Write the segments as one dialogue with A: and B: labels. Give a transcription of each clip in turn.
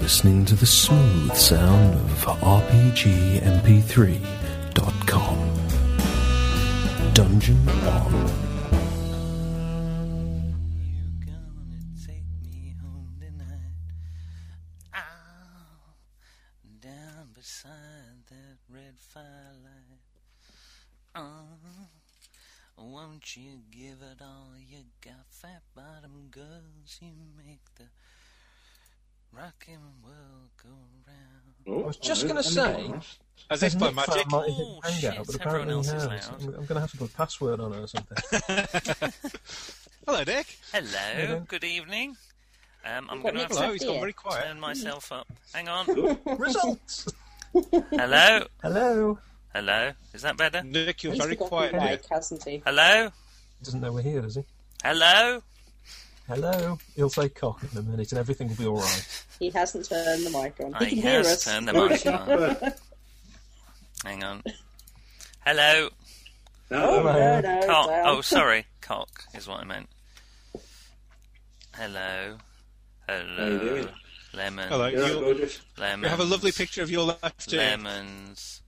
A: listening to the smooth sound of RPGMP3.com. Dungeon on.
B: You're gonna take me home tonight. Out down beside that red firelight. Oh, won't you give it all you got? Fat bottom girls, you make the rockin' world go round.
C: I was just going to say,
D: As if by
C: they've nicked
D: magic.
C: Fat Marty hidden
B: Oh,
C: hangout,
B: shit,
C: but
B: everyone
C: apparently
B: else's
C: now
B: now.
C: it's- I'm, going to have to put a password on it or something.
D: Hello, Dick.
B: Hello, good evening. Um, I'm
E: Got
B: gonna have
E: Nicola.
D: Hello,
B: to
D: he's gone
E: dear.
D: very quiet.
B: turn myself up. Hang on.
C: Results.
B: Hello?
C: Hello.
B: Hello? Is that better?
D: Nick, you're
E: He's
D: very
E: forgotten
D: quiet.
E: the
D: Nick.
E: mic, hasn't he?
B: Hello?
C: He doesn't know we're here, does he?
B: Hello?
C: Hello. He'll say cock in a minute, and everything will be all right.
E: He hasn't turned the mic on.
B: I
E: He can hear
B: has
E: us.
B: turned the mic on. Hang on. Hello.
E: Oh, no, no,
B: Cock.
E: well.
B: Oh, sorry. Cock is what I meant. Hello. Hello. Lemon.
D: Hello. You
B: Lemon.
D: you have a lovely picture of your left ear.
B: Lemons.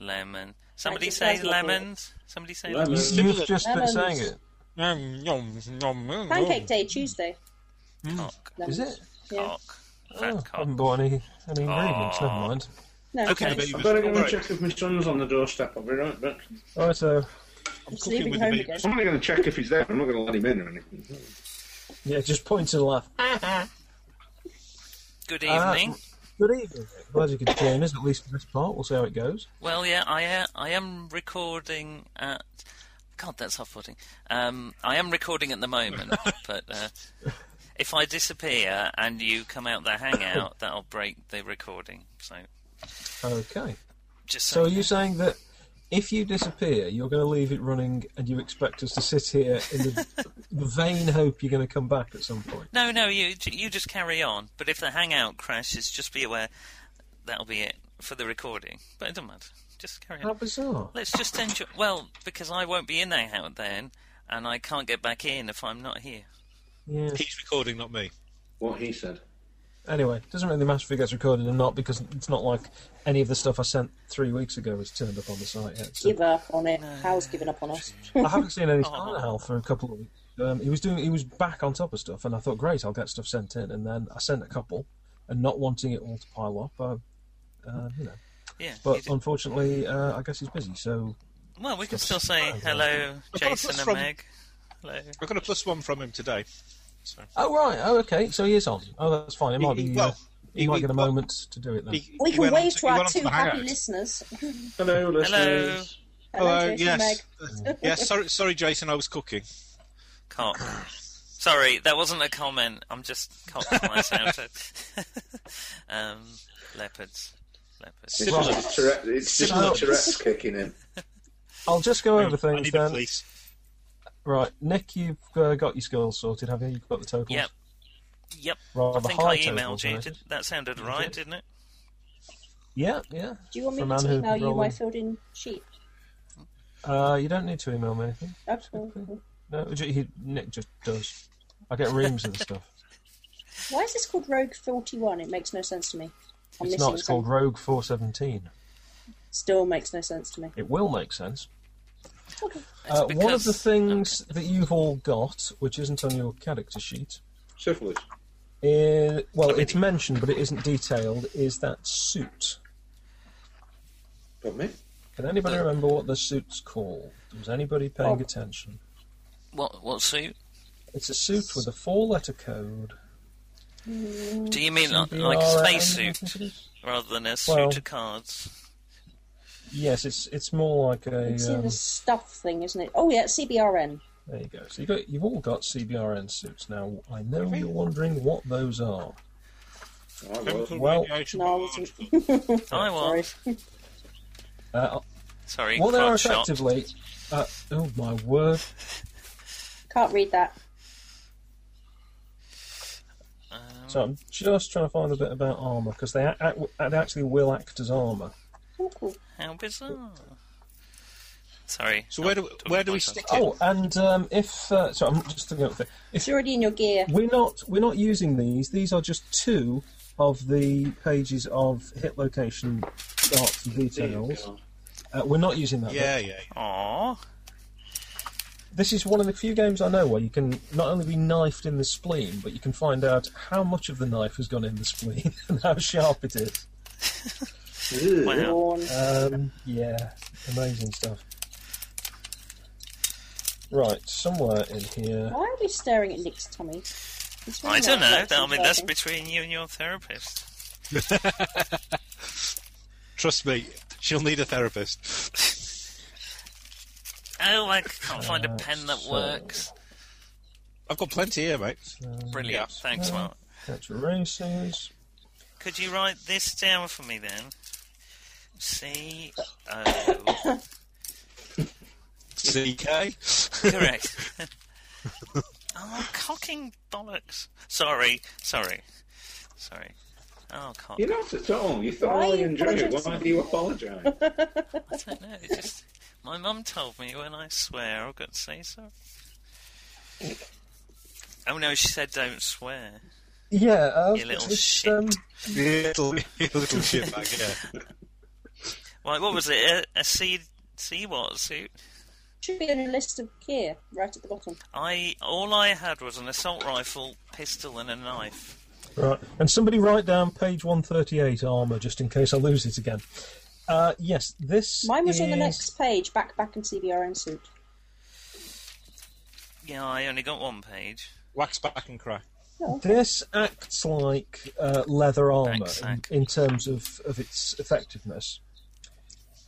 B: Lemon. Somebody
E: just
B: say
E: has lovely-
B: lemons. Somebody say
F: Lemon.
B: lemons.
C: You've just been
E: Lemons.
C: saying it.
D: Nom, nom, nom, nom.
E: Pancake Day, Tuesday.
B: Cock.
C: Is it?
E: Yeah.
B: Cock. Fat
C: Oh, haven't
D: um,
B: cock.
C: bought any, any ingredients, never
B: Aw.
C: mind.
E: No,
D: Okay, the
E: thanks.
D: baby
F: I've
D: was-
F: got to go and
D: alright,
F: check if my son's on the doorstep. I'll be right back.
C: All right, so,
D: I'm
E: He's
D: cooking
E: leaving
D: with the
E: home
D: baby.
E: again.
F: I'm only going to check if he's there. I'm not going to let him in or anything.
C: yeah, just point and laugh.
B: Good
C: Ah,
B: evening.
C: Good evening. Glad you could join us, at least for this part. We'll see how it goes.
B: Well, yeah, I uh, I am recording at. God, that's off-putting. Um, I am recording at the moment, but uh, if I disappear and you come out the hangout, that'll break the recording. So
C: Okay.
B: just
C: So are
B: so
C: you saying that if you disappear, you're going to leave it running, and you expect us to sit here in the, the vain hope you're going to come back at some point?
B: no, no, you you just carry on. But if the hangout crashes, just be aware that'll be it for the recording. But it doesn't matter. Just carry on.
C: How bizarre!
B: Let's just enjoy. Well, because I won't be in the hangout then, and I can't get back in if I'm not here.
C: Yeah.
D: He's recording, not me.
F: What he said.
C: Anyway, doesn't really matter if it gets recorded or not because it's not like any of the stuff I sent three weeks ago has turned up on the site yet. So
E: Give up on it. Hal's given up on us.
C: I haven't seen
D: Oh.
C: any
B: Aw.
C: Hal for a couple of weeks. Um, he was doing. He was back on top of stuff, and I thought, great, I'll get stuff sent in. And then I sent a couple, and not wanting it all to pile up, I, uh, you know.
B: Yeah. you
C: But
B: do.
C: unfortunately, uh, I guess he's busy. So
B: Well, we can still say hello,
D: got a
B: Jason
D: plus
B: and
D: from-
B: Meg. Hello.
D: I got a plus one from him today.
C: Oh right, oh okay, so he is on. Oh, that's fine. It might
D: He-
C: be.
D: well,
C: uh, he,
D: he-
C: might
D: he-
C: get a
D: well,
C: moment to do it then.
D: He-
E: We
D: he
E: can
D: went on
E: wave to
D: he
E: our
D: went on
E: two
D: the
E: happy
D: Hangout.
E: listeners.
F: Hello,
B: Hello,
F: listeners.
E: Hello,
D: Hello,
E: Jason,
D: yes. yeah, sorry, sorry, Jason, I was cooking.
B: cock. Sorry, that wasn't a comment. I'm just cock for my sound. um, leopards. Leopards.
F: It's
D: Well-
F: just, the Tourette, it's just the
C: Well-
F: Tourette's kicking in.
C: I'll just go over
D: Oh, I
C: things
D: need a
C: then.
D: police.
C: Right, Nick, you've uh, got your skills sorted, have you? You've got the tokens.
B: Yep. Yep.
C: Rather
B: I think
C: high
B: I emailed
C: totals,
B: you.
C: I
B: Did, that sounded right, didn't it?
C: Yeah, yeah.
E: Do you want
C: For a
E: me
C: man
E: to
C: who
E: email
C: can
E: you
C: roll
E: my
C: in.
E: filled-in sheet?
C: Uh, you don't need to email me anything.
E: Absolutely.
C: No, j- he, Nick just does. I get reams of the stuff.
E: Why is this called Rogue 41? It makes no sense to me. I'm
C: It's
E: missing
C: not. It's called
E: something.
C: Rogue Four Seventeen.
E: Still makes no sense to me.
C: It will make sense.
E: Okay.
B: It's
C: Uh, one of the
B: because-
C: things that you've all got, which isn't on your character sheet,
F: Syphilis.
C: Uh, well, it's mentioned, but it isn't detailed. Is that suit?
F: Got me?
C: Can anybody
B: Uh,
C: remember what the suit's called? Was anybody paying attention?
B: What? What suit?
C: It's a suit with a four-letter code.
B: Do you mean like, like a
C: CBRN,
B: space
C: I
B: suit
C: think it is.
B: rather than a
C: um, Well-
B: suit of cards?
C: Yes, it's it's more like a.
E: It's in
C: Um,
E: the stuff thing, isn't it? Oh, yeah, CBRN.
C: there you go. So you got you've all got CBRN suits now. I know you're wondering what those are.
F: I was.
D: Chemical
C: Well-
D: radiation.
E: No, I wasn't.
B: I
E: Sorry.
B: was.
C: Uh,
B: Sorry,
C: what they are
B: crotch shot.
C: effectively. Uh, oh my word!
E: Can't read that.
C: So I'm just trying to find a bit about armor because they, act, they actually will act as armor.
E: Oh, cool.
B: How bizarre. Sorry.
D: So where do we- where do we
B: Talking
D: stick it?
C: Oh, and um, if uh, so, I'm just thinking. Of the, if
E: It's already in your gear.
C: we're not we're not using these, these are just two of the pages of hit location dot details. Uh, we're not using that.
D: Yeah, yeah.
B: Aww.
C: This is one of the few games I know where you can not only be knifed in the spleen, but you can find out how much of the knife has gone in the spleen and how sharp it is.
F: Ew.
B: Wow.
E: Yawn.
C: Um, yeah, amazing stuff. Right, somewhere in here.
E: Why are we staring at Nick's tummy? It's really
B: I don't
E: not
B: know.
E: that
B: I mean, that's
E: exciting.
B: between you and your therapist.
D: Trust me, she'll need a therapist.
B: Oh, I can't find a
C: Uh,
B: pen that
C: so-
B: works.
D: I've got plenty here, mate.
B: Brilliant.
D: yeah.
B: Thanks, Mark.
C: That's races.
B: Could you write this down for me then? C O.
D: CK.
B: Correct. oh, cocking bollocks. Sorry, sorry, sorry. Oh, cock.
F: You're not at all. You
E: Why are
F: thoroughly
E: you
F: enjoy it. Why
E: apologising?
F: do you apologise?
B: I don't know. It's just my mum told me when I swear, I've got to say so. Oh no, she said don't swear.
C: Yeah, uh,
B: You little
C: it's,
B: shit.
C: Um,
D: little, little shit bag, yeah.
B: Right, what was it? A, a C C what suit?
E: Should be in a list of gear right at the bottom.
B: I all I had was an assault rifle, pistol, and a knife.
C: right, and somebody write down page one thirty-eight armor, just in case I lose it again. Uh, yes, this.
E: Mine was
C: is...
E: on the next page, backpack and CBRN suit.
B: Yeah, I only got one page.
D: Wax back and cry.
C: This acts like uh, leather armor
B: Acts
C: in,
B: like.
C: in terms of, of its effectiveness.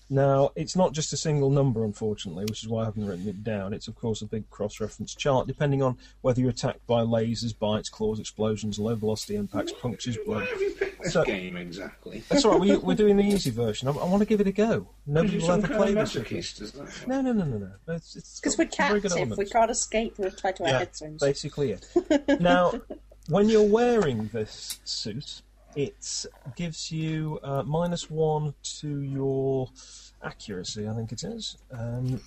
C: Now, it's not just a single number, unfortunately, which is why I haven't written it down. It's, of course, a big cross reference chart, depending on whether you're attacked by lasers, bites, claws, explosions, low velocity impacts, punctures,
F: Why
C: blood.
F: have you picked this
C: So-
F: game exactly?
C: That's all right, we, we're doing the easy version. I, I want to give it a go. Nobody
F: You're
C: will
F: some
C: ever
F: kind of
C: play this. with me.
F: masochist, is that?
C: No, no, no, no, no. It's- it's
E: Because
C: got
E: we're
C: very good
E: captive, we
C: elements.
E: can't escape. We're tied to our
D: Yeah,
E: headphones.
C: basically it. now, when you're wearing this suit, it gives you uh, minus one to your accuracy, I think it is, um,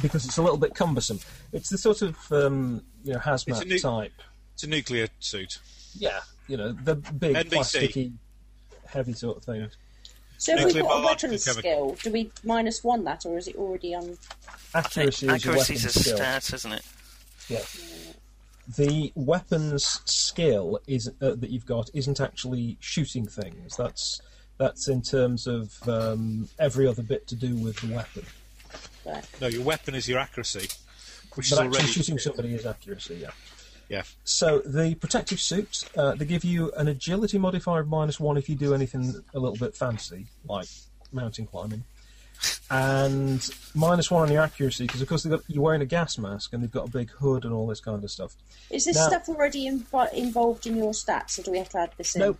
C: because it's a little bit cumbersome. It's the sort of um, you know hazmat
D: It's a new-
C: type.
D: It's a nuclear suit.
C: Yeah, you know the big
D: NBC.
C: plasticky, heavy sort of thing.
E: So if we've
D: Nuclear
E: got a
D: biological
E: weapons skill,
D: chemical.
E: do we minus one that, or is it already on?
C: Accuracy is your
B: Accuracy's
C: weapon
B: a
C: skill.
B: stat, isn't it?
C: Yeah. The weapons skill is uh, that you've got isn't actually shooting things. That's that's in terms of um, every other bit to do with the weapon.
E: Right.
D: No, your weapon is your accuracy, which is
C: But actually,
D: already
C: shooting somebody is accuracy. Yeah.
D: yeah.
C: So the protective suit uh, they give you an agility modifier of minus one if you do anything a little bit fancy, like mountain climbing, and minus one on your accuracy because of course they've got, you're wearing a gas mask and they've got a big hood and all this kind of stuff.
E: Is this
C: Now-
E: stuff already invo- involved in your stats, or do we have to add this in?
C: No,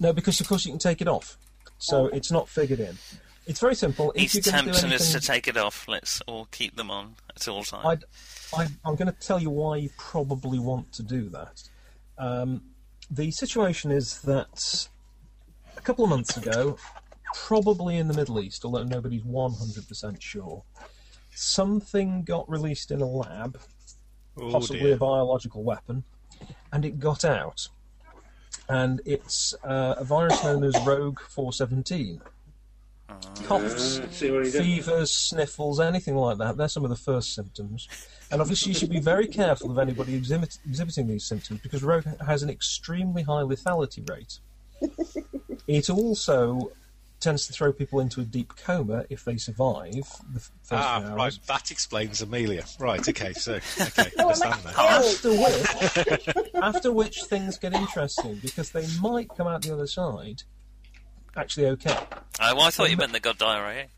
C: no, because of course you can take it off, so it's not figured in. It's very simple. If
B: He's
C: you're gonna do
B: tempting us to
C: anything-
B: take it off. Let's all keep them on at all times.
C: I'd, I, I'm going to tell you why you probably want to do that. Um, the situation is that a couple of months ago, probably in the Middle East, although nobody's 100% sure, something got released in a lab,
D: Oh,
C: possibly
D: dear.
C: a biological weapon, and it got out. And it's uh, a virus known as Rogue 417.
D: Ah.
C: Coughs,
F: Uh, see what he did?
C: fevers, sniffles, anything like that. They're some of the first symptoms. And obviously, you should be very careful of anybody exhibit- exhibiting these symptoms because rogue has an extremely high lethality rate. it also tends to throw people into a deep coma if they survive the f- first
D: Ah,
C: few
D: right.
C: hours.
D: That explains Amelia. Right. Okay. So, okay.
E: No, I'm
D: understand
E: like,
D: that.
E: oh,
C: After which, after which things get interesting because they might come out the other side actually okay.
B: Oh, well, I thought you meant they got diarrhea.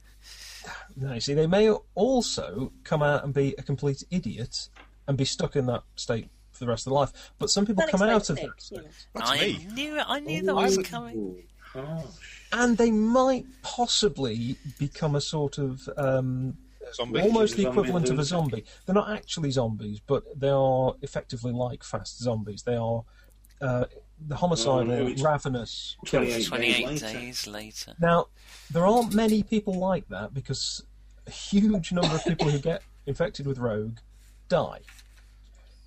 C: No, you see, they may also come out and be a complete idiot and be stuck in that state for the rest of their life. But some people
E: that
C: come out
E: explains Nick,
C: of that
E: you know.
D: That's
B: I
D: me.
B: knew it. I knew that was coming.
F: Ooh, harsh.
C: and they might possibly become a sort of um,
D: Zombie.
C: almost the
F: zombie
C: equivalent of a
F: food.
C: zombie. They're not actually zombies, but they are effectively like fast zombies. They are uh, the homicidal,
F: it's-
C: ravenous.
F: 28,
B: 28
F: days later.
B: days later.
C: Now, there aren't many people like that because a huge number of people who get infected with rogue die.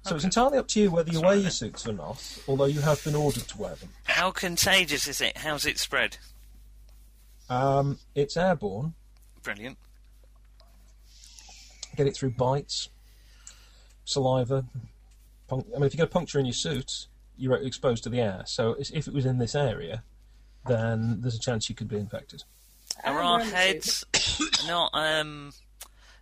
C: So it's entirely up to you whether you wear your suits or not, although you have been ordered to wear them.
B: How contagious is it? How's it spread?
C: Um, it's airborne.
B: Brilliant.
C: Get it through bites, saliva. Punct- I mean, if you get a puncture in your suit, you're exposed to the air. So it's- if it was in this area, then there's a chance you could be infected.
E: Ah,
B: Are
E: we're
B: our
E: on the
B: heads not um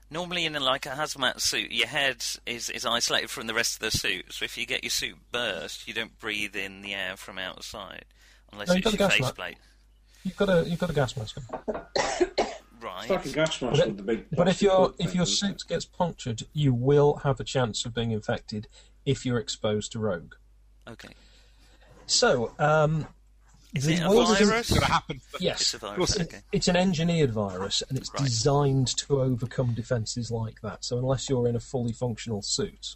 B: normally in a, like a hazmat suit your head is, is isolated from the rest of the suit so if you get your suit burst you don't breathe in the air from outside unless
C: No, you've
B: it's
C: got
B: your
C: the gas mask.
B: faceplate
C: You've got a you've got a gas mask on.
B: right
F: Fucking gas mask
C: But,
F: with the big.
C: but if
F: plastic
C: your
F: hook
C: if
F: thing,
C: your
F: isn't
C: suit gets punctured, you will have a chance of being infected if you're exposed to rogue.
B: okay
C: So, um,
B: is
C: the
B: it a
C: world is-
B: virus
D: It's going to happen.
C: Yes,
B: it's a
D: course
B: virus
D: it-
B: okay
C: It's an engineered virus, and it's
B: Right.
C: designed to overcome defences like that. So unless you're in a fully functional suit,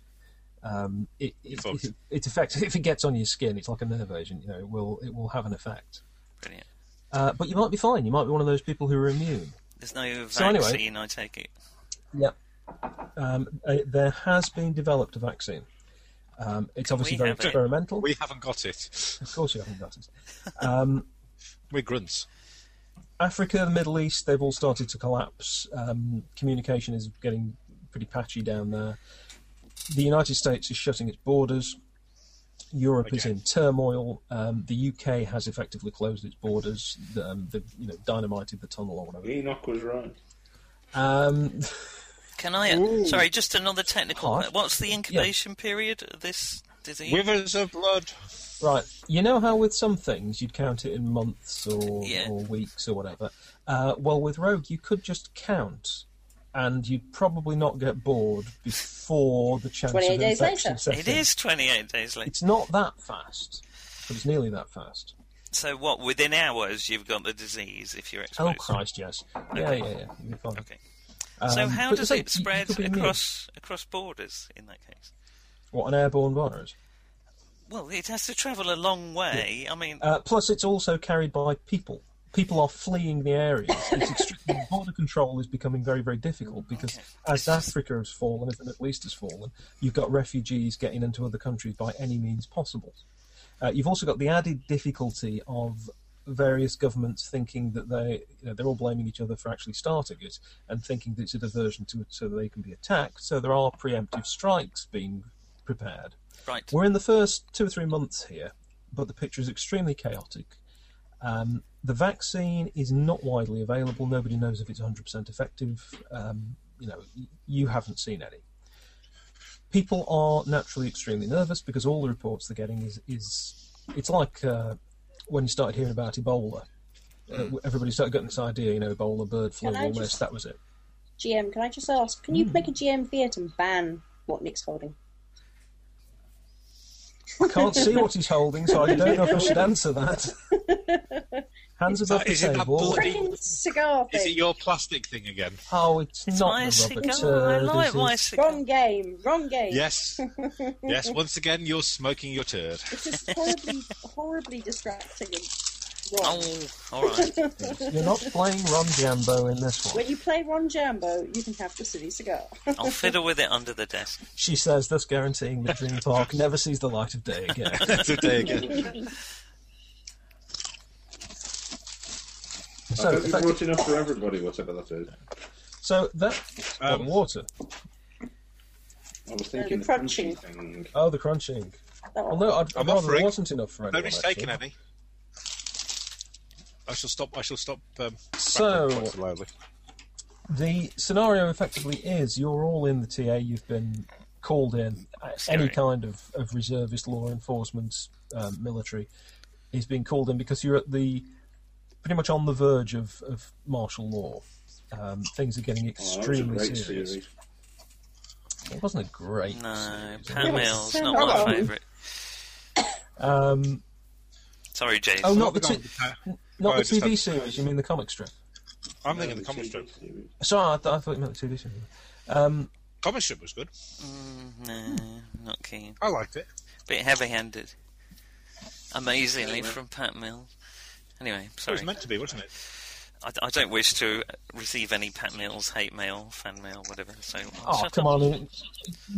C: um, it, it,
D: fucked.
C: it, it affects. If it gets on your skin, it's like a nerve agent. You know, it will it will have an effect.
B: brilliant
C: Uh, but you might be fine. You might be one of those people who are immune.
B: there's no
C: So anyway-
B: vaccine I take it
C: Yep. Um, uh, there has been developed a vaccine. Um, it's obviously
B: we
C: very
B: have it?
C: experimental.
D: We haven't got it.
C: Of course, you haven't got it.
D: We're grunts.
C: Africa, the Middle East, they've all started to collapse. Um, communication is getting pretty patchy down there. The United States is shutting its borders. Europe is
D: Okay.
C: in turmoil. Um, the UK has effectively closed its borders. Um, they've you know, dynamited the tunnel or
F: it?
C: whatever.
F: Enoch was right.
C: Um,
B: can I sorry just another technical
C: Hard.
B: what's the incubation period of this disease
D: Rivers of blood.
C: right, you know how with some things you'd count it in months or,
B: Yeah.
C: or weeks or whatever? Uh, well, with Rogue, you could just count. And you'd probably not get bored before the chance of
E: 28 days
C: infection
E: later.
C: set
B: it
C: in.
B: is 28 days later
C: It's not that fast, but it's nearly that fast.
B: so what within hours you've got the disease if you're
C: Oh
B: exposed
C: Christ, yes. Yeah, yeah, yeah. You'll be fine.
B: okay So
C: Um,
B: how
C: but
B: does
C: say,
B: it
C: you- you
B: spread
C: could be immune.
B: across across borders in that case?
C: What an airborne virus.
B: Well, it has to travel a long way. I mean,
C: Uh, plus, it's also carried by people. People are fleeing the areas. It's extremely, border control is becoming very, very difficult because as Africa has fallen, as the Middle East has fallen, you've got refugees getting into other countries by any means possible. Uh, you've also got the added difficulty of various governments thinking that they you know, they're all blaming each other for actually starting it and thinking that it's a diversion to so that they can be attacked. So there are preemptive strikes being prepared.
B: right?
C: We're in the first two or three months here, but the picture is extremely chaotic. Um, the vaccine is not widely available. Nobody knows if it's 100% effective. Um, you know, y- you haven't seen any. People are naturally extremely nervous because all the reports they're getting is is it's like uh, when you started hearing about Ebola. Uh,
D: Hmm.
C: everybody started getting this idea, you know, Ebola, bird flu,
E: Can I
C: all this.
E: just-
C: That was it.
E: GM, can I just ask? Can you make a GM Fiat and ban what Nick's holding?
C: I can't see what he's holding, so I don't know if I should answer that. Hands above
D: Is
C: the
D: it that
C: table.
D: bullet-
E: Freaking cigar
D: Is it
E: thing.
D: your plastic thing again?
C: Oh, it's,
B: It's
C: not
B: my
C: the
B: cigar.
C: Robert.
B: I
C: Turd,
B: like
C: is
B: my
C: it?
B: cigar.
E: Wrong game. Wrong game.
D: Yes. yes. Once again, you're smoking your turd.
E: It's just horribly, horribly distracting and wrong.
B: Oh, all right.
C: You're not playing Ron Jambo in this one.
E: When you play Ron Jambo, you can have the silly cigar.
B: I'll fiddle with it under the desk.
C: She says, thus guaranteeing that Dream Park never sees the light of day again.
D: Today again.
C: So,
F: I hope you
C: effective-
F: brought enough for everybody, whatever that is.
C: so that
D: Um,
C: oh, water.
F: I was thinking
E: the
F: the
E: crunching.
F: crunchy thing.
C: Oh, the crunching.
E: That
C: Well,
E: one.
C: no, I'd,
D: I'm
C: I'd rather
D: offering.
C: it wasn't enough for anyone.
D: Nobody's taken
C: actually.
D: any. I shall stop. I shall stop. Um,
C: So-
D: quite so loudly.
C: The scenario effectively is you're all in the TA. You've been called in. Uh, Any
B: Scary.
C: kind of, of reservist law enforcement, um, military, is being called in because you're at the pretty much on the verge of, of martial law. Um, things are getting
F: Oh, that was a
C: extremely
F: great
C: serious.
F: series.
C: It wasn't a great.
B: No,
C: series.
B: Pan Mills, not
E: Hello.
B: my favourite.
C: Um,
B: Sorry, Jason.
C: oh, not the
D: Hold on.
C: t-
D: Uh,
C: not
D: I
C: the
D: just
C: TV
D: had-
C: series. You mean the comic strip?
D: I'm thinking the
F: That
D: comic
F: was a
D: strip.
F: great series.
C: Sorry, I, th- I thought you meant the TV series.
D: Comic strip was good.
B: No, not keen.
D: I liked it.
B: Bit heavy-handed. Amazingly, from Pat Mills. Anyway,
D: It
B: sorry.
D: was meant to be, wasn't it?
B: I, I don't wish to receive any pat mails, hate mail, fan mail, whatever. So I'll
C: Oh,
B: shut
C: come
B: up.
C: on.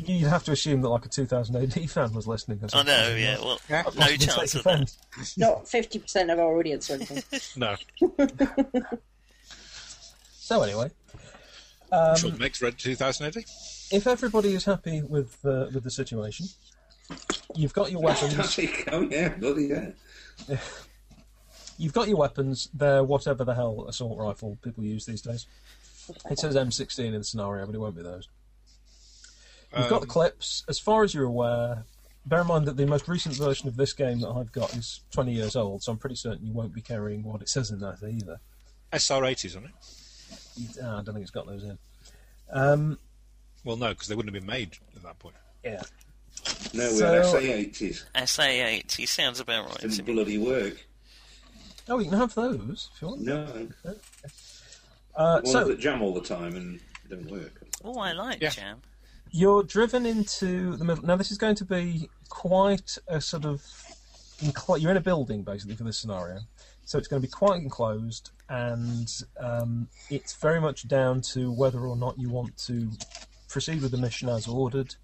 C: You'd have to assume that like a 2000 AD fan was listening. or
B: I
C: something.
B: know, yeah. Well, Oh, no
C: Possibly
B: chance
C: take
B: of that.
C: offence.
E: Not 50% of our audience or anything.
D: No.
C: So anyway,
D: Sure, next Red 2080.
C: if everybody is happy with uh, with the situation, you've got your weapons.
F: oh yeah, bloody yeah.
C: You've got your weapons. They're whatever the hell assault rifle people use these days. It says M16 in the scenario, but it won't be those. You've got
F: Um,
C: the clips. As far as you're aware, bear in mind that the most recent version of this game that I've got is 20 years old, so I'm pretty certain you won't be carrying what it says in that either.
D: SR80s on it.
C: You- ah, I don't think it's got those in.
D: Well, no, because they wouldn't have been made at that point.
C: Yeah.
F: No, we
C: So-
F: had SA eighties.
B: SA8. He sounds about right. to
F: Didn't
B: me.
F: bloody work.
C: Oh, you can have those if you want.
F: No,
C: Uh,
F: ones
C: so
F: that jam all the time and don't work.
B: Oh, I like
D: Yeah.
B: jam.
C: you're driven into the middle. Now, this is going to be quite a sort of. Enclo- you're in a building, basically, for this scenario. So it's going to be quite enclosed, and um, it's very much down to whether or not you want to proceed with the mission as ordered,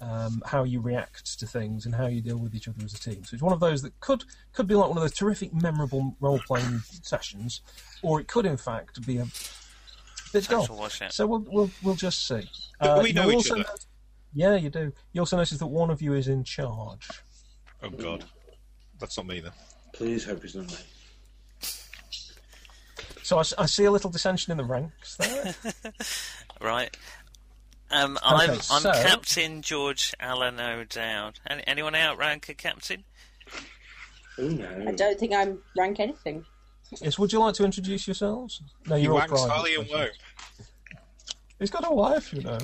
C: um, how you react to things, and how you deal with each other as a team. So it's one of those that could could be like one of those terrific, memorable role playing sessions, or it could, in fact, be a bit
B: Total
C: dull.
B: washout.
C: So we'll we'll, we'll just see.
D: But we know
C: you'll
D: each
C: Uh, also
D: other.
C: notice- yeah, you do. You also notice that one of you is in charge.
D: Oh, God. That's not me, then.
F: Please hope he's not.
C: So I, s- I see a little dissension in the ranks there.
B: Right. Um, I'm,
C: Okay,
B: I'm
C: so-
B: Captain George Alan O'Dowd. Any, anyone outrank a captain?
F: Oh no.
E: I don't think I'm rank anything.
C: yes, would you like to introduce yourselves? No, you're
D: He wanks
C: all private,
D: highly and
C: basically.
D: woe.
C: He's got a wife, you know.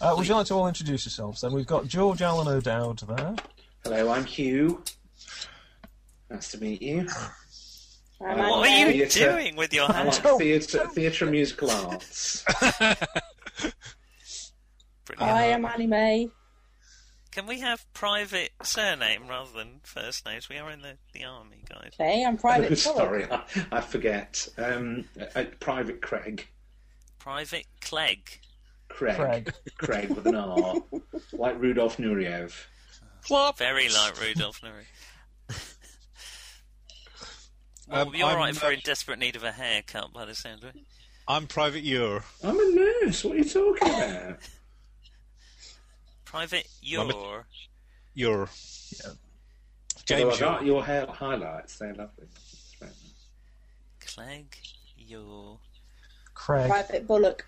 C: uh, would you like to all introduce yourselves then? We've got George Allen O'Dowd there.
F: Hello, I'm Hugh. Nice to meet you.
E: I'm
F: Oh,
B: What
E: Anne
B: are you
F: Yes, sir.
B: doing with your
F: I
B: hand?
F: like theatre, theatre and musical arts.
E: May.
B: Brilliant.
E: I am Annie May.
B: Can we have private surname rather than first names? We are in the, the army, guys.
E: Okay, I'm private.
F: Sorry, uh, I, I forget. Um, uh, Private Craig.
B: Private Clegg.
F: Craig.
C: Craig.
F: Craig with an R. like Rudolf Nureyev.
B: Very like Rudolph Nuri.
D: Um,
B: you're
D: I'm,
B: right if
D: uh,
B: we're in desperate need of a haircut by the sound of it.
D: I'm Private Ure.
F: I'm a nurse. What are you talking about?
B: Private
D: Well, but-
B: Yor.
D: Ure.
C: Yeah.
F: Although I
D: James
F: got
D: Ure.
F: your hair highlights. They're lovely.
B: Clegg Yor.
C: Craig.
E: Private Bullock.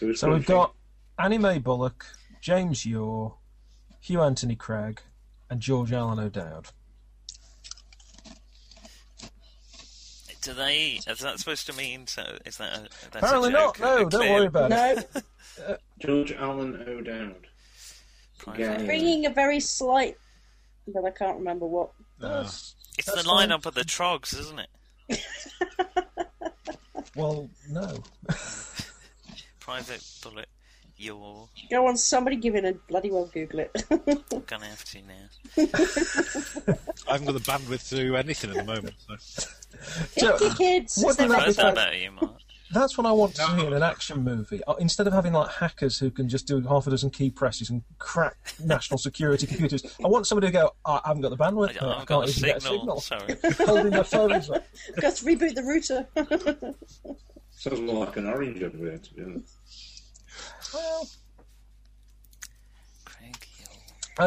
F: Who's
C: So we've
F: country?
C: got Anime Bullock, James Yore, Hugh Anthony Craig, and George Allen O'Dowd.
B: Do they? Is that supposed to mean? So is that? A, that's a
C: Apparently not.
B: joke,
C: No,
B: a
C: don't
B: clear
C: worry about it.
E: No,
F: George Allen O'Dowd.
B: private-
F: Yeah.
E: bringing a very slight. But I can't remember what.
D: Uh,
C: That's-
B: It's
C: That's
B: the
C: fine.
B: lineup of the Trogs, isn't it?
C: well, no.
B: Private Bullet. You're
E: Go on, somebody give it a bloody well Google it.
B: gonna have to now.
D: I haven't got the bandwidth to do anything at the moment. So.
E: Fifty kids.
C: What
E: is there
C: do they-
E: any
B: How's that
E: fun?
B: about you, Mark?
C: That's what I want to see in an action movie. Uh, Instead of having like hackers who can just do half a dozen key presses and crack national security computers, I want somebody to go, Oh, I I haven't got the bandwidth.
B: I,
C: for it.
B: I've got a signal.
C: signal.
B: Sorry.
C: Holding their phones up.
E: Got to reboot the router.
F: Sounds more like an orange over there, to be honest.
C: Well,
B: Craig Yor.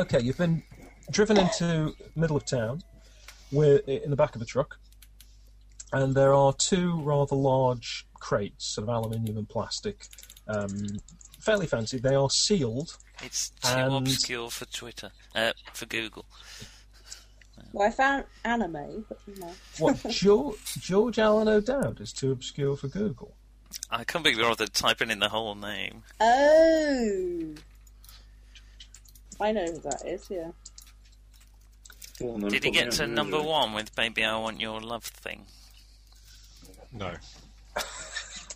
C: okay, you've been driven into middle of town where, in the back of a truck, and there are two rather large crates, sort of aluminium and plastic, um, fairly fancy. They are sealed.
B: It's too
C: And-
B: obscure for Twitter. Uh, for Google.
E: well, I found anime, but you know.
C: What George, George Allen O'Dowd is too obscure for Google.
B: I couldn't be bothered typing in the whole name.
E: Oh, I know who that is. Yeah.
F: Well, no,
B: Did he
F: put me
B: get
F: out
B: to
F: of
B: number
F: misery.
B: one with "Baby, I Want Your Love" thing?
D: No.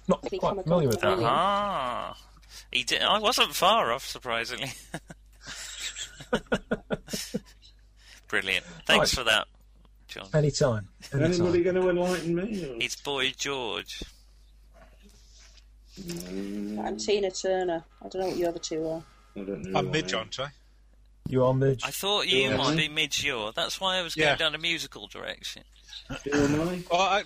C: not
E: Did he come
C: quite familiar with
E: across
C: that.
E: Really?
B: Ah, he did. I wasn't far off, surprisingly. Brilliant. Thanks
C: Right.
B: for that, John.
C: Anytime.
F: Anybody
C: Anytime.
F: going to enlighten me?
B: It's Boy George.
E: I'm Tina Turner. I don't know what the other two are.
F: Or? I don't know.
D: I'm Midge, aren't I?
C: You are Midge.
B: I thought you
F: Yeah.
B: might be Midge Ure. That's why I was going
D: Yeah.
B: down a musical direction.
F: Who am I?
D: Well, I, I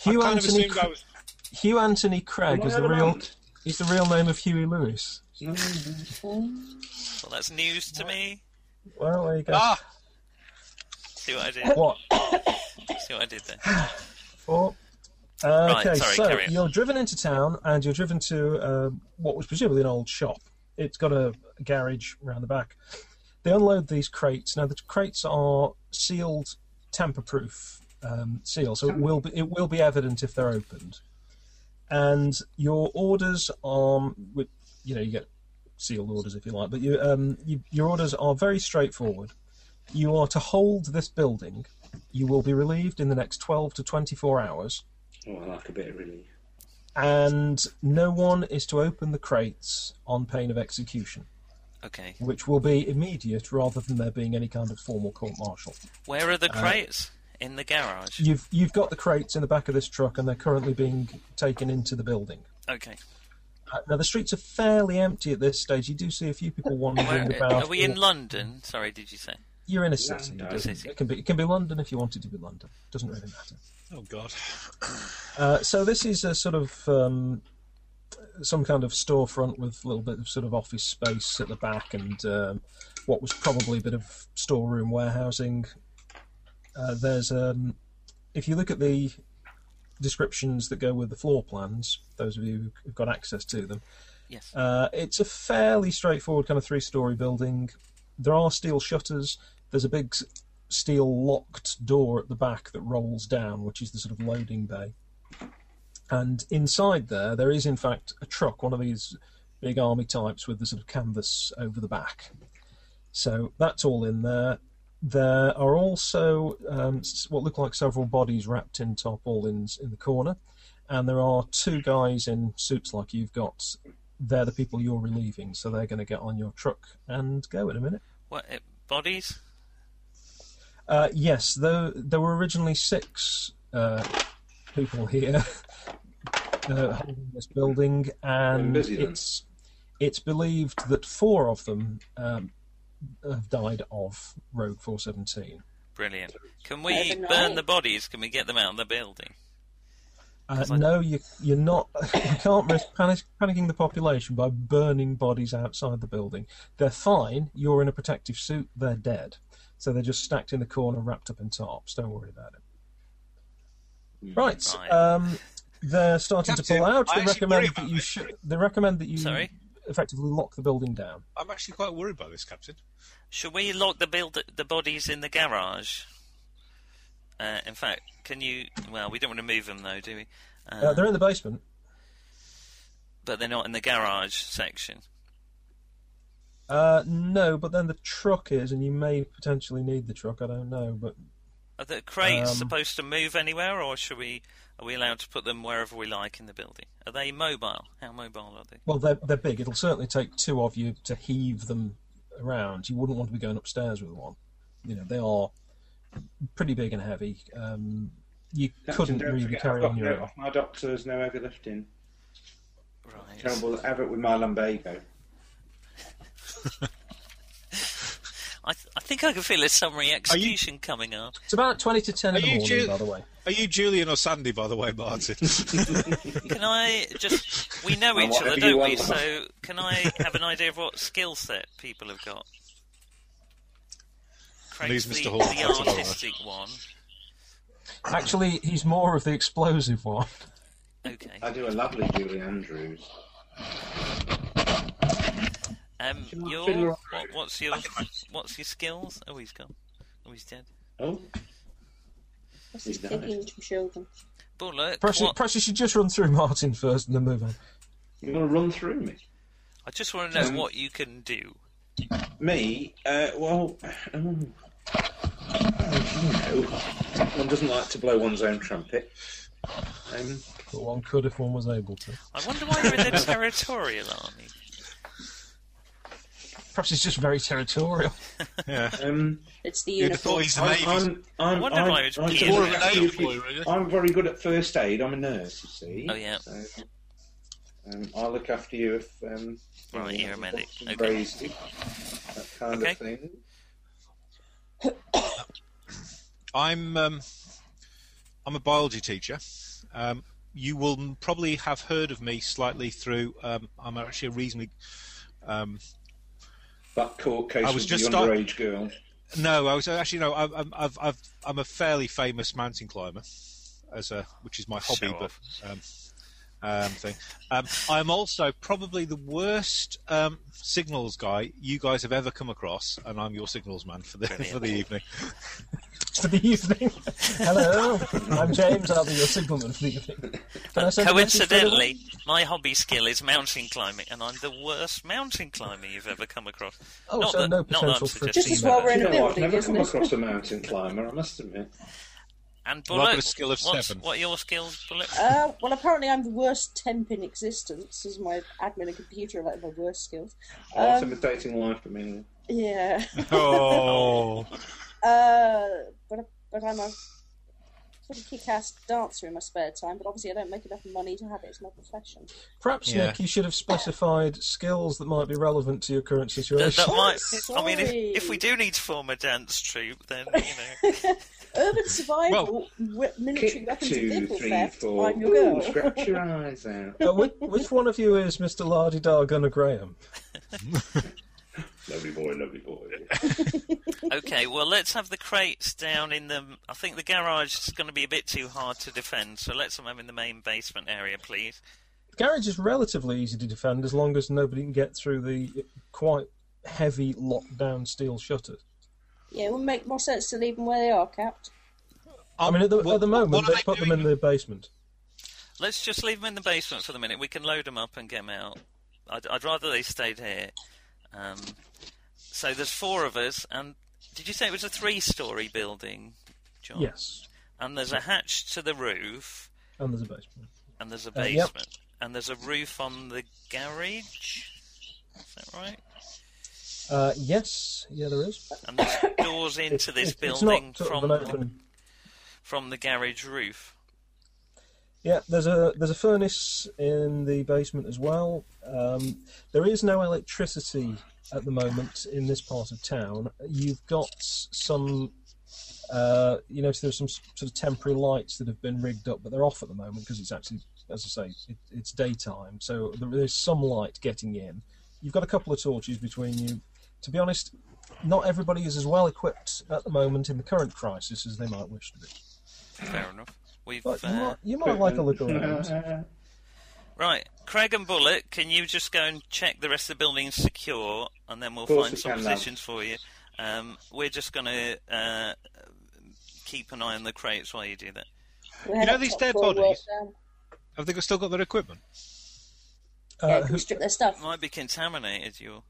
C: Hugh
D: kind of
C: Anthony,
D: assumed I was.
C: Hugh Anthony Craig
F: Am I
C: is the
F: an
C: real
F: aunt?
C: is the real name of Huey Lewis.
F: No, no.
B: Well, that's news to me.
C: Well, there you go.
D: Ah,
B: See what I did?
C: What?
B: See what I did there?
C: Four. Uh,
B: Right,
C: okay,
B: sorry,
C: so
B: carry on.
C: you're driven into town and you're driven to uh, what was presumably an old shop. It's got a garage round the back. They unload these crates. Now the crates are sealed, tamper-proof um, seal, so it will be it will be evident if they're opened. And your orders are, with- you know, you get sealed orders if you like, but you, um, you your orders are very straightforward. You are to hold this building. You will be relieved in the next 12 to 24 hours,
F: Oh, I like a bit of relief.
C: and no one is to open the crates on pain of execution,
B: Okay.
C: which will be immediate rather than there being any kind of formal court martial.
B: Where are the crates? In the garage.
C: You've, you've got the crates in the back of this truck, and they're currently being taken into the building.
B: Okay.
C: Uh, Now, the streets are fairly empty at this stage. You do see a few people
B: Where,
C: wandering about.
B: are we in
C: or-
B: London? Sorry, did you say?
C: You're in a city.
F: London?
C: It, doesn't- it can be, it can be London if you want it to be London. doesn't really matter.
D: oh God.
C: Uh, so this is a sort of um, some kind of storefront with a little bit of sort of office space at the back and um, what was probably a bit of storeroom warehousing. Uh, there's um, if you look at the descriptions that go with the floor plans, those of you who've got access to them,
B: Yes.
C: uh, it's a fairly straightforward kind of three-story building. There are steel shutters. There's a big s- steel locked door at the back that rolls down, which is the sort of loading bay. And inside there, there is in fact a truck, one of these big army types with the sort of canvas over the back. So that's all in there. There are also um, s- what look like several bodies wrapped in tarpaulins in the corner, and there are two guys in suits like you've got they're the people you're relieving, so they're going to get on your truck and go in a minute.
B: What uh, bodies?
C: Uh, yes, there, there were originally six uh, people here uh, holding this building, and
F: busy then.
C: it's it's believed that four of them um, have died of Rogue 417.
B: Brilliant. Can we
E: Overnight.
B: burn the bodies? Can we get them out of the building?
C: Uh, no, you, you're not. You can't risk panic, panicking the population by burning bodies outside the building. They're fine. You're in a protective suit. They're dead. So they're just stacked in the corner, wrapped up in tarps. Don't worry about it. Right.
B: Hmm, Right.
C: Um, they're starting to
D: Captain,
C: pull out.
D: I
C: They
D: actually worry
C: recommend
D: about
C: that you
D: this.
C: should. They recommend that you
B: Sorry?
C: effectively lock the building down.
D: I'm actually quite worried by this, Captain.
B: Should we lock the build the bodies in the garage? Uh, in fact, can you? Well, we don't want to move them though, do we? Uh,
C: Uh, they're in the basement.
B: but they're not in the garage section.
C: Uh, no, but then the truck is, and you may potentially need the truck. I don't know, but
B: Are the crates
C: Um,
B: supposed to move anywhere, or should we? Are we allowed to put them wherever we like in the building? Are they mobile? How mobile are they?
C: Well, they're, they're big. It'll certainly take two of you to heave them around. You wouldn't want to be going upstairs with one. You know, they are pretty big and heavy. Um, you
F: Captain,
C: couldn't
F: don't
C: really
F: forget,
C: carry
F: I've got
C: on your
F: no-
C: own.
F: off My doctor's no overlifting.
B: Right.
F: Terrible ever with my lumbago.
B: I, th- I think I can feel a summary execution coming up.
C: It's about 20 to 10 in
D: Are
C: the
D: you
C: morning,
D: Ju-
C: by the way.
D: Are you Julian or Sandy, by the way, Martin?
B: Can I just? We know
F: And
B: each other,
F: whatever you
B: don't we?
F: want.
B: So can I have an idea of what skill set people have got? Craig's
D: Leaves Mr.
B: the,
D: Hall
B: the
D: out of order.
B: artistic one.
C: Actually, he's more of the explosive one.
B: Okay.
C: Uh,
F: I do a lovely Julie Andrews.
B: Um,
F: Can I
B: your
F: fiddle
B: what,
F: around?
B: what's your what's your skills? Oh, he's gone. Oh, he's dead.
F: Oh,
E: This
F: He's
E: is
F: died.
E: taking to children.
B: But look,
C: Perhaps,
B: what-
C: perhaps you should just run through Martin first and then move on.
F: you're going to run through me.
B: I just want to know
C: Mm.
F: Um,
B: what you can do.
F: Me? Uh, well, um, you know, one doesn't like to blow one's own trumpet. Um,
C: But one could if one was able to.
B: I wonder why you're in the territorial army.
C: Perhaps he's just very territorial.
D: Yeah.
F: Um,
E: It's the
D: You'd have
E: uniform.
D: thought he's the
F: I'm,
D: Navy.
F: I'm, I'm,
B: I wonder
F: I'm,
B: why it's
F: I'm,
B: peeing
F: more
B: in
F: of
D: that
F: a Navy
D: boy,
F: boy,
D: really.
F: I'm very good at first aid. I'm a nurse, you see.
B: Oh, yeah.
F: So, um, I'll look after you if. Um,
B: Right,
F: you know,
B: you're a medic.
F: if
B: Okay.
F: I'm crazy, That kind
B: Okay.
F: of thing.
D: I'm um, I'm a biology teacher. Um, you will m- probably have heard of me slightly through. Um, I'm actually a reasonably. Um,
F: That court case
D: I was
F: with
D: just
F: the
D: start-
F: underage girl.
D: no, I was actually no. I, I'm I've, I've, I'm a fairly famous mountain climber, as a which is my hobby,
B: Show
D: but
B: off.
D: um, um, thing. Um, I'm also probably the worst um, signals guy you guys have ever come across, and I'm your signals man for the for the evening.
C: for the evening. Hello, I'm James. I'll be your signalman for the evening. Can I send a message for anyone?
B: Coincidentally, my hobby skill is mountain climbing, and I'm the worst mountain climber you've ever come across.
C: Oh,
B: not
C: so
B: that,
C: no
B: not that I'm
C: potential for
B: suggesting
E: Just as
B: that.
E: well we're
F: You
E: in a
F: know what? I've
E: building,
F: never
E: isn't
F: come
E: it?
F: across a mountain climber, I must admit.
B: And
D: Well, I've got
B: Bullet,
D: a skill of
B: what's-
D: seven.
B: what are your skills, Bullet?
E: Uh, well, apparently I'm the worst temp in existence, as my admin and computer are like my worst skills.
F: Art
E: Um,
F: imitating life, I mean.
E: Yeah.
D: Oh,
E: Uh, but but I'm a sort of kick-ass dancer in my spare time. But obviously, I don't make enough money to have it as my profession.
C: Perhaps
D: Yeah.
C: Nick, you should have specified skills that might be relevant to your current
B: That,
C: situation.
B: that might, I mean, if,
E: sorry.
B: if we do need to form a dance troupe, then, you know,
E: Urban survival, wi- military
F: Kick
E: weapons, and
F: two,
E: vehicle
F: three,
E: theft.
F: four.
E: I'm your
F: Ooh,
E: girl.
F: Oh, scratch your eyes out.
C: Uh, which, which one of you is Mr. Lardy Dar Gunner Graham?
F: Lovely boy, lovely boy.
B: okay, well, let's have the crates down in the. I think the garage is going to be a bit too hard to defend, so let's have them in the main basement area, please.
C: The garage is relatively easy to defend as long as nobody can get through the quite heavy lockdown steel shutters.
E: Yeah, it would make more sense to leave them where they are, capped.
C: I mean, at the,
D: What-
C: at the
D: what
C: moment,
D: are
C: they
D: they
C: put them
D: doing?
C: in the basement.
B: Let's just leave them in the basement for the minute. We can load them up and get them out. I'd, I'd rather they stayed here. Um, so there's four of us, and did you say it was a three-story building, John?
C: Yes,
B: And there's a hatch to the roof,
C: and there's a basement.
B: and there's a
C: Uh, yep.
B: basement, and there's a roof on the garage. Is that right?
C: Uh, yes, yeah, there is.
B: And there's doors into this
C: It's- it's
B: building
C: not sort of
B: from
C: an open-
B: from the garage roof.
C: Yeah, there's a there's a furnace in the basement as well. Um, there is no electricity at the moment in this part of town. You've got some, uh, you know, there's some s- sort of temporary lights that have been rigged up, but they're off at the moment because it's actually, as I say, it, it's daytime, so there is some light getting in. You've got a couple of torches between you. To be honest, not everybody is as well equipped at the moment in the current crisis as they might wish to be.
B: Fair enough. We've
C: But you
B: uh,
C: might, you might like a look around.
B: right. Craig and Bullet, can you just go and check the rest of the building secure, and then we'll
F: course
B: find
F: we
B: some
F: can, lad.
B: positions for you. Um, we're just going to uh, keep an eye on the crates while you do that.
E: We'll head
D: know
E: up
D: these
E: top
D: dead
E: floor,
D: bodies?
E: walk down.
D: have they got- still got their equipment?
E: Yeah,
C: Uh,
E: can we strip their stuff?
B: Might be contaminated. You.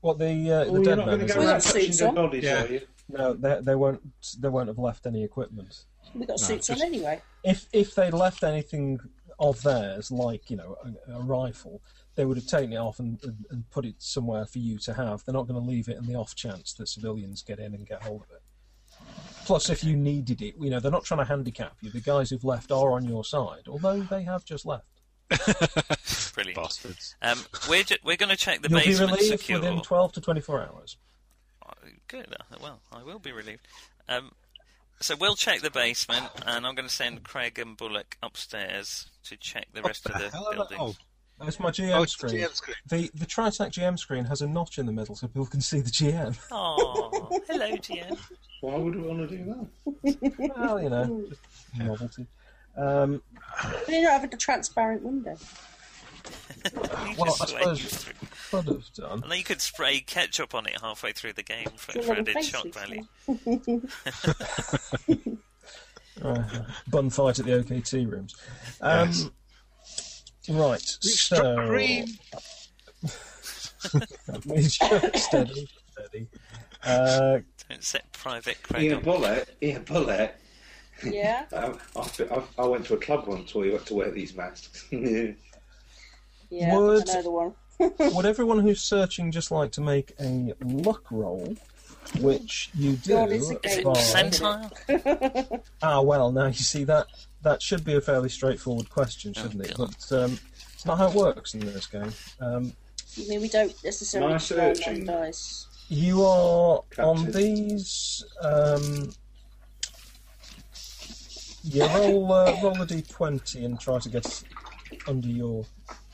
C: What the
F: Oh,
C: uh, the
F: you're
C: dead
F: not
C: man?
F: going to
C: Is
F: go
E: We
C: it?
E: got
F: around touching
E: suits
F: dead
E: on.
F: bodies,
D: Yeah.
F: are you?
C: No, they, they won't. They won't have left any equipment.
E: We got suits on anyway.
C: If if they left anything of theirs, like you know a, a rifle, they would have taken it off and, and, and put it somewhere for you to have. They're not going to leave it in the off chance that civilians get in and get hold of it. Plus, if you needed it, you know they're not trying to handicap you. The guys who've left are on your side, although they have just left.
B: Brilliant.
D: Bastards.
B: Um, we're ju- we're going to check the
C: You'll be
B: basement
C: relieved
B: secure.
C: within twelve to twenty-four hours.
B: Good. uh, Well, I will be relieved. Um, so we'll check the basement, and I'm going to send Craig and Bullock upstairs to check the rest of the buildings.
D: Oh,
C: That's my GM
D: oh, it's the
C: screen.
D: GM screen.
C: The the Tritech GM screen has a notch in the middle so people can see the GM.
B: Oh, hello, dear.
F: Why would we want to do that?
C: well, you know, just novelty. Um,
E: We don't have a transparent window.
B: You
C: well, I
B: just swayed you
C: suppose
B: through.
C: could have done.
B: And then you could spray ketchup on it halfway through the game for,
E: You'll
B: for
E: have a
B: added
E: face
B: shock
E: suit on.
B: value.
C: Uh, bun fight at the OKT rooms. Um,
D: Yes.
C: Right, so
D: green.
C: He's just steady, steady. Uh,
B: Don't set Private Craig
F: Ian
B: up.
F: Bullet, Ian Bullet. Um,
E: Yeah.
F: I, I, I
B: Oh,
F: went to a club once where you had to wear these masks.
E: Yeah,
C: Would-
E: another one.
C: Would everyone who's searching just like to make a luck roll, which you do?
E: God, it's a
B: Is it
E: Right.
B: percentile?
C: Ah, well, now you see that that should be a fairly straightforward question, shouldn't it?
B: God.
C: But um, it's not how it works in this game. Um,
E: You mean we don't necessarily
F: My
E: roll on
F: searching.
E: dice?
C: you are on
F: Captain.
C: these. Um, yeah, roll uh, roll a d20 and try to get under your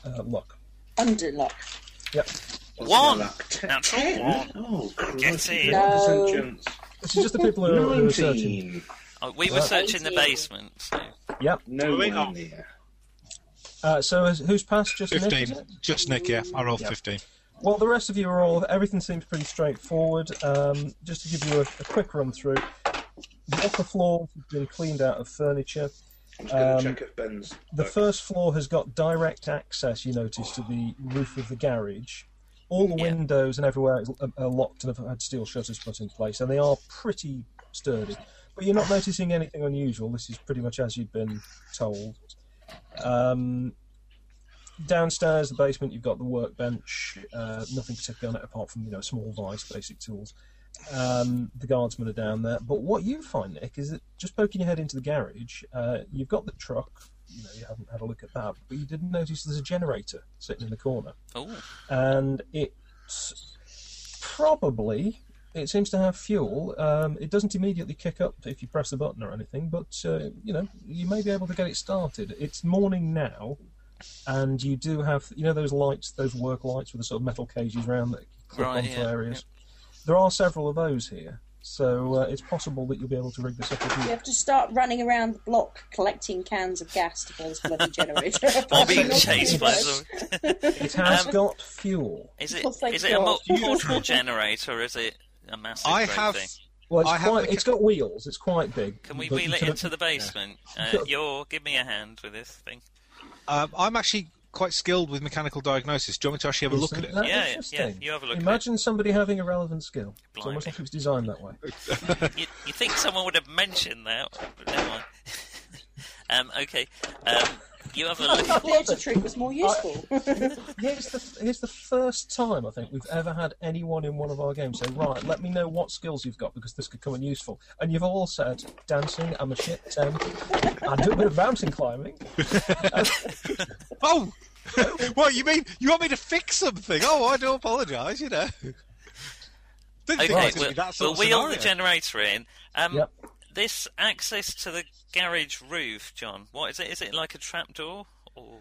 C: uh, luck.
E: Under luck.
C: Yep.
F: What's
B: One.
F: my luck? Ten.
B: That's all one.
F: Oh,
B: Get
F: crikey.
B: in.
F: What
E: No.
F: percent chance?
C: This is just the people who are, who are searching.
F: Nineteen.
B: Oh, we were
C: Well-
B: searching the
E: Eighteen.
B: basement. So.
C: Yep.
F: No
D: Wait,
F: one
D: oh.
F: there.
C: Uh, so is- who's passed? Just Nick, is
D: Fifteen.
C: it?
D: Just Nick. Yeah, I rolled
C: Yeah.
D: fifteen.
C: Well, the rest of you are all. Everything seems pretty straightforward. Um, just to give you a, a quick run through, the upper floor has been cleaned out of furniture.
F: I'm just going
C: Um,
F: to check if Ben's.
C: The
F: back.
C: first floor has got direct access, you notice, to the roof of the garage. All the
B: Yeah.
C: windows and everywhere is- are- are locked and have had steel shutters put in place, and they are pretty sturdy. But you're not noticing anything unusual. This is pretty much as you've been told. Um, downstairs, the basement, you've got the workbench. Uh, nothing particular on it apart from you know a small vice, basic tools. Um, the guardsmen are down there. But what you find, Nick, is that just poking your head into the garage, uh, you've got the truck. You know, you haven't had a look at that, but you didn't notice there's a generator sitting in the corner,
B: Oh,
C: and it's probably it seems to have fuel. Um, it doesn't immediately kick up if you press the button or anything, but uh, you know you may be able to get it started. It's morning now, and you do have you know those lights, those work lights with the sort of metal cages around that clip
B: Right,
C: onto
B: yeah,
C: areas. There are several of those here, so uh, it's possible that you'll be able to rig this up. If
E: You
C: you...
E: have to start running around the block collecting cans of gas to blow this bloody generator.
B: or being chased by some.
C: It has
B: Um,
C: got fuel.
B: Is it?
E: Oh, thank
B: Is it a mo-
D: God.
B: portable generator? or Is it a massive?
D: I
B: great
D: have.
B: Thing?
C: Well, it's
D: I have
C: quite,
D: the
C: it's got wheels. It's quite big.
B: Can we
C: but
B: wheel
C: you
B: it
C: can-
B: into the basement? Uh,
C: Sure.
B: Yor, give me a hand with this thing.
D: Um, I'm actually quite skilled with mechanical diagnosis. Do you want me to actually have a look at
C: Isn't
D: it?
C: that
B: Yeah, yeah,
C: interesting?
B: yeah, you have a look at it.
C: Imagine somebody having a relevant skill. It's
B: Blimey.
C: almost like it was designed that way.
B: You, you think someone would have mentioned that? But never mind. um, okay. Um, you have a look.
E: theatre troupe was more useful.
C: Uh, Here's the here's the first time I think we've ever had anyone in one of our games say, "Right, let me know what skills you've got because this could come in useful." And you've all said, "Dancing, I'm a shit ten. I do a bit of mountain climbing."
D: Oh, what you mean? You want me to fix something? Oh, I do apologise. You know. Didn't think it
B: Okay,
D: was gonna
B: we'll,
D: be that
B: we'll
D: sort
B: wheel
D: of
B: the
D: scenario.
B: generator in. Um,
C: Yep.
B: This access to the garage roof, John. What is it? Is it like a trapdoor? Or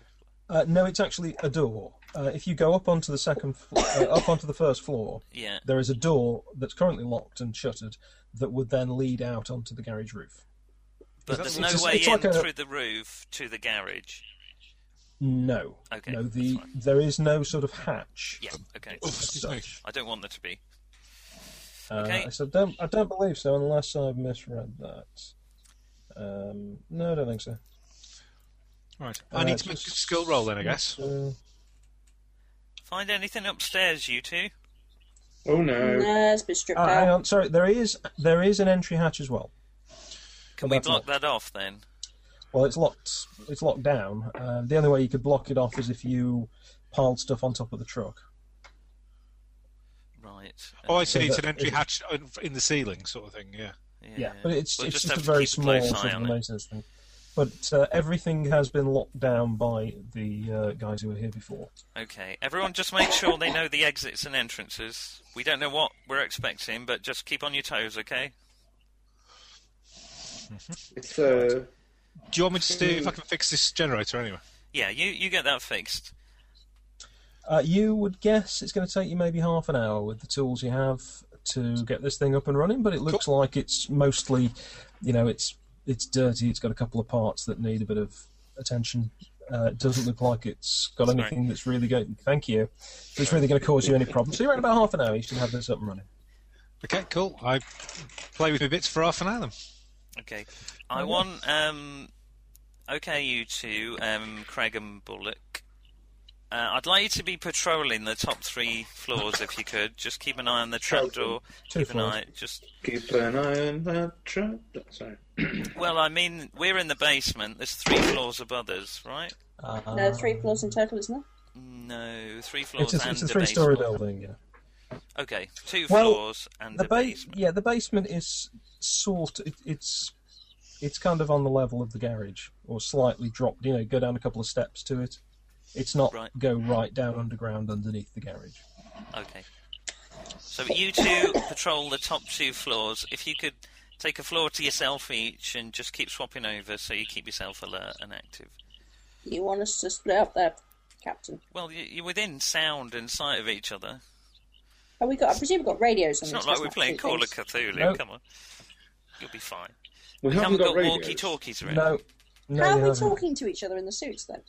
C: Uh, no, it's actually a door. Uh, if you go up onto the second, fl- uh, up onto the first floor,
B: yeah.
C: there is a door that's currently locked and shuttered that would then lead out onto the garage roof.
B: But there's
D: That's- it's
B: no
C: just-
B: way
C: it's
B: in
C: like a-
B: through the roof to the garage.
C: No.
B: Okay,
C: No,
B: that's
C: the
B: fine.
C: there is no sort of hatch.
B: Yeah. Okay.
D: Oof, excuse me.
B: I don't want there to be.
C: Uh,
B: Okay.
C: So don't, I don't believe so, unless I've misread that. Um, no, I don't think so.
D: Right.
C: Uh,
D: I need to make a
C: just-
D: skill roll then, I guess.
C: Uh,
B: Find anything upstairs, you two?
F: Oh no.
E: Nah, it's a bit stripped
C: ah, hang
E: out.
C: on, sorry. There is there is an entry hatch as well.
B: Can
C: But
B: we
C: that's
B: block
C: locked.
B: that off then?
C: Well, it's locked. It's locked down. Um, the only way you could block it off is if you piled stuff on top of the truck.
B: Right.
D: Oh, I
B: okay,
D: see. It's
C: that
D: an entry
C: is-
D: hatch in the ceiling, sort of thing. Yeah.
C: Yeah, but it's
B: We'll
C: it's just,
B: have
C: a
B: to
C: very
B: keep
C: small
B: close
C: sort
B: eye
C: of
B: on it.
C: maintenance thing. But uh, everything has been locked down by the uh, guys who were here before.
B: Okay, everyone just make sure they know the exits and entrances. We don't know what we're expecting, but just keep on your toes, okay?
F: It's uh,
D: Do you want me to see if I can fix this generator anyway?
B: Yeah, you, you get that fixed.
C: Uh, you would guess it's going to take you maybe half an hour with the tools you have to get this thing up and running, but it looks like it's mostly, you know, it's it's dirty. It's got a couple of parts that need a bit of attention. Uh, it doesn't look like it's got
B: Sorry.
C: anything that's really going. Thank you. It's really going to cause you any problems. So you're in about half an hour. You should have this up and running.
D: Okay, cool. I play with my bits for half an hour. Then.
B: Okay.
C: Oh,
B: I want, um, okay, you two, um, Craig and Bullock. Uh, I'd like you to be patrolling the top three floors if you could. Just keep an eye on the trapdoor.
C: Two
B: Keep an
C: floors.
B: eye. Just
F: keep an eye on that trap. Sorry.
B: well, I mean, we're in the basement. There's three floors above us, right?
C: Uh,
E: No, three floors in total, isn't there?
B: No, three floors
C: It's a,
B: and
C: it's a
B: a
C: three-story
B: basement.
C: building. Yeah.
B: Okay, two
C: Well,
B: floors and
C: the
B: a
C: ba-
B: basement.
C: yeah the basement is sort it, it's it's kind of on the level of the garage or slightly dropped you know go down a couple of steps to it it's not
B: Right.
C: go right down underground underneath the garage
B: Okay. So you two patrol the top two floors. If you could take a floor to yourself each and just keep swapping over so you keep yourself alert and active.
E: You want us to split up there, Captain?
B: Well, you- you're within sound and sight of each other.
E: Have Oh, we got? I presume we've got radios.
B: It's
F: Mm,
E: on
B: not
E: this,
B: like
E: that's
B: we're playing
E: two
B: Call of
E: things.
B: Cthulhu.
C: No.
B: Come on. You'll be fine.
F: We,
B: We
F: haven't got, radios.
B: walkie-talkies around.
C: no no
E: How
C: you
E: are we
C: haven't.
E: talking to each other in the suits then?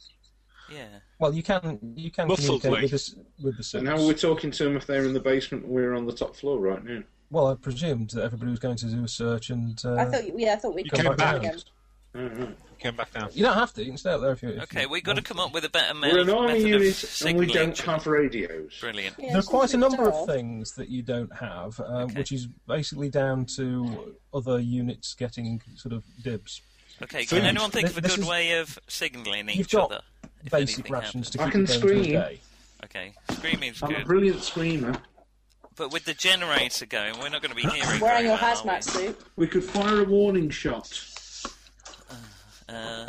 B: Yeah.
C: well you can you can
D: Muffled
C: communicate
D: way.
C: with this with the suits.
F: And how are we talking to them if they're in the basement and we're on the top floor right now?
C: well i presumed that everybody was going to do a search and uh,
E: I thought, you- yeah, I thought we'd
D: You
E: come
D: came
E: back
D: back.
E: again.
F: Alright.
D: Came back down.
C: you don't have to you can stay out there if you if
B: Okay,
C: you
B: we've got to
C: want.
B: come up with a better me-
F: We're an army
B: method of
F: unit and we
B: signaling.
F: don't have radios.
B: Brilliant.
E: Yeah,
C: there are
E: it's
C: quite a
E: bit
C: number of
E: dull.
C: things that you don't have, uh,
B: Okay.
C: which is basically down to other units getting sort of dibs.
B: Okay,
D: Food.
B: can anyone think
C: Th-
B: of a
C: this
B: good
C: is-
B: way of signaling
C: You've
B: each
C: got
B: other? if
C: basic
B: anything
C: rations to
F: I
C: keep
F: can
C: you going through the
F: scream.
C: day.
B: Okay, screaming's
F: I'm a
B: good.
F: brilliant screamer.
B: But with the generator going, we're not going to be hearing
E: Wearing
B: very
E: your
B: well, are
E: hazmat suit.
F: We could fire a warning shot.
B: we? Uh,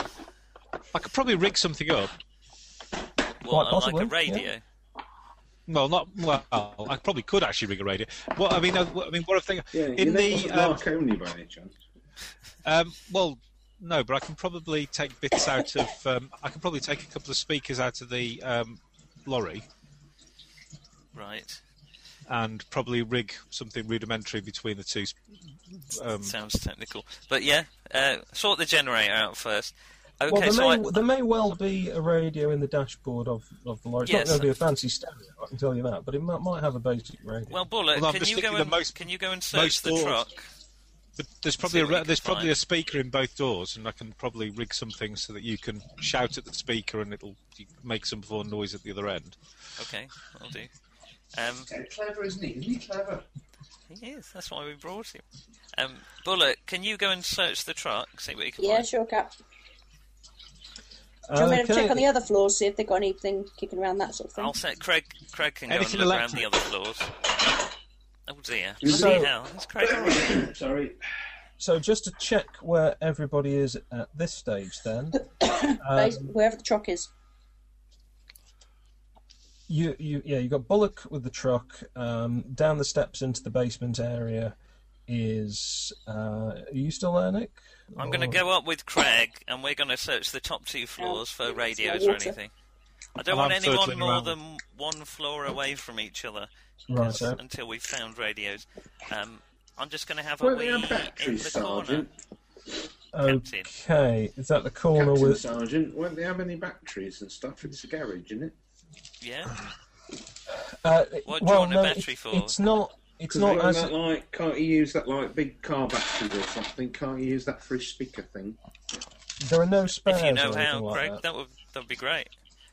D: I could probably rig something up.
B: what,
C: possibly,
B: like a radio?
C: yeah.
D: Well, not well. I probably could actually rig a radio. Well, I mean, I, I mean, what I'm thinking
F: Yeah,
D: in the um,
F: only by any chance.
D: um, well, no, but I can probably take bits out of. Um, I can probably take a couple of speakers out of the um, lorry
B: Right,
D: and probably rig something rudimentary between the two. Um,
B: sounds technical. But yeah, uh, sort the generator out first. Okay,
C: Well, there,
B: so I,
C: may, there may well be a radio in the dashboard of, of the lorry. It's
B: Yes.
C: not going to be a fancy stereo, I can tell you that, but it might, might have a basic radio.
B: well, Bullet,
D: Well, I'm
B: can
D: just
B: you
D: thinking
B: go
D: the
B: and
D: most-
B: can you go and search
D: most
B: the
D: doors.
B: truck?
D: th- there's probably
B: See
D: a,
B: what you
D: re-
B: can
D: there's probably a
B: find.
D: speaker in both doors, and I can probably rig something so that you can shout at the speaker and it'll make some sort of noise at the other end.
B: Okay, I'll do. Um,
F: Clever, isn't he? Isn't he clever?
B: he is. That's why we brought him. Um, Bullet, can you go and search the truck? See what you can
E: Yeah,
B: find?
E: sure, Cap. Do you want me to
C: Okay.
E: check on the other floors, see if they've got anything kicking around that sort of thing?
B: I'll set Craig. Craig can go and
D: Anything
B: look around
D: electric?
B: the other floors. Oh dear!
C: So-
B: Bloody hell! It's Craig.
F: Sorry.
C: So just to check where everybody is at this stage, then Uh,
E: Base- Wherever the truck is.
C: you, you yeah you got Bullock with the truck um, down the steps into the basement area. Is uh, are you still there, Nick?
B: I'm
C: Oh.
B: going to go up with Craig, and we're going to search the top two floors for
E: it's my
B: radios or
E: water.
B: anything. I don't
D: And
B: want
D: I'm
B: anyone
D: circling
B: more
D: around.
B: than one floor away from each other
C: right. So,
B: until we've found radios. Um, I'm just going to have a
F: Where
B: wee
F: are
B: in
F: our batteries,
B: the corner.
F: Sergeant?
B: Captain.
C: okay, is that the corner
F: Captain
C: with
F: Sergeant, won't they have any batteries and stuff? It's a garage, isn't it?
B: Yeah.
C: Uh,
B: What do you
C: well,
B: want a
C: no,
B: battery
C: it-
B: for?
C: It's not. It's
F: Because
C: not as.
F: that like, can't you use that like big car battery or something? Can't you use that for a speaker thing?
C: There are no spares.
B: If you know
C: or anything
B: how,
C: Oh, like
B: Craig,
C: that.
B: that would that'd be great.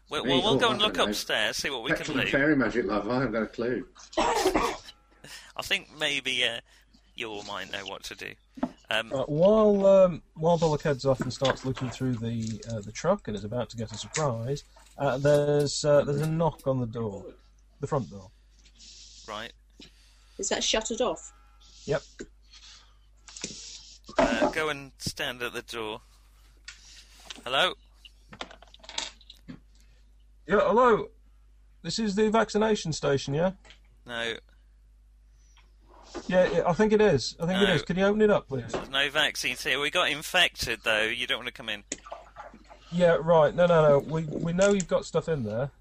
B: Well,
F: Me?
B: well we'll
F: Oh,
B: go
F: I
B: and look
F: don't know.
B: upstairs, see what we can
F: Petrol and
B: do.
F: fairy magic, love. I have no clue.
B: I think maybe uh, you all might know what to do. Um,
C: Right, while um, while Bollock heads off and starts looking through the uh, the truck and is about to get a surprise, uh, there's uh, there's a knock on the door, the front door.
B: Right.
E: Is that shuttered off?
C: Yep.
B: Uh, go and stand at the door. Hello?
C: Yeah. Hello. This is the vaccination station. Yeah.
B: No.
C: Yeah. yeah, I think it is. I think
B: No.
C: it is. Can you open it up, please?
B: There's no vaccines here. We got infected, though. You don't want to come in.
C: Yeah. Right. No. No. No. We we know you've got stuff in there.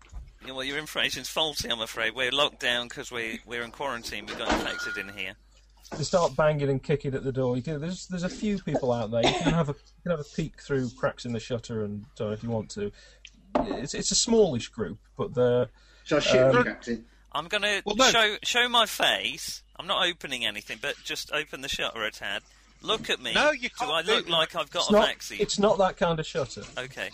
B: Yeah, Well, your information's faulty, I'm afraid. We're locked down because we, we're in quarantine. We got infected in here.
C: They start banging and kicking at the door. You can, there's there's a few people out there. You can have a you can have a peek through cracks in the shutter and so on if you want to. It's it's a smallish group, but they're
F: Shall I shoot
C: Um,
F: the captain?
B: I'm going to
D: Well, no.
B: show, show my face. I'm not opening anything, but just open the shutter a tad. Look at me.
D: No, you
B: Do
D: can't
B: I
D: do
B: look
D: it.
B: like I've got
C: it's
B: a
C: not
B: vaccine?
C: it's not that kind of shutter.
B: Okay.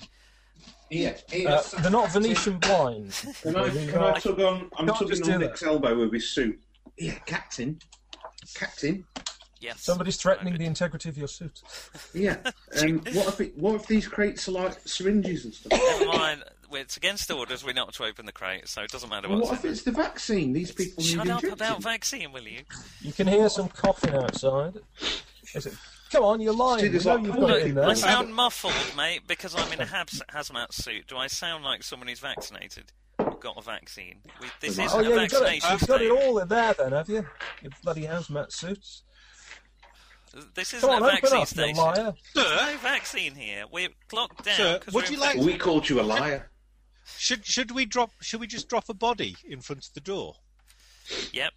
F: Yeah.
C: Uh, they're not Venetian blind.
F: Can I,
C: They're
F: can I
C: not-
F: tug on? I'm
C: Can't
F: tugging
C: just do
F: on
C: that.
F: Nick's elbow with his suit. Yeah, captain. Captain.
B: Yes.
C: Somebody's threatening the integrity of your suit.
F: Yeah. Um, what if it, what if these crates are like syringes and stuff?
B: Never mind. it's against orders. We're not to open the crate, so it doesn't matter
F: Well,
B: what's
F: what if it's the vaccine? These people
B: Shut
F: need
B: up
F: injections.
B: about vaccine, will you?
C: You can hear some coughing outside. Is it- Come on, you're lying.
F: See,
C: You
F: there's
C: know
F: like-
C: you've got it in
F: Look,
C: there.
B: I sound muffled, mate, because I'm in a habs- hazmat suit. Do I sound like someone who's vaccinated? We've got a vaccine. We, this isn't
C: Oh
B: a
C: yeah, you've got, it,
B: vaccination.
C: you've got it
B: statement.
C: all in there then, have you? Your bloody hazmat suits.
B: This isn't
C: Come on,
B: a
C: open
B: vaccine
C: up, you
B: station.
C: liar.
D: Sir,
B: No vaccine here. We're locked down.
D: sir,
B: 'cause
D: would
B: we're
D: you
B: in-
D: like?
F: We called you a liar.
D: Should should we drop? Should we just drop a body in front of the door?
B: Yep.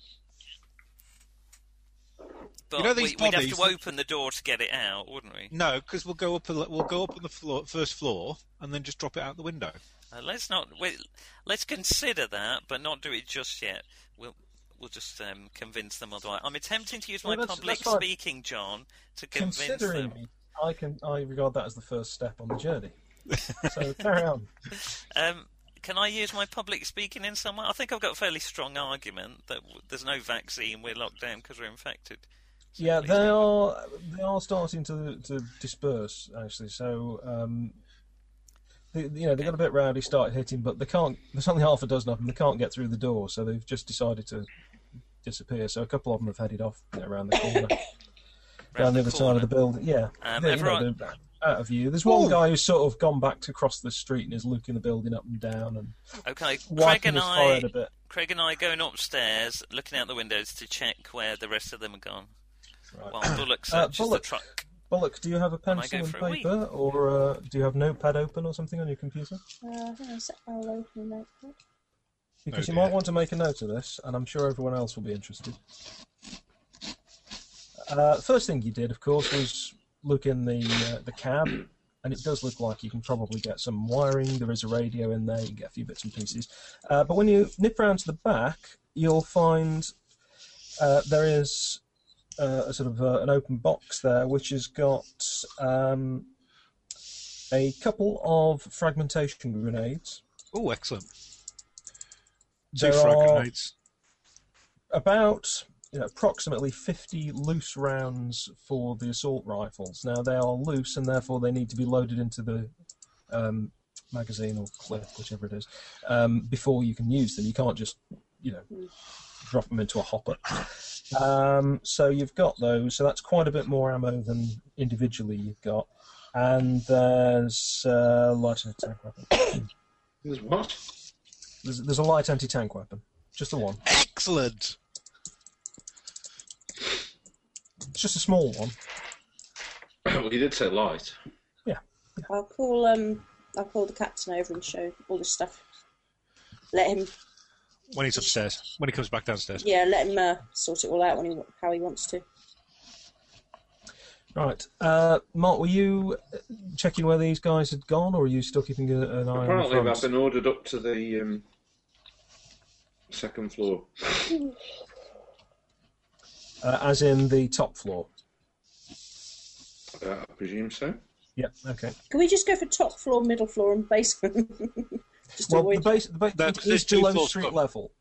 B: But
D: know
B: we,
D: these
B: would have
D: bodies
B: to
D: that-
B: open the door to get it out, wouldn't we?
D: No, because we'll go up. A, le- we'll go up on the floor, first floor, and then just drop it out the window.
B: Uh, let's not. We, let's consider that, but not do it just yet. We'll we'll just um, convince them otherwise. I'm attempting to use
C: Well,
B: my
C: that's-
B: public
C: that's fine.
B: speaking, John, to convince
C: Considering
B: them.
C: me, I can I regard that as the first step on the journey. so carry on.
B: Um, can I use my public speaking in some way? I think I've got a fairly strong argument that w- there's no vaccine. We're locked down because we're infected.
C: Yeah, they are they are starting to to disperse actually. So um, they, you know they got a bit rowdy, started hitting, but they can't. There's only half a dozen of them. They can't get through the door, so they've just decided to disappear. So a couple of them have headed off you know, around the corner, down
B: Round
C: the other side of the building. Yeah,
B: Um,
C: They- you know,
B: everyone-
C: they're out of view. There's one guy who's sort of gone back to cross the street and is looking the building up and down and
B: corner. Okay, Craig
C: wiping
B: and
C: his
B: I,
C: forehead a bit.
B: Craig and I, going upstairs, looking out the windows to check where the rest of them are gone.
C: Right. Uh,
B: While Bullock searches
C: Bullock.
B: the truck.
C: Bullock, do you have a
B: I
C: pencil
B: go
C: and
B: for a wee?
C: paper, or uh, do you have Notepad open or something on your computer?
E: Uh, hang on a sec, I'll open the notebook.
C: Because
D: Oh,
C: you might
D: dear.
C: want to make a note of this, and I'm sure everyone else will be interested. Uh, first thing you did, of course, was look in the uh, the cab, and it does look like you can probably get some wiring. There is a radio in there. You can get a few bits and pieces. Uh, but when you nip round to the back, you'll find uh, there is uh, a sort of uh, an open box there, which has got um, a couple of fragmentation grenades.
D: Oh, excellent! Two
C: There
D: frag
C: are-
D: grenades.
C: about you know, approximately 50 loose rounds for the assault rifles. Now they are loose, and therefore they need to be loaded into the um, magazine or clip, whichever it is, um, before you can use them. You can't just you know drop them into a hopper. Um, so you've got those. So that's quite a bit more ammo than individually you've got. And there's uh, light anti-tank weapon.
F: There's what?
C: There's, there's a light anti-tank weapon, just the one.
D: Excellent.
C: It's just a small one.
F: well, he did say light.
E: I'll call um I'll call the captain over and show all this stuff. Let him
D: When he's upstairs, when he comes back downstairs.
E: yeah, let him uh, sort it all out when he how he wants to.
C: Right, uh, Mark, were you checking where these guys had gone, or are you still keeping a, an eye
F: Apparently,
C: on the
F: I've
C: fronts?
F: been ordered up to the um, second floor.
C: Uh, as in the top floor.
F: Uh, I presume so.
C: Yep. Okay.
E: Can we just go for top floor, middle floor, and basement? just
C: Well, the
E: avoid.
C: base, the basement
D: That's-
C: is
D: there's two
C: below
D: floors
C: street
D: up.
C: level,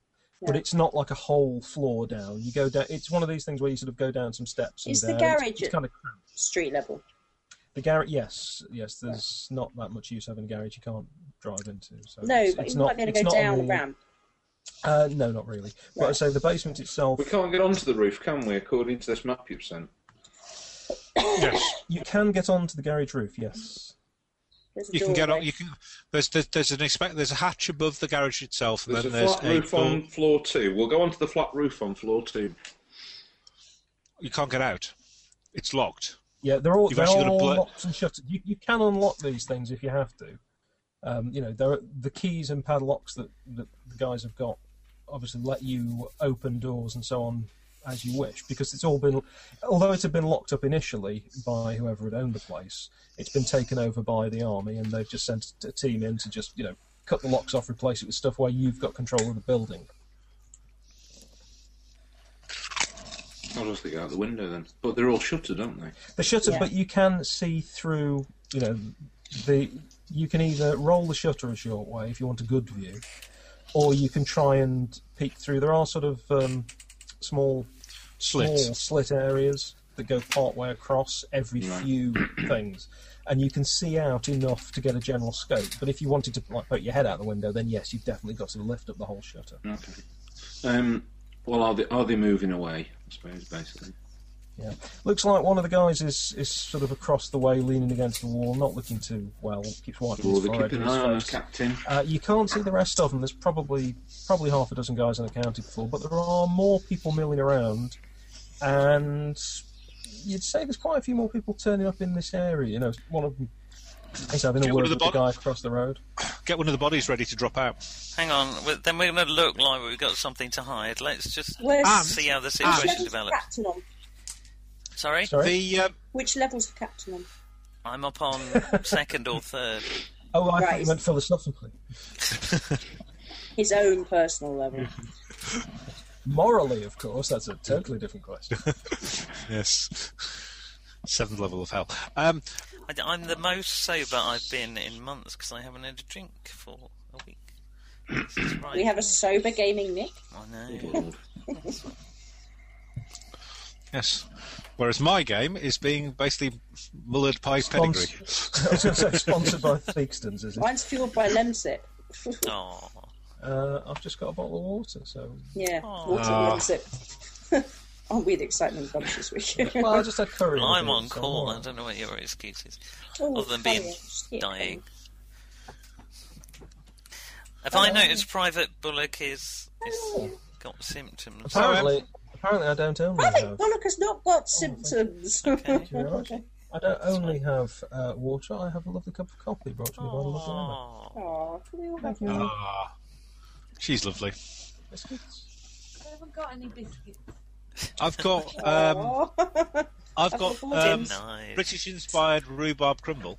C: but
E: Yeah.
C: it's not like a whole floor down. You go down. It's one of these things where you sort of go down some steps. and
E: Is the
C: down.
E: garage
C: It's,
E: at-
C: it's kind of cramped.
E: street level.
C: The garage. Yes. Yes. There's not that much use having a garage. You can't drive into. So
E: No,
C: it's,
E: but
C: it's
E: you
C: not,
E: might be able
C: it's
E: to go
C: not on
E: down
C: the,
E: the ramp.
C: Uh, no, not really. But I say the basement itself.
F: We can't get onto the roof, can we? According to this map you've sent. Oh,
D: Yes,
C: You can get onto the garage roof. Yes.
E: There's a
D: you can get
E: doorway.
D: up. You can. There's there's, there's an expect. There's a hatch above the garage itself, and
F: There's a
D: then there's
F: flat
D: a
F: roof
D: door.
F: on floor two. We'll go onto the flat roof on floor two.
D: You can't get out. It's locked.
C: Yeah, they're all
D: You've
C: they're
D: actually got a
C: all
D: blur-
C: locked and shut. You, you can unlock these things if you have to. Um, you know, there are the keys and padlocks that, that the guys have got obviously let you open doors and so on as you wish because it's all been although it had been locked up initially by whoever had owned the place it's been taken over by the army and they've just sent a team in to just you know cut the locks off replace it with stuff where you've got control of the building
F: I'll just go out the window then. But they're all shuttered, aren't they?
C: The shutter,
E: Yeah.
C: but you can see through. You know, the you can either roll the shutter a short way if you want a good view, or you can try and peek through. There are sort of um, small
D: Slits.
F: Oh.
C: small slit areas that go part way across every few things, and you can see out enough to get a general scope. But if you wanted to like poke your head out the window, then yes, you've definitely got to lift up the whole shutter.
F: Okay. Um, well, are they are they moving away? I suppose basically.
C: Yeah, looks like one of the guys is, is sort of across the way, leaning against the wall, not looking too well. Keeps wiping
F: Well,
C: his
F: they're
C: forehead
F: keeping an
C: with his
F: eye on us,
C: face.
F: Captain.
C: Uh, you can't see the rest of them. There's probably probably half a dozen guys unaccounted for, but there are more people milling around, and you'd say there's quite a few more people turning up in this area. You know, one of them is having
D: Get
C: a
D: rid
C: word
D: of the
C: with the
D: bottom.
C: guy across the road.
D: Get one of the bodies ready to drop out.
B: Hang on, well, then we're going to look like we've got something to hide. Let's just
E: Where's-
D: Um,
B: see how the
E: Which
B: situation
E: level's the
B: develops.
E: captain on?
B: Sorry?
C: Sorry.
D: The um,
E: Which level's the captain on?
B: I'm up on second or third.
C: oh, I thought
E: Right.
C: you meant philosophically.
E: His own personal level.
C: Morally, of course, that's a totally different question.
D: yes, seventh level of hell. Um,
B: I, I'm the most sober I've been in months because I haven't had a drink for a week. This is right.
E: We have a sober gaming Nick.
B: I know.
F: Lord.
D: yes. Whereas my game is being basically mullered pie pedigree.
C: Spons- I was going to say sponsored by Theakston's, is it?
E: Mine's fueled by Lemsip.
B: Oh,
C: Uh, I've just got a bottle of water, so
E: yeah,
B: Aw.
E: water
D: Ah.
E: Lemsip. Aren't we the excitement bunch this week?
C: well, I just had curry. with
B: I'm
C: it,
B: on
C: so
B: call.
C: all
B: I
C: right.
B: don't know what your excuse is.
E: Oh,
B: Other than being
E: funny, shit.
B: dying. Have I noticed Private Bullock is, is got symptoms?
C: Apparently, apparently, I don't own
E: I
C: one now.
E: think Bullock has not got symptoms.
B: Okay.
C: Do Oh, you realise? I don't only have uh, water, I have a lovely cup of coffee brought to me by lovely Emma.
B: Oh,
E: Aw, can we all have
C: Thank you. Emma.
D: Ah, she's lovely.
C: Biscuits.
G: I haven't got any biscuits.
D: I've got um,
E: Aw.
D: I've got
E: Apple
D: um,
E: puddings.
B: nice.
D: British inspired rhubarb crumble.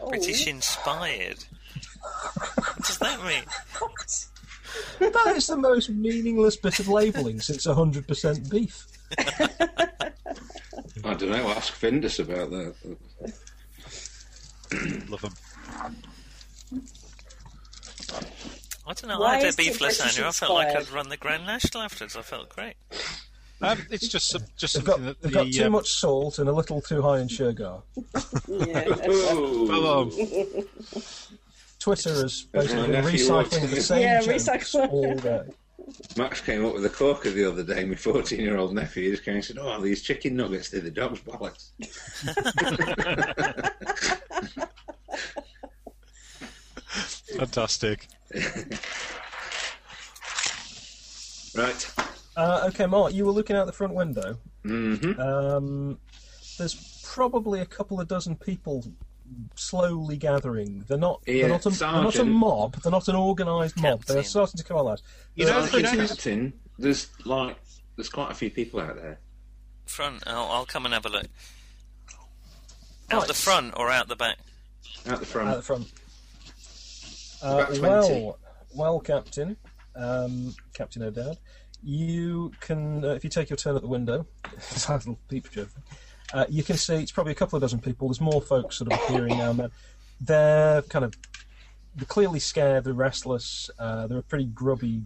E: Oh,
B: British inspired. what does that mean?
E: what?
C: That is the most meaningless bit of labelling since 100% beef.
F: I don't know. Ask Findus about that.
D: Love 'em.
B: I don't know.
E: Why
B: I had a
E: is it
B: beefless
E: British
B: lasagna. I felt like I'd
E: inspired?
B: run the Grand National afterwards. I felt great.
D: Um, it's just some, just
C: They've got,
D: something that
C: they've got
D: the
C: too
D: um,
C: much salt and a little too high in sugar.
E: Yeah.
F: Oh,
D: Hello.
C: Twitter is basically
F: Yeah,
C: been
F: nephew
C: recycling
F: likes
C: the
F: it.
C: same
E: Yeah,
C: jokes
E: recycle.
C: all day.
F: Max came up with a corker the other day. My fourteen-year-old nephew just came and said, "Oh, these chicken nuggets, they're the dog's bollocks."
D: fantastic.
F: Right.
C: Uh, okay, Mark, you were looking out the front window.
F: Mm-hmm.
C: Um, there's probably a couple of dozen people slowly gathering. They're not.
F: Yeah,
C: they're, not a, they're not a
F: Sergeant.
C: mob. They're not an organised mob. They're
B: Captain.
C: starting to coalesce.
D: You
C: They're-
D: know, you know,
F: Captain, there's like there's quite a few people out there.
B: Front. Oh, I'll come and have a look. Out
C: Right.
B: the front or out the back?
F: Out the
C: out the
F: front.
C: front.
F: About
C: Uh,
F: 20.
C: well, well, Captain, um, Captain O'Dowd, you can uh, if you take your turn at the window, it's a little peep joke. Uh, you can see it's probably a couple of dozen people. There's more folks sort of appearing now and then. They're kind of they're clearly scared. They're restless. Uh, they're a pretty grubby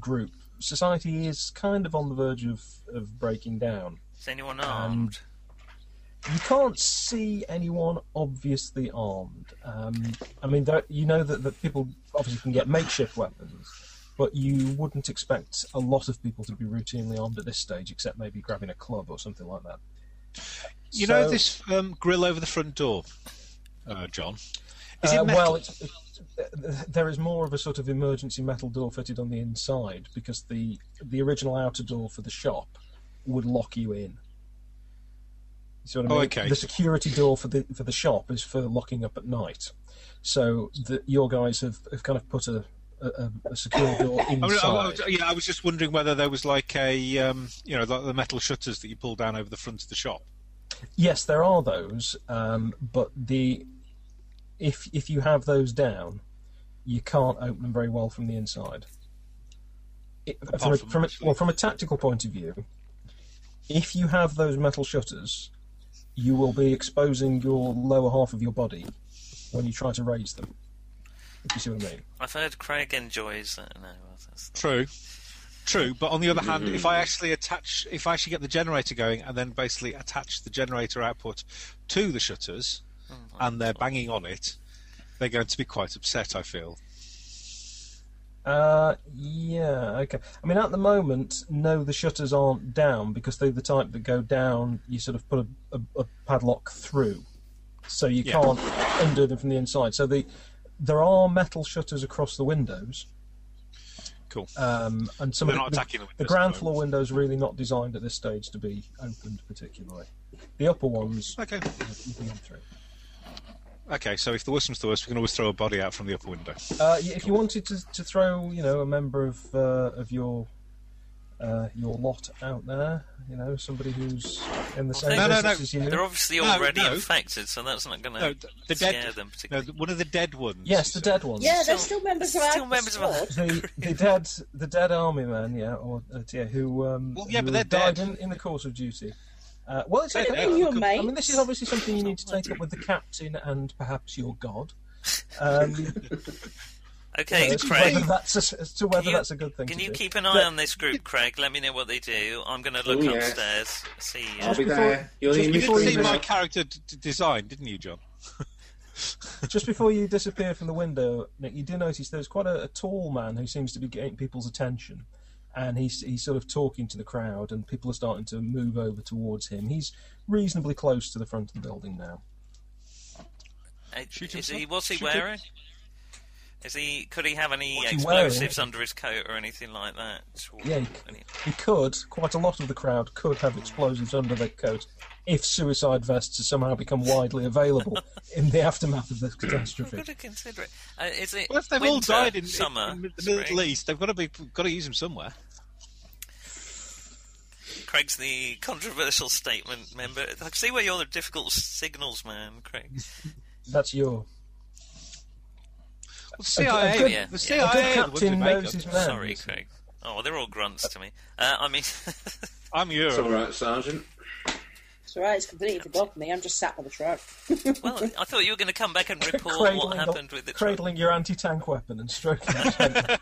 C: group. Society is kind of on the verge of, of breaking down.
B: Is anyone
C: Um,
B: armed?
C: You can't see anyone obviously armed. Um, I mean, there, you know that, that people obviously can get makeshift weapons, but you wouldn't expect a lot of people to be routinely armed at this stage, except maybe grabbing a club or something like that.
D: you know
C: So-
D: this um, grill over the front door, uh, John. Is
C: Uh,
D: it metal?
C: well, it's, it's, uh, there is more of a sort of emergency metal door fitted on the inside because the the original outer door for the shop would lock you in. You see what I
D: Oh,
C: mean?
D: okay.
C: The security door for the for the shop is for locking up at night. So the, your guys have, have kind of put a, a, a- a secure door
D: I mean,
C: inside.
D: I, I was, yeah, I was just wondering whether there was like a, um, you know, like the metal shutters that you pull down over the front of the shop.
C: Yes, there are those, um, but the if if you have those down, you can't open them very well from the inside. It, from, a,
D: from
C: from, a,
D: actually-
C: well, from a tactical point of view, if you have those metal shutters, you will be exposing your lower half of your body when you try to raise them. If you see what I mean.
B: I've heard Craig enjoys that. No, well, that's,
D: True, true. But on the other hand, if I actually attach, if I actually get the generator going and then basically attach the generator output to the shutters, and they're banging on it, they're going to be quite upset, I feel.
C: Uh, yeah, okay. I mean, at the moment, no, the shutters aren't down because they're the type that go down. You sort of put a, a, a padlock through, so you
D: Yeah.
C: can't undo them from the inside. So the there are metal shutters across the windows,
D: Cool.
C: um, and some
D: They're
C: of
D: not
C: the,
D: attacking the
C: the
D: windows at
C: ground
D: the
C: floor windows are really not designed at this stage to be opened particularly. The upper ones
D: Okay.
C: uh, you can get through.
D: Okay, so if the worst comes to the worst, we can always throw a body out from the upper window.
C: Uh, yeah, if you wanted to, to throw, you know, a member of uh, of your uh, your lot out there, you know, somebody who's in the same
B: No,
D: no,
C: business
D: no.
C: as you.
B: They're obviously
D: No,
B: already
D: no.
B: infected, so that's not going to
D: No, th- the
B: scare
D: dead.
B: them
D: No,
B: particularly.
D: th- one of the dead ones.
C: yes,
D: you
C: the
D: said.
C: dead ones.
E: Yeah,
B: So-
E: they're still members of
B: still
E: our
B: members of our-
E: squad.
C: The, the dead the dead army man, yeah, or uh, yeah, who um
D: Well, yeah,
C: who
D: but they're
C: died
D: dead.
C: in, in the course of duty. Uh, well, it's
D: They're
C: okay.
D: dead.
E: Your
C: I mean,
E: mates.
C: this is obviously something you need to take up with the captain and perhaps your god. Um,
B: Okay,
C: as to
B: Craig.
C: whether that's a, as to whether
B: Can you-
C: that's a good thing
B: Can
C: to
B: you
C: do.
B: keep an eye on this group, Craig? Let me know what they do. I'm going to look
F: Oh, yeah.
B: upstairs. See you.
F: I'll be
C: before-
F: there. You'll
C: just
F: hear me
D: You
C: before
D: did
C: you
D: see
F: scream
D: my
F: out.
D: character d- d- design, didn't you, John?
C: Just before you disappear from the window, Nick, you do notice there's quite a, a tall man who seems to be getting people's attention, and he's he's sort of talking to the crowd, and people are starting to move over towards him. He's reasonably close to the front of the building now.
B: Uh,
D: Shoot
B: is
D: himself?
B: he? What's he
D: Shoot him.
B: wearing? Is he? Could he have any
C: What's he wearing?
B: explosives under his coat or anything like that? Or
C: Yeah, he-
B: any-
C: He could. Quite a lot of the crowd could have explosives under their coat if suicide vests had somehow become widely available in the aftermath of this
B: I've
C: catastrophe.
B: got to consider it. Uh, is it?
D: Well, if they've all
B: winter,
D: died in, in
B: summer,
D: the Middle
B: spring?
D: East, they've got to be got to use them somewhere.
B: Craig's the controversial statement member. I can see where you're the difficult signals man, Craig.
C: That's your.
D: Well, CIA,
C: good-
B: Yeah.
D: the
C: A
D: CIA,
C: good
D: are the ones who
C: captain
D: make
C: knows
D: them.
C: his man.
B: Sorry, Craig. Oh, they're all grunts to me. Uh, I mean,
D: I'm
F: It's all
D: Europe.
F: right, Sergeant.
E: It's alright, it's completely forgotten me. I'm just sat on the truck.
B: well, I thought you were going to come back and report what
C: Cradling,
B: happened with the.
C: cradling your anti-tank weapon and stroking his head.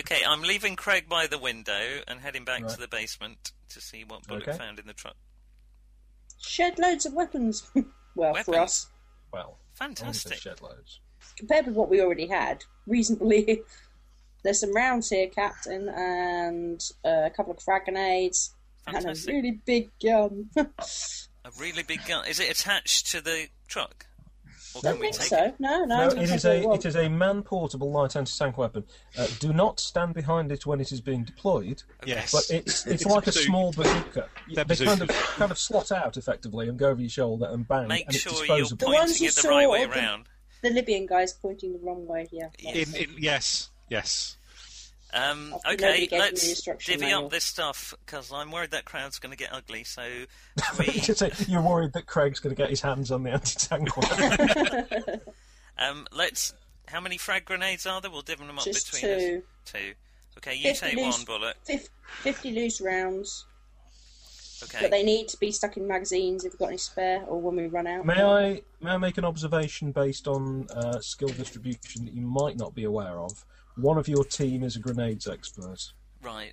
B: Okay, I'm leaving Craig by the window and heading back to
C: Right.
B: the basement to see what Bullet
C: Okay.
B: found in the truck.
E: Shed loads of weapons. well, for
B: Weapons?
E: us.
C: Well,
B: Fantastic.
C: shed loads.
E: Compared with what we already had, reasonably. There's some rounds here, Captain, and uh, a couple of frag grenades,
B: Fantastic.
E: and a really big gun.
B: A really big gun. Is it attached to the truck? Or
E: don't think so. No, no.
C: No,
E: I don't
C: it
E: think
C: is
E: I
C: a
E: will.
C: it is a man portable light anti-tank weapon. Uh, do not stand behind it when it is being deployed,
D: Yes,
C: but it's it's
D: It's a
C: like a
D: bazooka.
C: small bazooka. They
D: a
C: kind of
D: bazooka.
C: kind of slot out effectively and go over your shoulder and bang.
B: Make
C: and it's
B: sure you're
C: disposable.
E: The ones
B: pointing
E: you
B: it the
E: saw
B: right way
E: open-
B: round.
E: The Libyan guy's pointing the wrong way here.
D: in, in, yes, yes.
B: Um,
E: I've
B: okay,
E: been navigating the
B: let's
E: instruction
B: divvy
E: manual.
B: up this stuff because I'm worried that crowd's going to get ugly. So we,
C: It's a- You're worried that Craig's going to get his hands on the anti-tank weapon.
B: um, let's. How many frag grenades are there? We'll divvy them up
E: Just
B: between us.
E: two.
B: Two. Okay, you
E: Fifty
B: take
E: loose.
B: one bullet.
E: Fif- 50 loose rounds,
B: Okay.
E: but they need to be stuck in magazines if we've got any spare or when we run out.
C: may I may I make an observation based on uh, skill distribution that you might not be aware of? One of your team is a grenades expert.
B: Right.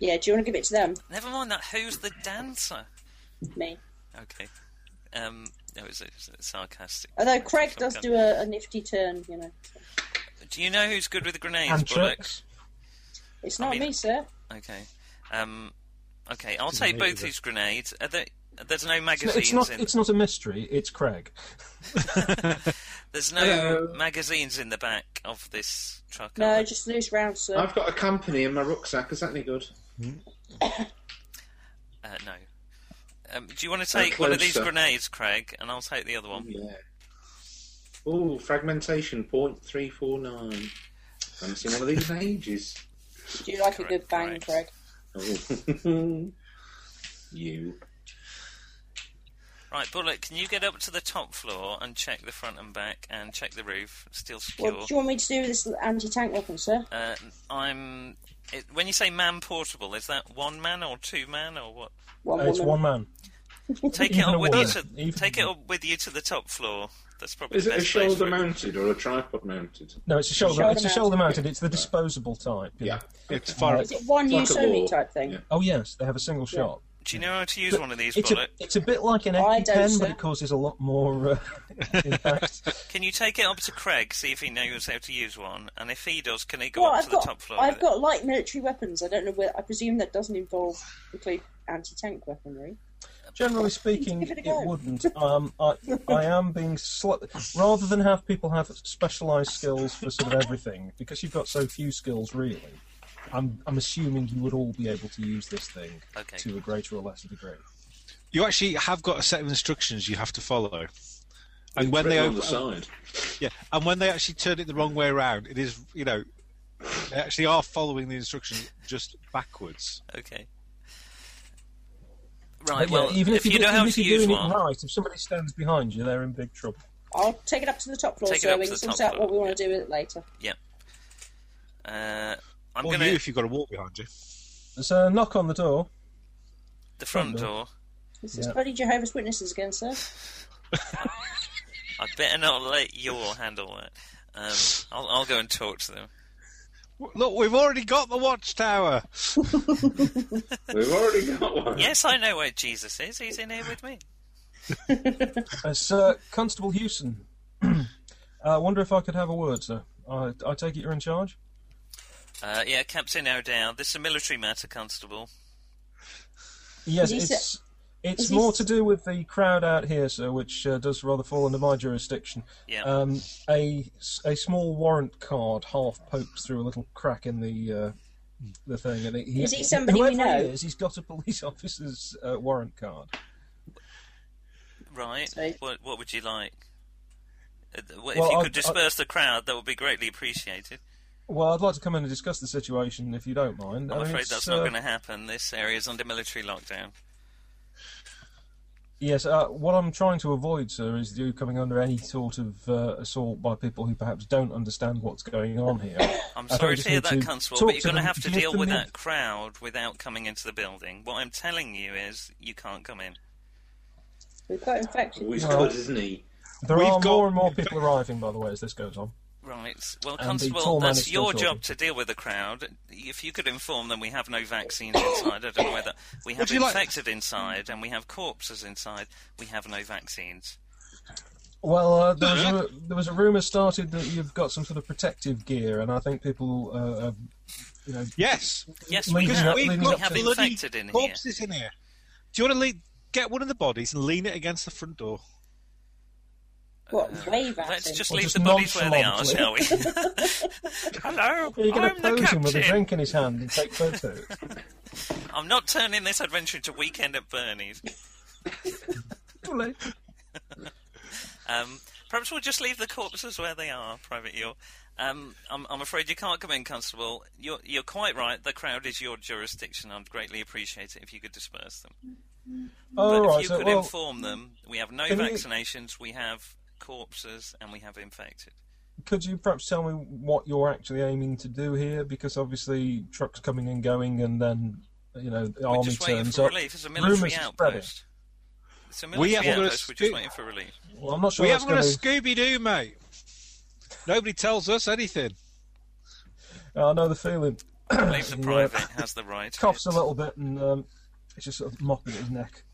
E: Yeah, do you want to give it to them?
B: Never mind that. Who's the dancer?
E: Me.
B: Okay. Um, no, it's, it's sarcastic.
E: Although Craig does
B: Okay.
E: do a, a nifty turn, you know.
B: Do you know who's good with the grenades,
C: And
B: Bullock?
C: tricks.
E: It's not
B: mean-
E: me, sir.
B: Okay. Um, okay, I'll
C: Doesn't
B: take
C: need
B: both
C: to be.
B: these grenades. Are there, there's no
C: No,
B: magazines
C: It's not.
B: in.
C: It's not a mystery. It's Craig.
B: There's no
F: Hello.
B: magazines in the back of this truck. are
E: No,
B: there?
E: just loose rounds, sir.
F: I've got a company in my rucksack. Is that any good?
B: Uh, no. Um, do you want to take
F: close,
B: one of these
F: sir.
B: grenades, Craig, and I'll take the other one?
F: Yeah. Ooh, fragmentation point three four nine. I haven't seen one of these in ages.
E: Do you like a good bang,
B: Correct,
E: Craig?
B: correct.
F: Oh. you.
B: Right, Bullock, can you get up to the top floor and check the front and back and check the roof? Still secure.
E: What do you want me to do with this anti tank weapon, sir?
B: Uh, I'm. It, when you say man portable, is that one man or two man or what?
E: One
C: Uh,
E: woman.
C: it's one man.
B: Take it
C: Even
B: up
C: a
B: with you
C: woman.
B: to
C: Even-
B: take it up with you to the top floor. That's probably
F: Is
B: the
F: it a
B: best place
F: shoulder
B: for it.
F: mounted or a tripod mounted?
C: No, it's a shoulder.
E: Shoulder
C: it's a
E: mounted.
C: shoulder mounted. It's the disposable type. you know.
F: Yeah.
D: It's far.
E: Is it one
F: It's
E: use
F: like a
E: only
F: wall.
E: type thing?
F: Yeah.
C: Oh yes, they have a single shot.
B: Do Do you know how to use one of these
C: It's a,
B: bullet?
C: it's a bit like an
E: I don't,
C: EpiPen,
E: sir.
C: but it causes a lot more uh, impact.
B: Can you take it up to Craig, see if he knows how to use one, and if he does, can he go
E: Well,
B: up to
E: I've
B: the
E: got
B: top floor?
E: I've
B: with it?
E: got light military weapons. I don't know where. I presume that doesn't involve include anti-tank weaponry.
C: Generally speaking,
E: Give it a
C: it,
E: go.
C: wouldn't. Um, I, I am being sli- rather than have people have specialised skills for sort of everything because you've got so few skills really. I'm, I'm assuming you would all be able to use this thing
B: Okay.
C: to a greater or lesser degree.
D: You actually have got a set of instructions you have to follow. And when they
F: Written on the
D: open,
F: side.
D: yeah, and when they actually turn it the wrong way around, it is you know they actually are following the instructions just backwards.
B: Okay. Right.
C: But
B: Well,
C: yeah, even if,
B: if you
C: do-
B: know how
C: even if
B: to
C: you're
B: use
C: doing
B: one,
C: it right, if somebody stands behind you, they're in big trouble.
E: I'll take it up to the top floor
B: Take it
E: so
B: up
E: we
B: to
E: can
B: the
E: sort
B: top
E: out what we
B: floor,
E: want to do with it later.
B: uh, I'm
D: Or
B: gonna
D: you if you've got a wall behind you.
C: There's a knock on the door.
B: the front
C: front
B: door.
E: This is
C: Yeah.
E: bloody Jehovah's Witnesses again, sir.
B: I better not let you all handle it. Um, I'll, I'll go and talk to them.
D: Look, we've already got the watchtower.
F: We've already got one.
B: Yes, I know where Jesus is. He's in here with me.
C: As uh, Constable Hewson, I wonder if I could have a word, sir. I, I take it you're in charge?
B: Uh, yeah, Captain O'Dowd. This is a military matter, Constable.
C: Yes,
E: Is he
C: it's it's
E: is he
C: more
E: s-
C: to do with the crowd out here, sir, which uh, does rather fall under my jurisdiction.
B: Yeah.
C: Um, a s- a small warrant card half pokes through a little crack in the. Uh, the thing, and he,
E: Is he somebody we
C: whoever
E: know?
C: He is, he's got a police officer's uh, warrant card.
B: right.
E: sorry.
B: What, what would you like? Uh, th- what-
C: Well,
B: if you
C: I'd-
B: could disperse the crowd, that would be greatly appreciated.
C: Well, I'd like to come in and discuss the situation, if you don't mind.
B: I'm
C: I mean,
B: afraid
C: it's,
B: that's
C: uh,
B: not going to happen. This area is under military lockdown.
C: Yes, uh, what I'm trying to avoid, sir, is you coming under any sort of uh, assault by people who perhaps don't understand what's going on here.
B: I'm
C: I
B: sorry
C: think
B: to
C: we
B: hear
C: just
B: that,
C: need to
B: Constable,
C: talk
B: but you're
C: to
B: going to
C: them
B: have to
C: to get
B: deal
C: them
B: with
C: in.
B: that crowd without coming into the building. What I'm telling you is you can't come in.
E: We've got infection.
F: We've
C: Well-
F: got, isn't he?
C: There
D: We've
C: are
D: got-
C: more and more people arriving, by the way, as this goes on.
B: Right. Well,
C: And the
B: Constable,
C: tall man is
B: that's
C: still
B: your
C: talking.
B: job to deal with the crowd. If you could inform them we have no vaccines inside, I don't know whether we have
D: Would you like-
B: infected inside and we have corpses inside, we have no vaccines.
C: Well, uh, there, was a, there was a rumor started that you've got some sort of protective gear, and I think people, uh, are, you know,
D: Yes,
B: Yes, we
C: Leading
B: have.
C: up-
B: We
C: leading up
B: have
C: to-
B: infected in here.
D: corpses in here. Do you want to lean, get one of the bodies and lean it against the front door?
E: What wave at
B: Uh, Let's
E: him?
B: just
C: Or
B: leave
C: just
B: the bodies where they are, shall we?
C: nonchalantly.
B: Hello,
C: you're going
B: I'm
C: to
B: the
C: pose him with a
B: captain.
C: drink in his hand and take photos.
B: I'm not turning this adventure into Weekend at Bernie's. Um, perhaps we'll just leave the corpses where they are, Private Yore. Um, I'm, I'm afraid you can't come in, Constable. You're, you're quite right. The crowd is your jurisdiction. I'd greatly appreciate it if you could disperse them.
C: All
B: but
C: right,
B: if you
C: so,
B: could
C: well,
B: inform them, we have no
C: can you-
B: vaccinations, we have corpses, and we have infected.
C: could you perhaps tell me what you're actually aiming to do here? Because obviously, trucks coming and going, and then you know, the
B: We're
C: army
B: just waiting
C: turns
B: for
C: up.
B: relief. It's a
C: Rumours
B: military
C: are spreading.
B: outpost. It's a
D: We
B: military
D: haven't got a
B: outpost. We're just
D: scoop.
B: waiting for relief.
C: Well, I'm not sure.
D: we
C: that's
D: haven't got a
C: gonna-
D: Scooby Doo, mate. Nobody tells us anything.
C: I know the feeling.
B: I believe the
C: Yeah.
B: private has the right.
C: Coughs a little bit and um, it's just sort of mopping at his neck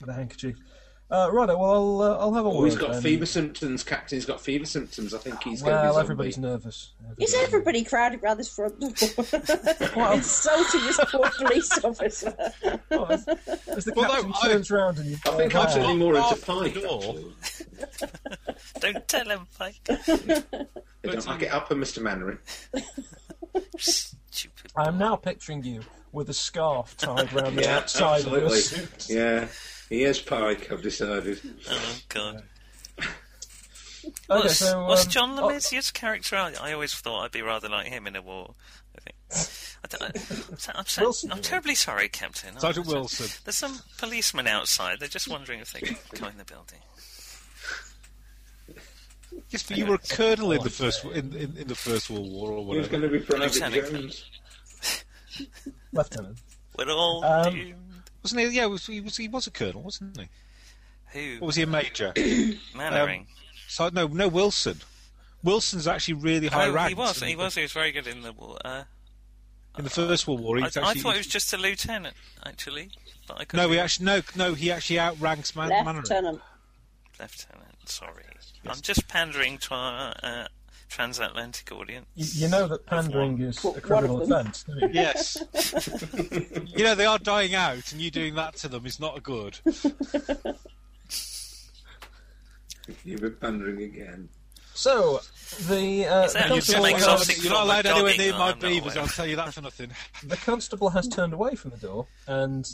C: with a handkerchief. Uh, right, well, I'll, uh, I'll have a
F: Oh,
C: word.
F: he's got
C: then.
F: fever symptoms. Captain's got fever symptoms. I think he's going to be
C: Well,
F: zombie.
C: everybody's nervous.
E: Is
C: Everybody-
E: everybody crowded round this front door? Insulting this poor police officer.
C: As the
D: Well, no,
C: captain
D: I-
C: turns round and you
F: I think
C: Oh,
F: I'm turning more into
D: Half the
F: five.
D: door.
F: actually.
B: Don't tell him, Mike.
F: They don't like it up, Mr. Mannery.
B: Stupid.
C: I'm now picturing you with a scarf tied round the outside of your
F: absolutely.
C: suit.
F: Yeah, he is Pike. I've decided.
B: Oh God.
C: Okay,
B: What's,
C: so,
B: what's
C: um,
B: John
C: oh,
B: Lemessier's character? I, I always thought I'd be rather like him in a war. I think. I don't- I'm so- I'm, so-
C: Wilson.
B: I'm terribly sorry, Captain.
D: Sergeant
B: I'm so-
D: Wilson.
B: There's some policemen outside. They're just wondering if they can go in the building.
D: Yes, but you were a colonel in the first in, in, in the First World War or
F: Who's
D: whatever.
F: going to be Private
B: Lieutenant.
F: Jones?
C: Lieutenant.
B: We're all
C: Um,
B: doomed.
D: Wasn't he? Yeah, was, he was. He was a colonel, wasn't he? Or
B: Who?
D: was he a major?
C: um,
B: Mannering.
D: so no, no Wilson. Wilson's actually really high
B: oh,
D: ranked.
B: he was. He was. He was very good in the war. Uh,
D: In the First World War,
B: I,
D: he's
B: I
D: actually.
B: thought it was just a lieutenant, actually. But I could
D: no,
B: be
D: he actually no no he actually outranks Man- Mannering.
E: Lieutenant.
B: lieutenant. Sorry, I'm just pandering to our uh, transatlantic audience.
C: You, you know that pandering is
E: Well,
C: a criminal
E: one of them.
C: offence. don't you?
D: Yes. you know they are dying out, and you doing that to them is not good.
F: You've been pandering again.
C: So the uh,
B: Is that
C: the
B: Just
D: You're
C: constable,
B: make
D: not
C: has,
D: allowed-
B: sausage
D: you're not
B: from
D: allowed
B: a
D: anywhere
B: dog
D: near
B: in
D: my
B: Ireland,
D: beavers.
B: no
D: I'll tell you that for nothing.
C: the constable has turned away from the door and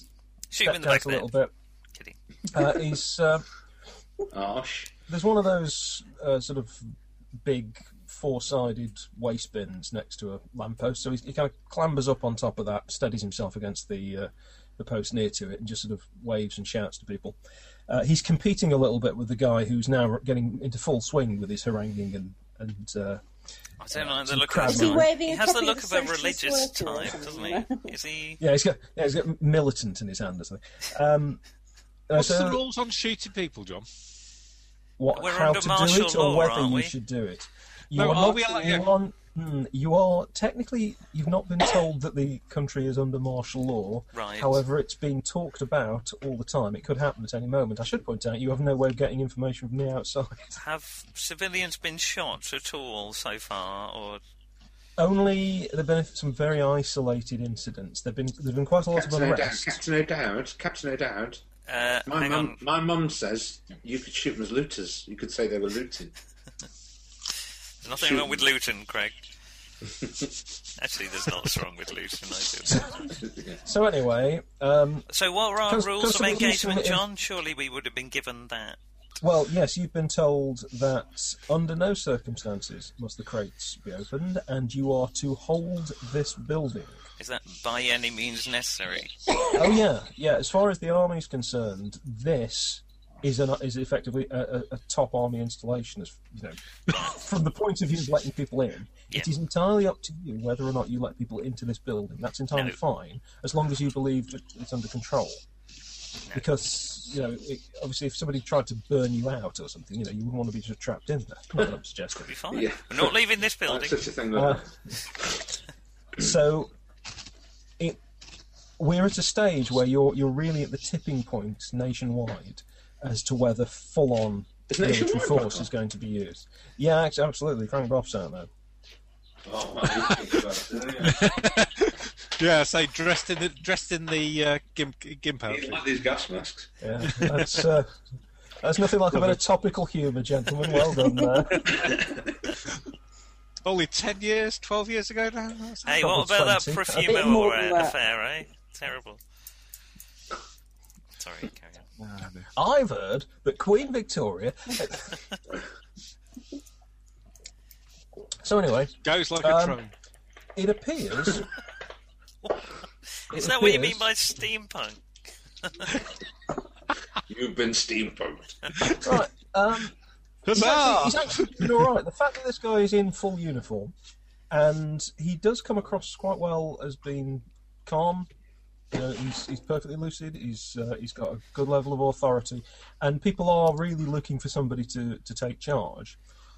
B: Shoot him in
C: stepped
B: the back
C: out
B: of
C: a
B: the
C: little
B: head.
C: bit.
B: Kidding.
C: Uh, he's uh,
F: Arsh.
C: there's one of those uh, sort of big four-sided waste bins next to a lamppost, so he, he kind of clambers up on top of that, steadies himself against the uh, the post near to it, and just sort of waves and shouts to people. Uh, he's competing a little bit with the guy who's now getting into full swing with his haranguing and and uh,
B: I don't like the
C: Some
B: look
C: crab
B: of
C: Is
B: his
C: he
B: eye.
E: waving
B: He
E: a
B: has the
E: copy of
B: look of
E: the
B: a
E: Socialist
B: religious
E: Worker or
B: type, doesn't he?
E: something?
B: Is he?
C: yeah, he's got yeah, he's got militant in his hand or something. Um, uh,
D: What's
C: so
D: the rules on shooting people, John?
C: what,
B: We're
C: how
B: under
C: to do
B: martial
C: it or
B: law,
C: whether
B: aren't
C: you
B: we?
C: should do it. You
D: No, are
C: are not,
D: we allowed-
C: you, are, hmm, you are technically you've not been told that the country is under martial law.
B: Right.
C: However, it's being talked about all the time. It could happen at any moment. I should point out you have no way of getting information from the outside.
B: Have civilians been shot at all so far, or
C: Only there have been some very isolated incidents. There've been there've been quite a lot of
F: Captain O'Dowd.
C: unrest.
F: Captain O'Dowd. Captain O'Dowd.
B: uh,
F: My
B: hang
F: mum,
B: on?
F: my mum says you could shoot them as looters. You could say they were looting.
B: There's nothing wrong with Luton, Craig. Actually, there's lots wrong with Luton. I do.
C: So anyway, um,
B: So, what are our
C: Cons-
B: rules of
C: Constable Houston
B: engagement,
C: is-
B: John? Surely we would have been given that.
C: Well, yes, you've been told that under no circumstances must the crates be opened, and you are to hold this building.
B: Is that by any means necessary?
C: Oh yeah, yeah. As far as the army is concerned, this is an, is effectively a, a, a top army installation. As you know, from the point of view of letting people in,
B: Yeah.
C: it is entirely up to you whether or not you let people into this building. That's entirely
B: No.
C: fine, as long as you believe that it's under control. Because you know, it, obviously, if somebody tried to burn you out or something, you know, you wouldn't want to be just trapped in there. That's what I'm suggesting.
B: Be fine.
F: Yeah.
B: We're not leaving this building.
F: Such a thing.
C: Uh,
F: Uh,
C: So it we're at a stage where you're you're really at the tipping point nationwide as to whether full on
F: Is
C: military
F: nationwide back
C: force
F: on?
C: is going to be used. Yeah, act- absolutely. Frank Boff's out there.
F: oh, well, you think about it, don't you?
D: Yeah, say dressed in the dressed in the uh, gimp gimp
F: You
D: outfit.
F: like these gas masks.
C: Yeah, that's uh, that's nothing like a bit of topical humour, gentlemen. Well done there.
D: Only ten years, twelve years ago now.
B: Hey, what about that
E: A
C: Twenty.
E: bit
B: Profumo
E: more uh, than that.
B: affair, eh? Terrible. Sorry, carry on.
C: I've heard that Queen Victoria. so anyway,
D: Goes like a
C: Um,
D: train.
C: it appears.
B: Is that what you
C: appears-
B: mean by steampunk?
F: You've been steampunked.
C: Right. Um, He's actually, he's actually been all right. The fact that this guy is in full uniform and he does come across quite well as being calm. You know, he's, he's perfectly lucid. He's uh, he's got a good level of authority, and people are really looking for somebody to, to take charge.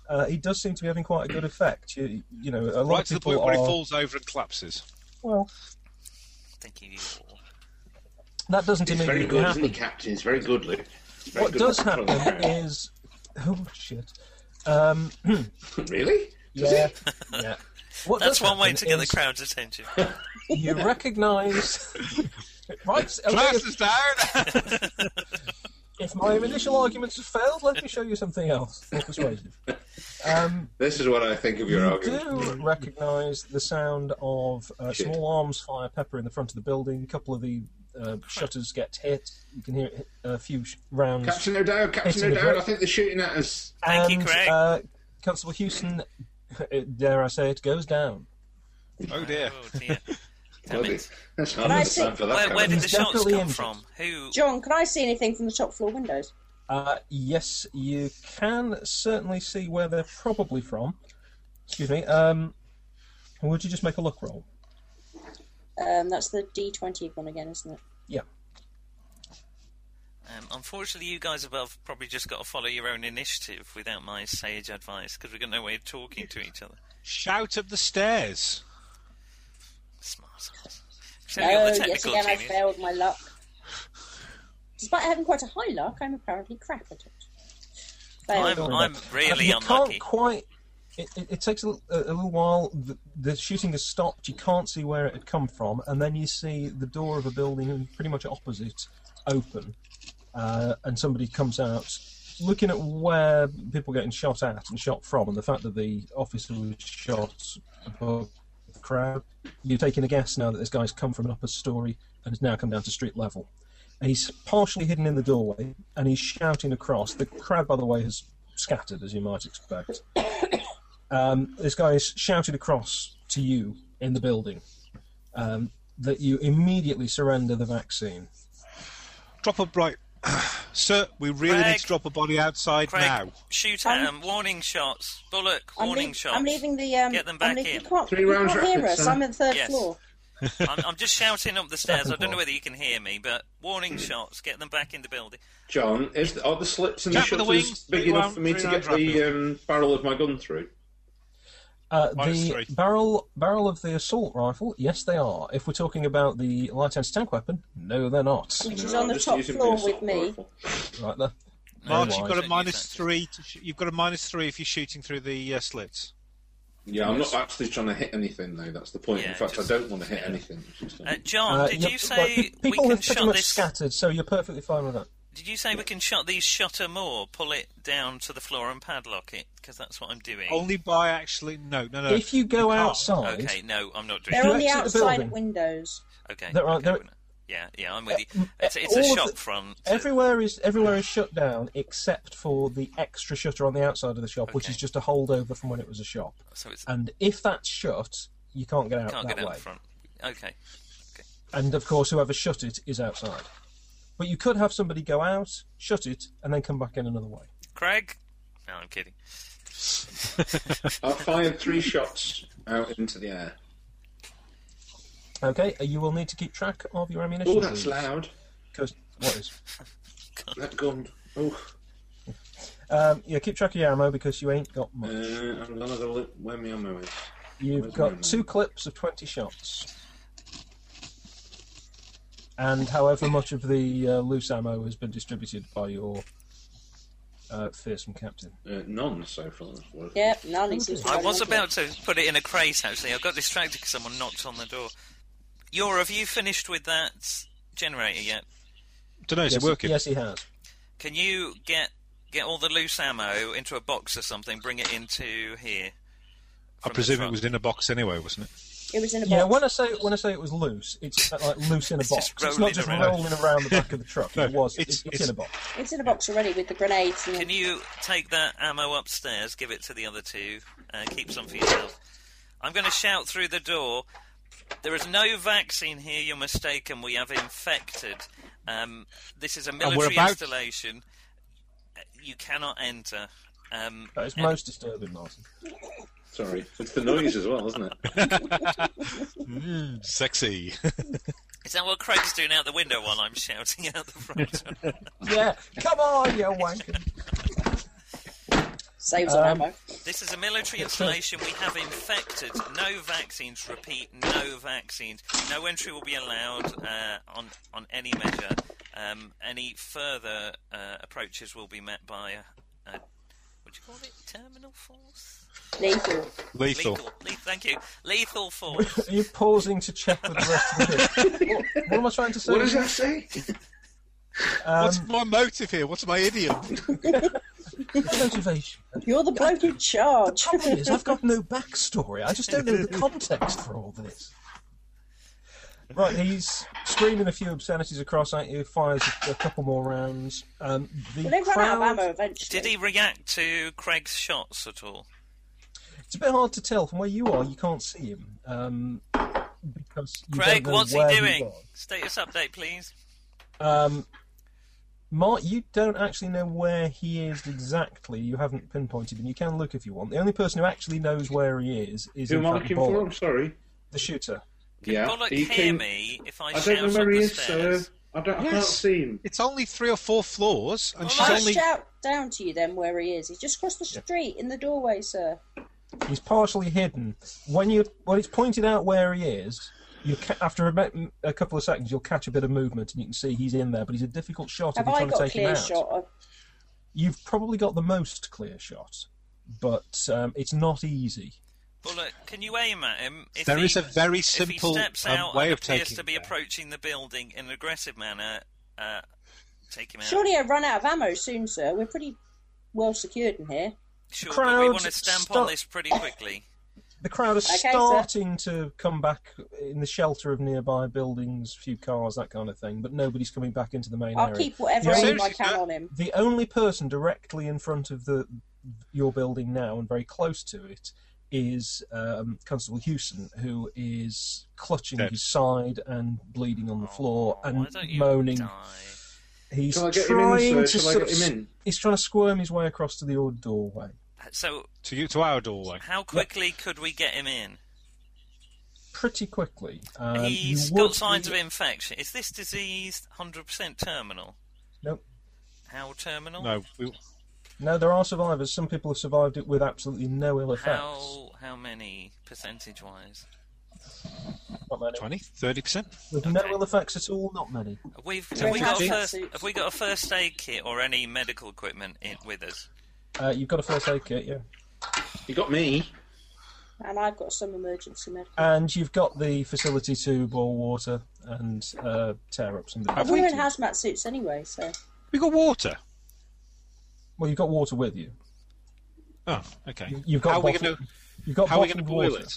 C: Uh, he does seem to be having quite a good effect. You, you know, a lot
D: Right
C: of
D: to the
C: people
D: point where he
C: are-
D: falls over and collapses.
C: Well,
B: Thank you.
C: that doesn't
F: He's very
C: immediately
F: good,
C: happen.
F: isn't he, Captain? He's very good, Luke. He's very
C: What
F: good
C: does
F: with the
C: happen
F: control.
C: is, oh shit, um,
F: really? Does
C: yeah, yeah. What
B: That's
C: does
B: one way
C: happen
B: to get the
C: is-
B: crowd's attention. Oh,
C: you recognise. right, okay,
D: Collapses down.
C: if my initial arguments have failed, let me show you something else more persuasive. Um,
F: This is what I think of your
C: you
F: argument.
C: do recognise the sound of uh,
F: Shit.
C: small arms fire pepper in the front of the building. A couple of the uh, shutters get hit. You can hear it hit a few sh- rounds.
F: Captain O'Dowd, Captain
C: Hitting the
F: O'Dowd,
C: bra-
F: I think they're shooting at us.
B: Thank you,
C: And,
B: Craig.
C: Uh, Constable Houston, dare I say it, goes down.
D: Oh dear.
B: Oh, dear. Damn
F: Bloody-
B: it.
F: That's hard
E: I
F: enough
E: see-
F: time for that.
B: Where, where
F: kind
B: did
F: of-
B: the
C: He's
B: shots
C: definitely
B: come
C: injured.
B: from? Who?
E: John, can I see anything from the top floor windows?
C: Uh, yes, you can certainly see where they're probably from. Excuse me. Um, would you just make a look roll?
E: Um, that's the D20 one again, isn't it?
C: Yeah.
B: Um, unfortunately, you guys above probably just got to follow your own initiative without my sage advice because we've got no way of talking to each other.
D: Shout up the stairs.
B: Smart. So
E: No,
B: you're the
E: yet
B: technical
E: Oh, again I
B: genius.
E: failed my luck. Despite having quite a high luck, I'm apparently crap at it. Failed.
B: I'm, I'm really
C: you
B: unlucky.
C: can't quite. It, it, it takes a, l- a- a little while. The, the shooting has stopped. You can't see where it had come from, and then you see the door of a building pretty much opposite open, uh, and somebody comes out, looking at where people getting shot at and shot from, and the fact that the officer was shot above the crowd. You're taking a guess now that this guy's come from an upper story and has now come down to street level. And He's partially hidden in the doorway and he's shouting across. The crowd, by the way, has scattered, as you might expect. um, this guy is shouted across to you in the building um, that you immediately surrender the vaccine.
D: Drop a bright. Sir, we really
B: Craig.
D: need to drop a body outside
B: Craig,
D: now.
B: shoot at
E: I'm-
B: them. Warning shots. Bullock,
E: I'm,
B: warning
E: leav-
B: shots.
E: I'm leaving the. Um,
B: Get them
E: I'm
B: back
E: leaving,
B: in.
E: You can't,
F: Three
E: you
F: rounds
E: can't hear
F: rapid,
E: us.
F: son.
E: I'm in the third
B: Yes.
E: floor.
B: I'm, I'm just shouting up the stairs. I don't know
C: floor.
B: whether you can hear me, but
C: Mm.
B: warning shots. Get them back in the building.
F: John, is the, are the slits and the
D: Jack with the wings,
F: shutters big
D: big
F: enough
D: round,
F: for me to
D: three
F: get
D: round
F: the um, barrel of my gun through?
C: Uh,
D: Minus
C: the
D: three.
C: barrel barrel of the assault rifle, yes, they are. If we're talking about the light anti-tank weapon, no, they're not.
E: Which is
F: No,
E: on the
F: just
E: top
F: using
E: floor
F: the
E: with
F: assault
E: me.
F: rifle.
C: Right there.
B: No,
D: Mark,
C: why?
D: you've got a
B: Don't
D: minus
B: use that.
D: three. To sh- you've got a minus three if you're shooting through the uh, slits.
F: Yeah, I'm not actually trying to hit anything though. That's the point.
B: Yeah,
F: In fact,
B: just-
F: I don't want to hit anything. It's just, um,
B: Uh, John,
C: Uh,
B: did
C: yep,
B: you
C: right,
B: say
C: pe-
B: we
C: people
B: can
C: have pretty
B: shot
C: much
B: this?
C: scattered, so you're perfectly fine with that.
B: Did you say we can shot these shutter more? Pull it down to the floor and padlock it because that's what I'm doing.
C: Oh,
D: Only by actually no no no.
C: If you go
D: can't.
C: outside,
B: okay, no, I'm not doing.
E: They're
C: you
E: on the
C: exit the
E: outside
C: building-
E: windows.
B: Okay,
C: There are-
B: okay,
C: there-
B: we're not- yeah, yeah, I'm with you. It's, it's
C: Uh, all
B: a
C: of
B: shop
C: the-
B: front.
C: Everywhere is everywhere is shut down except for the extra shutter on the outside of the shop, which
B: Okay.
C: is just a holdover from when it was a shop.
B: so it's
C: And if that's shut, you can't get out
B: can't
C: Uh, that
B: get out
C: way.
B: the front. Okay,
C: And of course, whoever shut it is outside. But you could have somebody go out, shut it, and then come back in another way.
B: Craig. No, I'm kidding.
F: I fired three shots out into the air.
C: Okay, uh, you will need to keep track of your ammunition.
F: Oh, that's
C: please,
F: loud.
C: 'cause- what is?
F: That gun. Oh,
C: Um, yeah, keep track of your ammo because you ain't got
F: uh,
C: much.
F: I'm gonna have a look where my ammo is.
C: You've
F: Where's my
C: got
F: ammo?
C: two clips of 20 shots. And however much of the uh, loose ammo has been distributed by your uh, fearsome captain.
F: Uh, none so far. that's worth it.
E: Yep, none exists.
B: I was about to put it in a crate actually. I got distracted because someone knocked on the door. Yor, have you finished with that generator yet?
D: don't know, is
C: yes,
D: it working?
C: Yes, he has.
B: Can you get get all the loose ammo into a box or something? Bring it into here.
D: I
B: from the
D: presume it
B: front?
D: was in a box anyway, wasn't it?
E: It was in a
C: Yeah,
E: box.
C: when I say when I say it was loose, it's uh, like loose in a
B: It's
C: box.
B: just
C: It's not
B: rolling
C: just
B: around.
C: rolling around the back of the truck.
D: No,
C: it was. It's,
D: it's-
C: it's,
D: it's-
C: in a box.
E: It's in a box already with the grenades. And
B: Can you take that ammo upstairs? Give it to the other two. Uh, keep some for yourself. I'm going to shout through the door. There is no vaccine here. You're mistaken. We have infected. Um, this is a
D: we're
B: military
D: about-
B: installation. Uh, You cannot enter. Um,
C: That is
B: and-
C: most disturbing, Martin.
F: Sorry, it's the noise as well, isn't it?
D: Mm, sexy.
B: Is that what Craig's doing out the window while I'm shouting out the front?
C: Yeah, come on, you wanker.
E: Saves
C: Um,
E: on ammo.
B: This is a military installation. We have infected. No vaccines. Repeat, no vaccines. No entry will be allowed uh, on on any measure. Um, any further uh, approaches will be met by a, a what do you call it? Terminal force.
E: Lethal.
D: Lethal.
B: Le- thank you. Lethal force.
C: Are you pausing to check with the rest of the group? what, what am I trying to say?
F: What does that say?
C: Um,
D: What's my motive here? What's my idiom?
C: motivation?
E: You're the bloke in charge.
C: problem is I've got no backstory. I just don't know the context for all this. Right, he's screaming a few obscenities across at you, fires a, a couple more rounds. Um, the
E: Well, they run out of
C: crowd,
E: ammo eventually.
B: Did he react to Craig's shots at all?
C: it's a bit hard to tell from where you are. You can't see him um, because you
B: Craig,
C: don't know
B: what's he
C: where
B: doing?
C: was.
B: Status update, please.
C: Um, Mark, you don't actually know where he is exactly. You haven't pinpointed him. You can look if you want. The only person who actually knows where he is is
F: Who
C: in
F: am I
C: fact,
F: looking
C: Bollock,
F: for? I'm sorry.
C: the shooter.
F: Yeah,
B: Bullock,
F: he
B: hear
F: came-
B: me if I,
F: I
B: shout
F: don't know
B: up
F: where he
B: the
F: is, sir.
B: stairs.
F: I, don't, I can't
D: Yes.
F: see him.
D: It's only three or four floors,
C: Oh,
D: and she's
E: I'll
D: only
E: shout down to you then where he is. He's just across the street in the doorway, sir.
C: He's partially hidden. When you when it's pointed out where he is, You ca- after a, me- a couple of seconds, you'll catch a bit of movement, and you can see he's in there. But he's a difficult shot.
E: Have
C: if you're
E: I
C: trying
E: got
C: to
E: a
C: take him
E: clear
C: out.
E: shot? of-
C: You've probably got the most clear shot, but um, it's not easy.
B: Bullet, can you aim at him? If
D: There
B: he,
D: is a very
B: if he
D: simple
B: steps
D: um,
B: out
D: way
B: and
D: of
B: appears
D: taking
B: to be
D: that.
B: approaching the building in an aggressive manner. Uh, take him out.
E: Surely I run out of ammo soon, sir. We're pretty well secured in here.
B: Sure, but we
C: Crowd,
B: want to stamp on
C: stop.
B: this pretty quickly.
C: The crowd are
E: Okay, sir.
C: starting to come back in the shelter of nearby buildings, few cars, that kind of thing, but nobody's coming back into the main
E: I'll
C: area.
E: keep whatever
C: Yeah.
E: aim I
D: Seriously,
E: can
D: sir?
E: on him.
C: The only person directly in front of the your building now and very close to it is um, Constable Hewson, who is clutching
D: Dead.
C: his side and bleeding on the floor
B: Oh,
C: and
B: why don't you
C: moaning.
B: Die?
C: He's
F: Shall I get him in, sir?
C: trying to
F: Shall I
C: sort
F: get
C: of-
F: him in?
C: He's trying to squirm his way across to the old doorway.
B: So,
D: to you to our doorway.
B: how quickly could we get him in?
C: pretty quickly. Um,
B: He's
C: you would
B: got signs
C: be-
B: of infection. Is this disease 100% terminal?
C: Nope.
B: How terminal?
D: No, we,
C: No, there are survivors. Some people have survived it with absolutely no ill effects.
B: How how many percentage wise?
C: Not many.
D: 20, 30 percent.
C: With no
B: Okay.
C: ill effects at all, not many.
B: We've
E: Do
B: have we
E: we
B: got a
E: have
B: first
E: suits?
B: have we got a first aid kit or any medical equipment in, with us?
C: Uh, you've got a first aid kit, yeah.
F: You got me.
E: And I've got some emergency medical.
C: And you've got the facility to boil water and uh, tear up some.
D: Have
E: We're
D: we-
E: in hazmat suits anyway, so.
D: We got water.
C: Well, you've got water with you.
D: Oh, okay.
C: You- You've got
D: how are we
C: bottled-
D: going
C: You've got
D: how are we going to
C: bottled
D: boil
C: water.
D: it?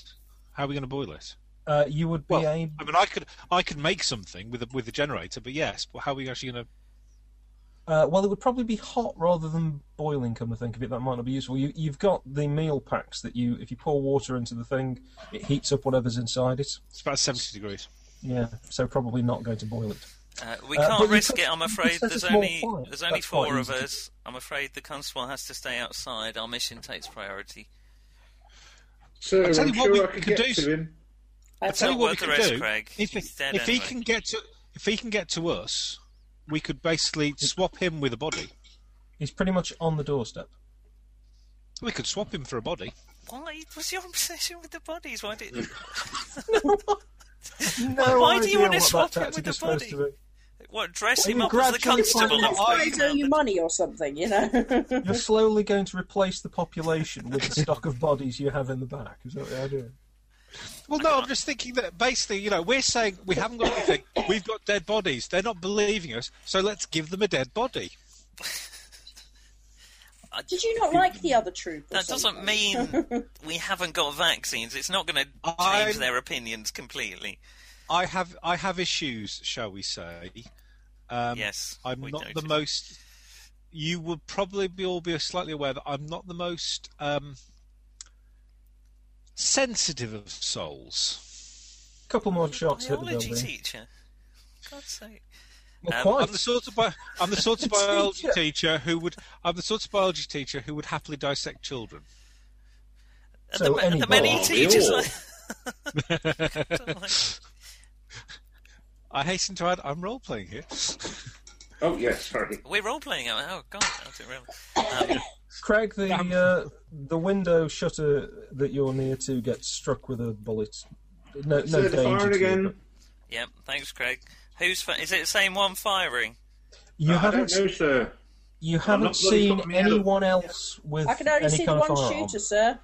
D: How are we going to boil it?
C: Uh, you would be
D: Well,
C: able.
D: I mean, I could I could make something with the, with the generator, but yes, but how are we actually going to?
C: Uh, well, it would probably be hot rather than boiling. Come to think of it, that might not be useful. You, you've got the meal packs that you, if you pour water into the thing, it heats up whatever's inside it.
D: It's about seventy degrees.
C: Yeah, so probably not going to boil it.
B: Uh, we
C: Uh, but
B: can't
C: you
B: risk
C: could-
B: it. I'm
C: you could
B: afraid.
C: set a
B: There's
C: small
B: only
C: fire.
B: there's only
C: That's quite
B: four of
C: easy to
B: us. I'm afraid the constable has to stay outside. Our mission takes priority.
F: Sir,
D: I'll tell
F: I'm
D: you what we
F: sure I could
D: could
F: get
D: do,
F: to him.
D: I
E: I've
D: tell
E: got-
B: not
D: you what we
B: worth the
D: could
B: risk,
D: do.
B: Craig.
D: If,
B: He's dead
D: if he
B: anyway.
D: can get to if he can get to us, we could basically swap him with a body.
C: He's pretty much on the doorstep.
D: We could swap him for a body.
B: Why was your obsession with the bodies? Why did
C: No
B: Why do you want to
C: idea what that
B: swap him
C: tactic
B: with
C: is
B: the
C: supposed
B: body?
C: to be.
B: what dress
C: Well,
B: him
C: you
B: up as the
C: gradually
B: constable?
C: find
B: that
C: out
B: we've
E: I owe you
B: found?
E: money or something, you know.
C: You're slowly going to replace the population with the stock of bodies you have in the back. Is that the idea?
D: Well, no, I'm just thinking that basically, you know, we're saying we haven't got anything. We've got dead bodies. They're not believing us, so let's give them a dead body.
E: Did you not like the other troop? or
B: That doesn't
E: something?
B: mean we haven't got vaccines. It's not going to change
D: I'm-
B: their opinions completely.
D: I have I have issues, shall we say? Um,
B: Yes,
D: I'm
B: we
D: not the
B: noticed.
D: most. You would probably be, all be slightly aware that I'm not the most um, sensitive of souls.
C: couple more shots hit the
B: Biology
C: building.
B: teacher. For God's sake.
C: Well,
B: Um,
C: quite.
D: I'm the sort of bi- I'm the sort of biology teacher who would I'm the sort of biology teacher who would happily dissect children.
B: Are
C: So
B: there, are
C: any
B: there many
F: biology
B: teachers?
F: or-
D: I hasten to add, I'm role playing here.
F: Oh, yes, sorry.
B: We're role playing. Oh God, I didn't realise. Um,
C: Craig, the
D: Um,
C: uh, the window shutter that you're near to gets struck with a bullet. No, no
F: sir,
C: danger.
F: the fire
C: to you,
F: again.
C: but-
B: yep. Thanks, Craig. Who's fi- is it? The same one firing?
C: You
F: I
C: haven't
F: don't know, sir.
C: you
F: I'm
C: haven't
F: not bloody
C: seen
F: got me out of-
C: anyone else with
E: I can only
C: any
E: see the
C: kind of
E: one
C: firearm.
E: shooter, sir.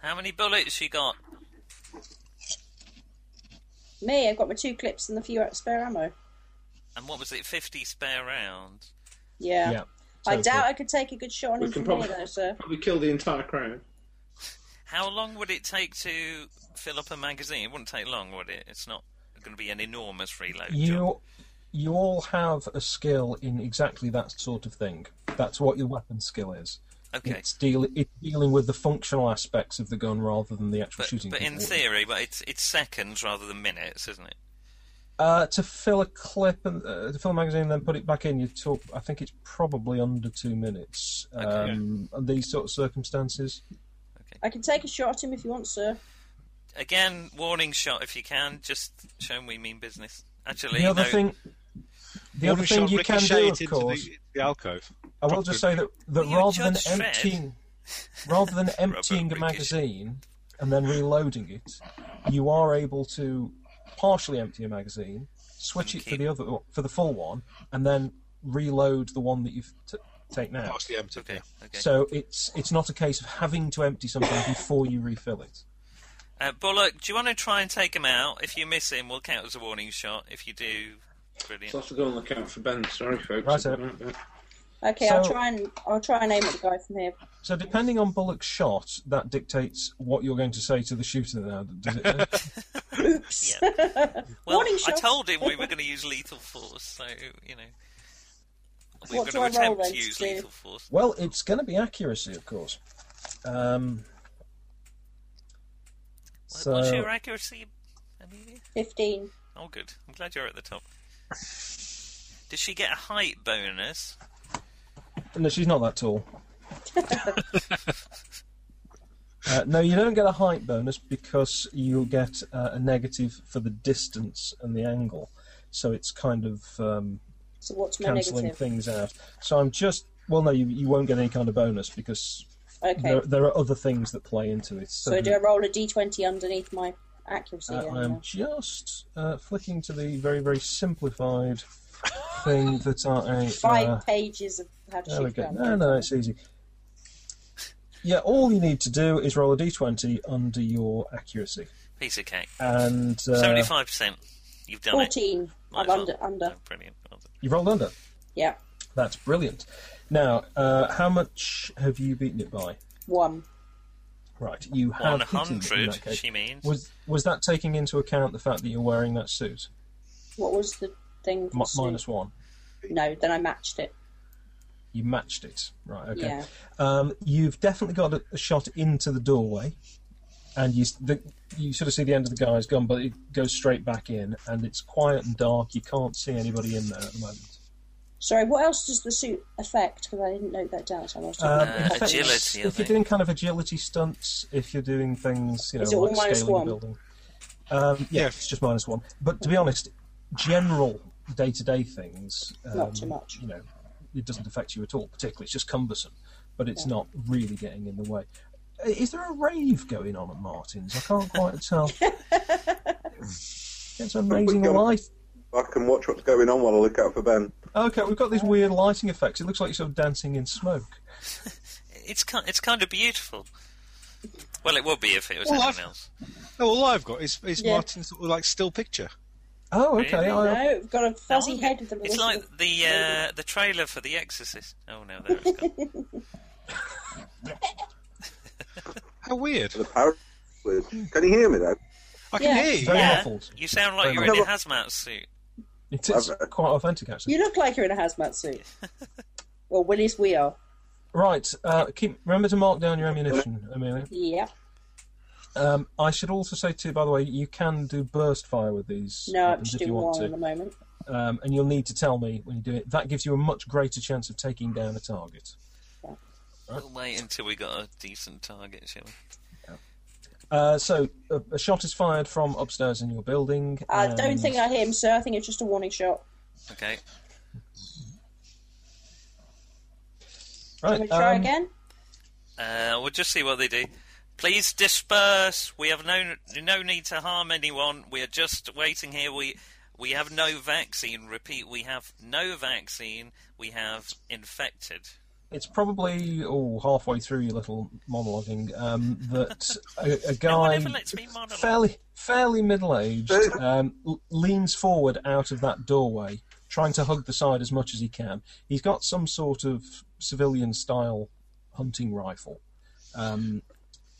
B: How many bullets you got?
E: Me, I've got my two clips and a few spare ammo.
B: And what was it? Fifty spare rounds.
E: Yeah.
C: Yeah.
E: I
C: so
E: doubt
C: cool.
E: I could take a good shot on
F: We
E: him
F: can
E: from
F: probably,
E: here, though, sir.
F: probably kill the entire crowd.
B: How long would it take to fill up a magazine? It wouldn't take long, would it? It's not going to be an enormous reload. job.
C: You you all have a skill in exactly that sort of thing. That's what your weapon skill is.
B: Okay.
C: It's, deal- it's dealing with the functional aspects of the gun rather than the actual
B: But,
C: shooting.
B: but in
C: people.
B: theory, but it's it's seconds rather than minutes, isn't it?
C: uh, to fill a clip and uh, to fill a magazine and then put it back in, you talk. I think it's probably under two minutes. Um, under These sort of circumstances.
E: I can take a shot at him if you want, sir.
B: Again, warning shot if you can. Just show 'em we mean business. Actually,
C: The other
B: no,
C: thing. The other
D: Warning
C: thing
D: shot
C: you can
D: ricocheted
C: do, of
D: into
C: course,
D: the, the alcove.
C: I will just say that, that
B: Well, you
C: rather than
B: judge Fred.
C: emptying, rather than emptying a
B: Ricochet.
C: magazine and then reloading it, you are able to partially empty a magazine, switch
B: And
C: it for
B: keep-
C: the other for the full one, and then reload the one that you've t- taken out.
D: Partially empty.
B: Okay. Okay.
C: So it's it's not a case of having to empty something before you refill it.
B: Uh, Bullock, do you want to try and take him out? If you miss him, we'll count as a warning shot. If you do, brilliant.
F: So I have to go and look out for Ben. Sorry, folks.
C: Right, sir.
F: Right, Ben.
E: Okay, I'll
C: So-
E: try and I'll try and aim at the guy from here.
C: So depending on Bullock's shot, that dictates what you're going to say to the shooter. Now, does it?
E: Oops.
B: Well,
E: Warning
B: I
E: shot.
B: told him we were going to use lethal force, so you know we were
E: What
B: going to
E: do I roll
B: attempt to
E: then to
B: use
E: do?
B: lethal force.
C: well, it's going to be accuracy, of course. Um,
B: What-
C: so
B: What's your accuracy, Amelia?
E: Fifteen.
B: Oh, good. I'm glad you're at the top. Does she get a height bonus?
C: no, she's not that tall. Uh, no, you don't get a height bonus because you get uh, a negative for the distance and the angle. So it's kind of um,
E: So what's my
C: cancelling
E: negative?
C: things out. So I'm just well, no, you, you won't get any kind of bonus because
E: Okay.
C: there, there are other things that play into it.
E: so do I roll a d twenty underneath my accuracy?
C: uh,
E: then,
C: I am
E: yeah?
C: just uh, flicking to the very very simplified thing that I
E: Five
C: uh,
E: pages of how to
C: there we
E: shoot
C: go.
E: them.
C: No, no, it's easy. Yeah, all you need to do is roll a d20 under your accuracy,
B: Piece of cake.
C: and uh,
B: Seventy-five percent. You've done it.
E: Fourteen.
B: Might
E: I'm
B: as well.
E: under under.
B: Oh, brilliant. Well done.
C: you rolled under.
E: Yeah.
C: That's brilliant. Now, uh, how much have you beaten it by?
E: One.
C: Right, you have
B: One
C: beaten it in
B: hundred.
C: that case.
B: She means.
C: Was was that taking into account the fact that you're wearing that suit?
E: What was the thing? for
C: Mi-
E: Sue?
C: minus one.
E: No, then I matched it.
C: You matched it, right? Okay.
E: Yeah.
C: Um, you've definitely got a, a shot into the doorway, and you s- the, you sort of see the end of the guy's gun, but it goes straight back in, and it's quiet and dark. You can't see anybody in there at the moment.
E: Sorry, what else does the suit affect? Because I didn't note that down. So I was
C: Um,
E: talking.
B: Uh,
C: in fact,
B: agility, I
C: If you're
B: think.
C: doing kind of agility stunts, if you're doing things, you know,
E: Is it all
C: like
E: minus
C: scaling a
E: one?
C: building. Um, yeah,
D: Yeah.
C: it's just minus one. But to be honest, general day-to-day things, um,
E: Not too much.
C: You know, it doesn't affect you at all. Particularly, it's just cumbersome, but it's not really getting in the way. Uh, Is there a rave going on at Martin's? I can't quite tell. It's amazing
H: got-
C: light.
H: I can watch what's going on while I look out for Ben.
C: Okay, we've got these weird lighting effects. It looks like you're sort of dancing in smoke.
B: It's kind. It's kind of beautiful. Well, it would be if it was
D: Well,
B: anything
D: I've-
B: else.
D: No, all I've got is, is
E: Yeah.
D: Martin's sort of like still picture.
C: Oh, okay.
B: Really?
C: I-
E: no, we've got a fuzzy
B: Oh,
E: head with a
B: It's
E: little
B: like the uh, the trailer for The Exorcist. Oh no, there it's gone.
D: How weird!
H: The power. Can you hear me though?
D: I can
E: Yeah.
D: hear you.
C: Very
B: Yeah,
C: muffled.
B: You sound like
C: Very
B: you're in a hazmat suit.
C: It is quite authentic, actually.
E: You look like you're in a hazmat suit. well, at least we are.
C: Right. Uh, keep remember to mark down your ammunition, Amelia.
E: Yeah.
C: Um, I should also say too, by the way, you can do burst fire with these
E: No, I'm
C: weapons
E: just
C: if you
E: doing
C: want
E: one at the
C: to,
E: moment.
C: um, and you'll need to tell me when you do it. That gives you a much greater chance of taking down a target.
B: We'll wait until we got a decent target, shall we?
C: Uh, so a, a shot is fired from upstairs in your building.
E: I
C: and-
E: Uh, don't think I hit him, sir. I think it's just a warning shot.
B: Okay.
E: Can
C: Right,
E: we try
C: um,
E: again?
B: Uh, we'll just see what they do. Please disperse. We have no no need to harm anyone. We are just waiting here. We we have no vaccine. Repeat, we have no vaccine. We have infected.
C: It's probably oh, halfway through your little monologuing um, that a, a
B: No one
C: guy
B: ever lets me monologue.
C: fairly fairly middle aged um, l- leans forward out of that doorway, trying to hug the side as much as he can. He's got some sort of civilian style hunting rifle. Um,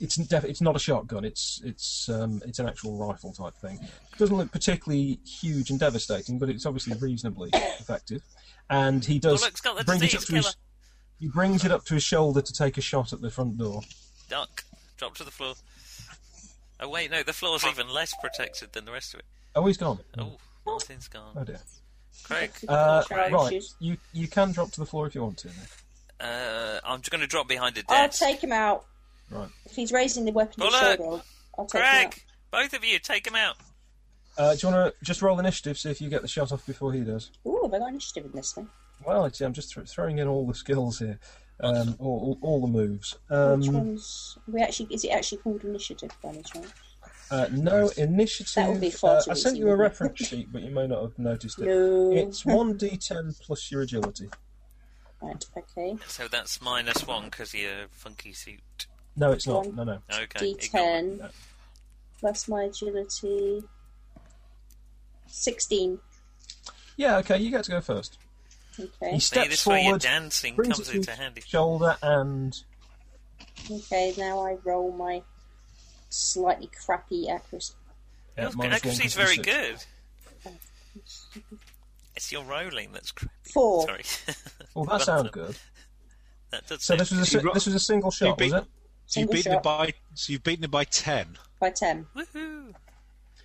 C: it's def- it's not a shotgun. It's it's um, it's an actual rifle type thing. Doesn't look particularly huge and devastating, but it's obviously reasonably effective. And he does
B: Well, it's got the
C: bring it up
B: disease
C: to his-
B: killer.
C: he brings it up to his shoulder to take a shot at the front door.
B: Duck. Drop to the floor. Oh wait, no, the floor's even less protected than the rest of it.
C: Oh, he's gone.
B: Oh, Martin's gone.
C: Oh dear.
B: Craig.
C: Uh,
E: Shall I
C: right,
E: choose?
C: you you can drop to the floor if you want to. Nick.
B: Uh, I'm just going to drop behind a
E: I'll
B: desk.
E: take him out.
C: Right.
E: If he's raising the weapon to his
B: Bullock!
E: shoulder, I'll- I'll take him out.
B: Craig, both of you, take him out.
C: Uh, do you want to just roll initiative, see if you get the shot off before he does?
E: Ooh, have I got initiative in this thing?
C: Well, actually, I'm just th- throwing in all the skills here, um, all, all, all the moves.
E: Which
C: Um,
E: one's we actually is it actually called initiative by any chance?
C: Uh, no
E: That
C: initiative.
E: would be far
C: uh,
E: too
C: I sent
E: easy,
C: you a
E: wouldn't it?
C: reference sheet, but you may not have noticed it.
E: No.
C: It's one d10 plus your agility.
E: Right, okay.
B: So that's minus one because your funky suit.
C: No, it's not.
E: One.
C: No, no.
B: Okay. ignore it.
E: D10 plus my agility. 16.
C: Yeah, okay. You get to go first.
E: Okay.
C: He
B: See,
C: steps
B: this way your
C: forward,
B: dancing
C: brings
B: comes
C: it to
B: into
C: his
B: handy.
C: shoulder, and
E: Okay, now I roll my slightly crappy accuracy.
C: yeah, minus one
B: Accuracy's
C: plus
B: very
C: six.
B: good. It's your rolling that's crappy.
E: Four.
B: Sorry.
C: Well, that sounds good.
B: That does
C: So this was a si-
D: You got-
C: this was a single shot,
D: beat-
C: was it?
D: So you've
E: Single
D: beaten
E: shot.
D: it by so you've beaten it by ten.
E: By 10.
B: Woohoo!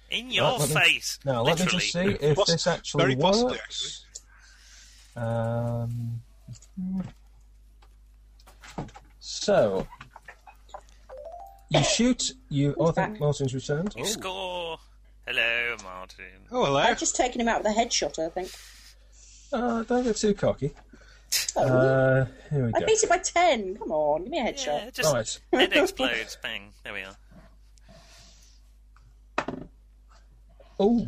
B: In your
C: let me-
B: face.
C: Now let me
B: literally.
C: just see if
D: Poss-
C: this actually
D: very
C: works.
D: possibly,
C: Um, so you shoot. You. Oh, I think Martin's returned.
B: You score. Hello, Martin.
D: Oh hello.
E: I've just taken him out with a headshot, I think.
C: Uh, don't get too cocky.
E: Oh,
C: Uh, here we
E: I
C: go.
E: beat it by 10. Come on, give me a headshot.
B: Yeah, just
C: Right.
B: head explodes. Bang. There we are.
C: Oh,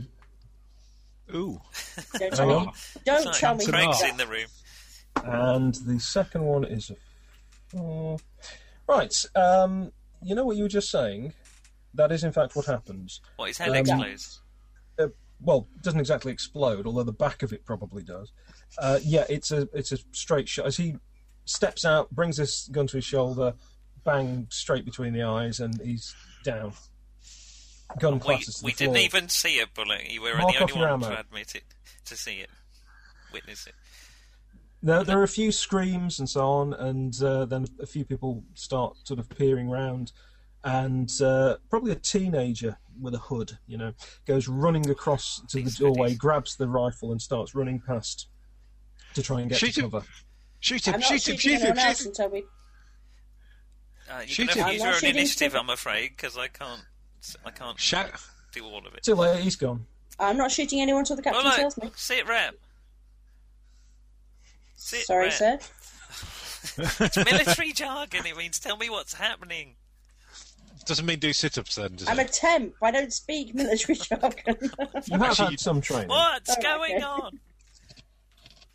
D: Ooh.
E: Don't
C: hang
E: tell me.
C: on.
E: Don't
B: Sorry,
E: tell me.
D: It's an
B: Craig's
D: art.
B: in the room.
C: And the second one is a four. Right. Um, you know what you were just saying. That is in fact what happens.
B: What? His head
C: Um,
B: explodes.
C: well, it doesn't exactly explode, although the back of it probably does. Uh, yeah, it's a it's a straight shot. As he steps out, brings his gun to his shoulder, bang straight between the eyes, and he's down. Gun
B: We,
C: clatters to
B: we
C: the floor.
B: didn't even see a bullet. You were
C: Mark
B: the
C: off
B: only
C: your
B: one
C: ammo.
B: to admit it, to see it, witness it.
C: There, there are a few screams and so on, and uh, then a few people start sort of peering round, and uh, probably a teenager with a hood, you know, goes running across to the
B: These
C: doorway,
B: hoodies.
C: grabs the rifle, and starts running past to try and get
D: Shoot
C: to
D: him.
C: cover.
D: Shoot
E: I'm
D: him,
E: not
D: shoot him,
E: shooting
D: shoot him,
E: anyone
D: shoot
E: else
D: him.
E: until we.
B: Uh, you
D: Shoot
B: can
D: him.
B: have to use your
E: I'm not
B: own
E: shooting
B: initiative,
E: people.
B: I'm afraid, because I can't. I can't
D: Shout
B: do all of it.
C: Too late, he's gone.
E: I'm not shooting anyone until the captain
B: Oh
E: tells me.
B: look, sit rep. Sit
E: Sorry,
B: rep.
E: sir.
B: It's military jargon. It means tell me what's happening.
D: doesn't mean do sit ups then, does
E: I'm a
D: it?
E: temp. I don't speak military jargon.
C: You have
D: Actually, you-
C: had some training.
B: What's
E: Oh,
B: going
E: okay.
B: on?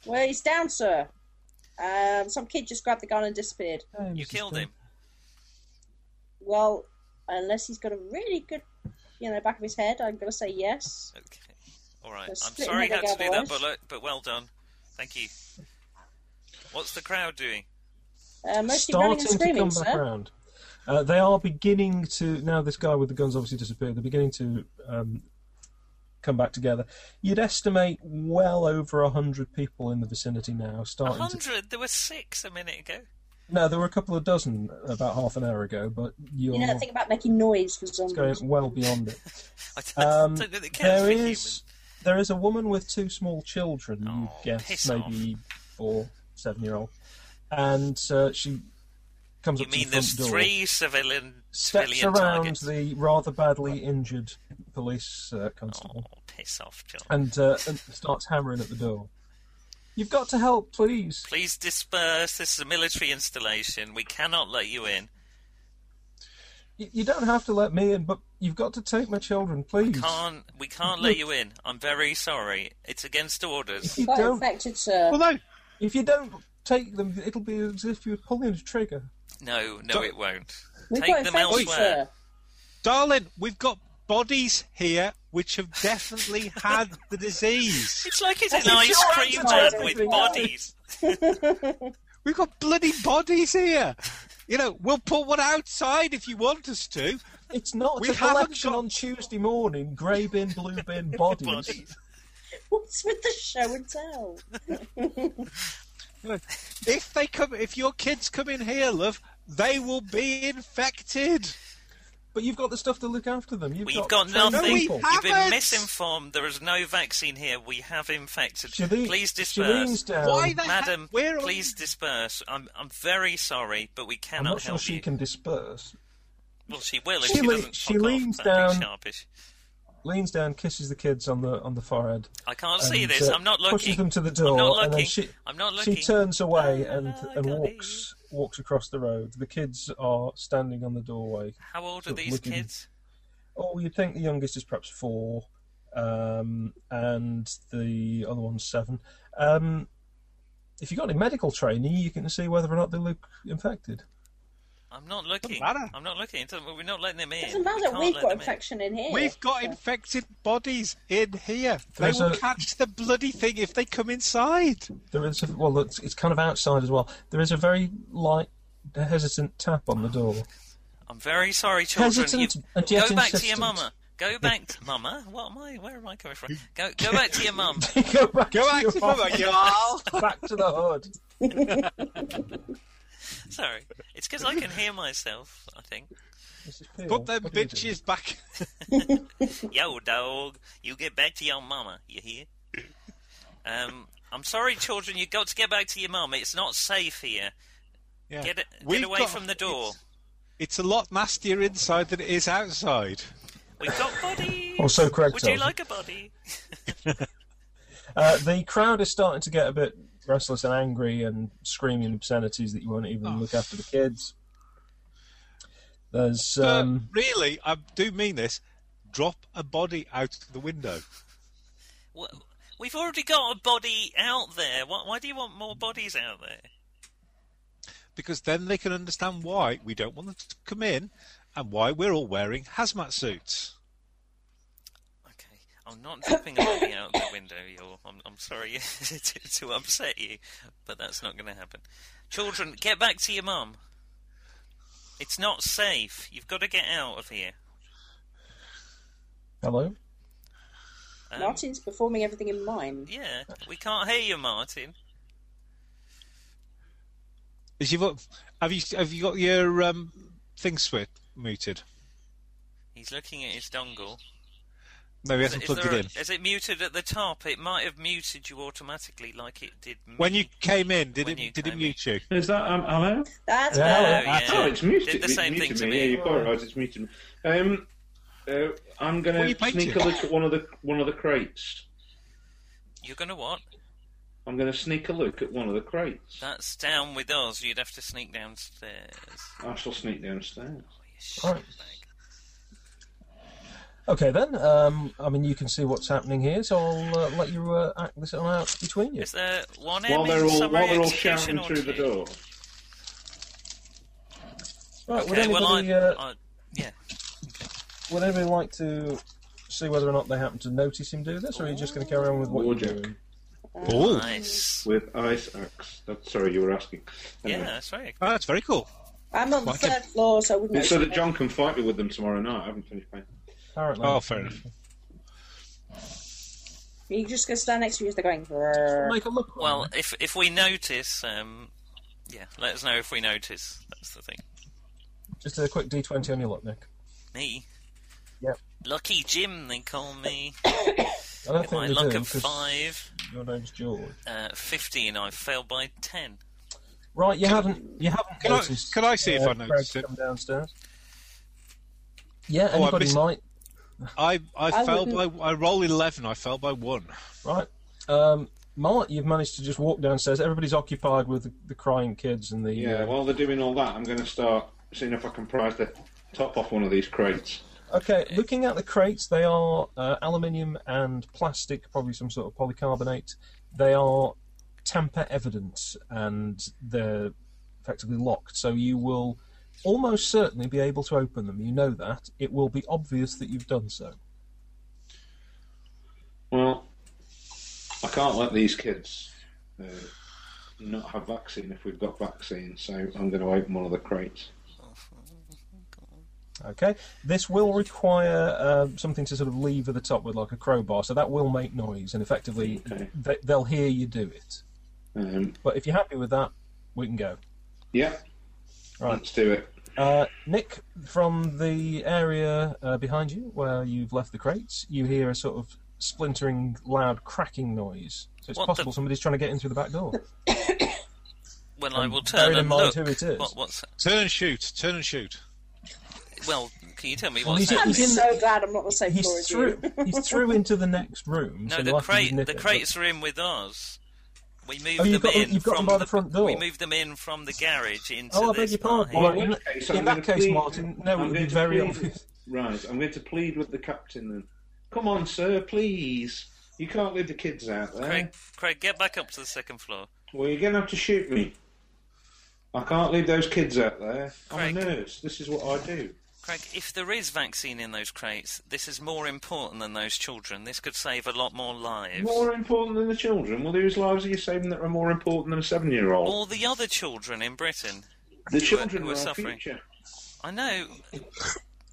E: Well, he's down, sir. Um, some kid just grabbed the gun and disappeared.
C: James
B: You
C: is
B: killed
C: gone.
B: him.
E: Well, unless he's got a really good, you know, back of his head, I'm going to say yes.
C: uh,
B: Okay. All right.
E: Let's
B: I'm
E: split
B: sorry you
E: him
B: had to do that,
E: otherwise.
B: bullet, but well done. Thank you. What's the crowd doing?
E: Uh, mostly running and
C: Starting to
E: screaming,
C: come back
E: sir.
C: round. Uh, they are beginning to now. This guy with the guns obviously disappeared. They're beginning to um, come back together. You'd estimate well over a hundred people in the vicinity now.
B: A
C: Starting to
B: hundred. There were six a minute ago.
C: no, there were a couple of dozen about half an hour ago, but you're
E: You know, think about making noise for zombies.
C: going well beyond it.
B: I don't,
C: Um,
B: don't think it counts
C: there
B: for
C: is there is a woman with two small children. you
B: Oh,
C: guess
B: piss
C: maybe four, seven year old, and uh, she
B: humans.
C: comes
B: You
C: up
B: mean
C: to the
B: there's
C: front door.
B: three civilian
C: steps
B: civilian
C: around
B: targets?
C: the rather badly injured police uh, constable
B: Oh, piss off, John.
C: and, uh, and starts hammering at the door. You've got to help, please.
B: Please disperse. This is a military installation. We cannot let you in.
C: You, you don't have to let me in, but you've got to take my children, please.
B: Can't we can't let you in. I'm very sorry. It's against orders.
C: If you
E: Quite
C: don't,
E: infected, sir.
D: Well no.
C: if you don't take them, it'll be as if you were pulling the trigger.
B: No, no,
D: Don't-
B: it won't.
E: We've
B: Take
E: got
B: them
E: infected,
B: elsewhere.
E: sir.
D: Darling, we've got bodies here which have definitely had the disease.
B: It's like it's
E: That's
B: an
E: a
B: ice
E: joke,
B: cream
E: it's
B: man
E: not
B: with
C: everything
B: bodies.
D: We've got bloody bodies here. You know, we'll put one outside if you want us to.
C: It's not
D: We
C: a
D: haven't
C: collection
D: got-
C: on Tuesday morning. Grey bin, blue bin, bodies.
B: Bodies.
E: What's with the show and tell?
D: You know, if they come, if your kids come in here, love, they will be infected.
C: But you've got the stuff to look after them. You've
B: We've
C: got,
B: got
C: trained
B: nothing.
C: people.
D: No, we
B: You've been
D: haven't.
B: misinformed. There is no vaccine here. We have infected.
C: Shireen-
B: Please disperse.
C: Shireen's down.
D: Why the
B: Madam,
D: heck? Where
B: please disperse. I'm I'm very sorry, but we
C: I'm
B: cannot
C: not sure
B: help
C: she
B: you.
C: can disperse.
B: Well, she will if
C: She
B: she,
C: le-
B: doesn't.
C: she
B: fuck off.
C: leans
B: That'd be
C: down.
B: Sharpish.
C: Leans down, kisses the kids on the on the forehead.
B: I can't
C: and,
B: see this.
C: uh,
B: I'm not
C: Pushes
B: looking.
C: them to the
B: I'm
C: door,
B: not
C: and then
B: looking.
C: she
B: I'm not looking.
C: she turns away and
B: Ah,
C: and
B: got
C: walks walks across the road. The kids are standing on the doorway.
B: How old are
C: Look,
B: these
C: looking.
B: kids?
C: Oh, you'd think the youngest is perhaps four, um, and the other one's seven. Um, if you've got any medical training, you can see whether or not they look infected.
B: I'm not looking.
D: matter.
B: I'm not looking. It doesn't- We're not letting them in.
E: Doesn't
B: We
E: matter.
B: can't
E: We've
B: let
E: got
B: them in.
E: infection in here.
D: We've got
E: So-
D: infected bodies in here. They
C: There's
D: will
C: a-
D: catch the bloody thing if they come inside.
C: There is a, well, it's, it's kind of outside as well. There is a very light, hesitant tap on the door.
B: I'm very sorry, children.
C: Hesitant
B: you,
C: and
B: go
C: yet
B: back to your
C: insistent.
B: mama. Go back, to, mama. What am I? Where am I coming from? Go, go back to your mum.
C: go back,
D: Go back
C: your
D: to mama,
C: house.
D: y'all.
C: back to the hood.
B: Sorry, it's because I can hear myself. I think.
C: Mrs. Peel,
D: Put them
C: what do you do?
D: bitches back.
B: Yo, dog, you get back to your mama. You hear? Um, I'm sorry, children. You got to get back to your mum. It's not safe here.
D: Yeah.
B: Get it- get
D: We've
B: away
D: got-
B: from the door.
D: It's, it's a lot nastier inside than it is outside.
B: We've got bodies.
C: Or so Craig
B: Would
C: tells
B: you
C: me.
B: like a body?
C: Uh, the crowd is starting to get a bit restless and angry and screaming obscenities that you won't even
D: Oh.
C: look after the kids. There's
D: Uh,
C: um,
D: but really, I do mean this. Drop a body out the window.
B: Wha- We've already got a body out there. Why, why do you want more bodies out there?
D: because then they can understand why we don't want them to come in and why we're all wearing hazmat suits.
B: Okay, I'm not dropping a body out the window, y'all. I'm, I'm sorry to, to upset you, but that's not going to happen. Children, get back to your mum. It's not safe. You've got to get out of here.
C: hello.
B: Um,
E: Martin's performing everything in mime.
B: Yeah, we can't hear you, Martin.
D: Is you've got, have you have you got your um, thing switch muted?
B: He's looking at his dongle.
D: No, he
B: Is,
D: hasn't
B: it- is
D: plugged
B: there
D: it
B: a-
D: in.
B: is it muted at the top? It might have muted you automatically, like it did me.
D: When you came in, did
B: When you
D: it did it
B: came
D: mute you?
I: Is that um, hello?
E: That's
C: Yeah,
B: Oh,
E: better.
B: yeah.
F: Oh, it's muted.
B: Did the
F: It's
B: same thing
F: muted
B: to
F: Yeah,
B: me.
F: you're quite right. It's muted. me. Um, uh, I'm
D: What are
F: going
D: you
F: to sneak a
D: painting?
F: look at one of the one of the crates.
B: You're going to what?
F: I'm going to sneak a look at one of the crates.
B: That's down with us. You'd have to sneak downstairs.
F: I shall sneak downstairs.
C: Alright. Okay then. Um, I mean, you can see what's happening here, so I'll uh, let you uh, act this one out between you.
B: Is there one
F: While
B: M in
F: they're all
B: summary
F: while they're all
B: execution
F: shouting
B: or
F: through the
B: two?
F: door.
C: Right, would
B: Okay, well, I,
C: anybody uh,
B: I, yeah.
C: would anybody like to see whether or not they happen to notice him do this, or are you just going to carry on with what you're
F: Warjack.
C: doing?
D: Oh,
B: Nice.
F: With ice axe. That's sorry, you were asking.
B: Yeah,
F: Anyway.
B: that's right.
D: oh, that's very cool.
E: I'm on the
D: Like it.
E: third floor, so I wouldn't.
F: It's so that
E: expect-
F: John can fight me with them tomorrow night. I haven't finished painting.
C: Apparently.
D: Oh, fair enough.
E: You're just going to stand next to you as they're going. "Grrr."
C: Make a look.
B: Well, if if we notice, um, yeah, let us know if we notice. That's the thing.
C: just a quick d20 on your luck, Nick.
B: Me.
C: Yep.
B: Lucky Jim, they call me.
C: I don't
B: With my
C: think we
B: luck
C: do
B: of
C: because
B: five,
C: your name's George.
B: uh, fifteen. I fell by ten.
C: Right, you haven't. You haven't
D: Can I-
C: noticed. uh,
D: can I see if I
C: Craig
D: noticed it? Oh,
C: Come downstairs. Yeah,
D: I
C: anybody
D: missed-
C: might.
D: I I,
E: I
D: fell
E: wouldn't-
D: by I roll eleven. I fell by one.
C: Right, um, Mart, you've managed to just walk downstairs. Everybody's occupied with the, the crying kids and the.
F: Yeah,
C: uh,
F: while they're doing all that, I'm going to start seeing if I can prise the top off one of these crates.
C: Okay, looking at the crates, they are uh, aluminium and plastic, probably some sort of polycarbonate. They are tamper evident and they're effectively locked, so you will almost certainly be able to open them. You know that. It will be obvious that you've done so.
F: Well, I can't let these kids uh, not have vaccine if we've got vaccine, so I'm going to open one of the crates.
C: Okay, this will require um, something to sort of lever the top with like a crowbar, so that will make noise, and effectively
F: Okay.
C: they, they'll hear you do it.
F: Um,
C: But if you're happy with that, we can go.
F: yeah,
C: Right.
F: let's do it.
C: Uh, Nick, from the area uh, behind you where you've left the crates, you hear a sort of splintering, loud cracking noise. So it's
B: What
C: possible
B: the-
C: somebody's trying to get in through the back door.
B: Well, I
C: Um,
B: will
C: bearing
B: turn
C: in
B: and
C: mind
B: look.
C: who it is.
B: What, what's
D: Turn and shoot. Turn and shoot.
B: well? Can you tell me
C: Well,
B: what's
C: he's at
E: I'm
B: happening?
C: least-
E: so glad I'm not the same floor
C: He's
E: as you.
C: through. he's through into the next room.
B: No,
C: so
B: the
C: you'll have to
B: crate,
C: nip
B: the
C: it, but-
B: crates are in with us. We moved
C: Oh,
B: them
C: you've got them-
B: in
C: you've got them
B: from
C: by the front door.
B: We moved them in from the garage into
C: Oh, I
B: this
C: beg your
B: part
C: pardon.
B: here.
F: Well, in
C: Well, in,
F: which case,
C: in
F: I'm
C: that
F: gonna
C: case,
F: plead-
C: Martin, no,
F: I'm
C: it would be
F: going to
C: very
F: plead-
C: obvious.
F: Right, I'm going to plead with the captain then. Come on, sir, please. You can't leave the kids out there.
B: Craig, Craig, get back up to the second floor.
F: Well, you're going to have to shoot me. I can't leave those kids out there. I'm a
B: Craig.
F: nurse. This is what I do.
B: Craig, if there is vaccine in those crates, this is more important than those children. This could save a lot more lives.
F: More important than the children. Well, whose lives are you saving that are more important than a seven-year-old?
B: All the other children in Britain. who
F: The
B: are-
F: children
B: who are
F: are our
B: suffering.
F: future.
B: I know.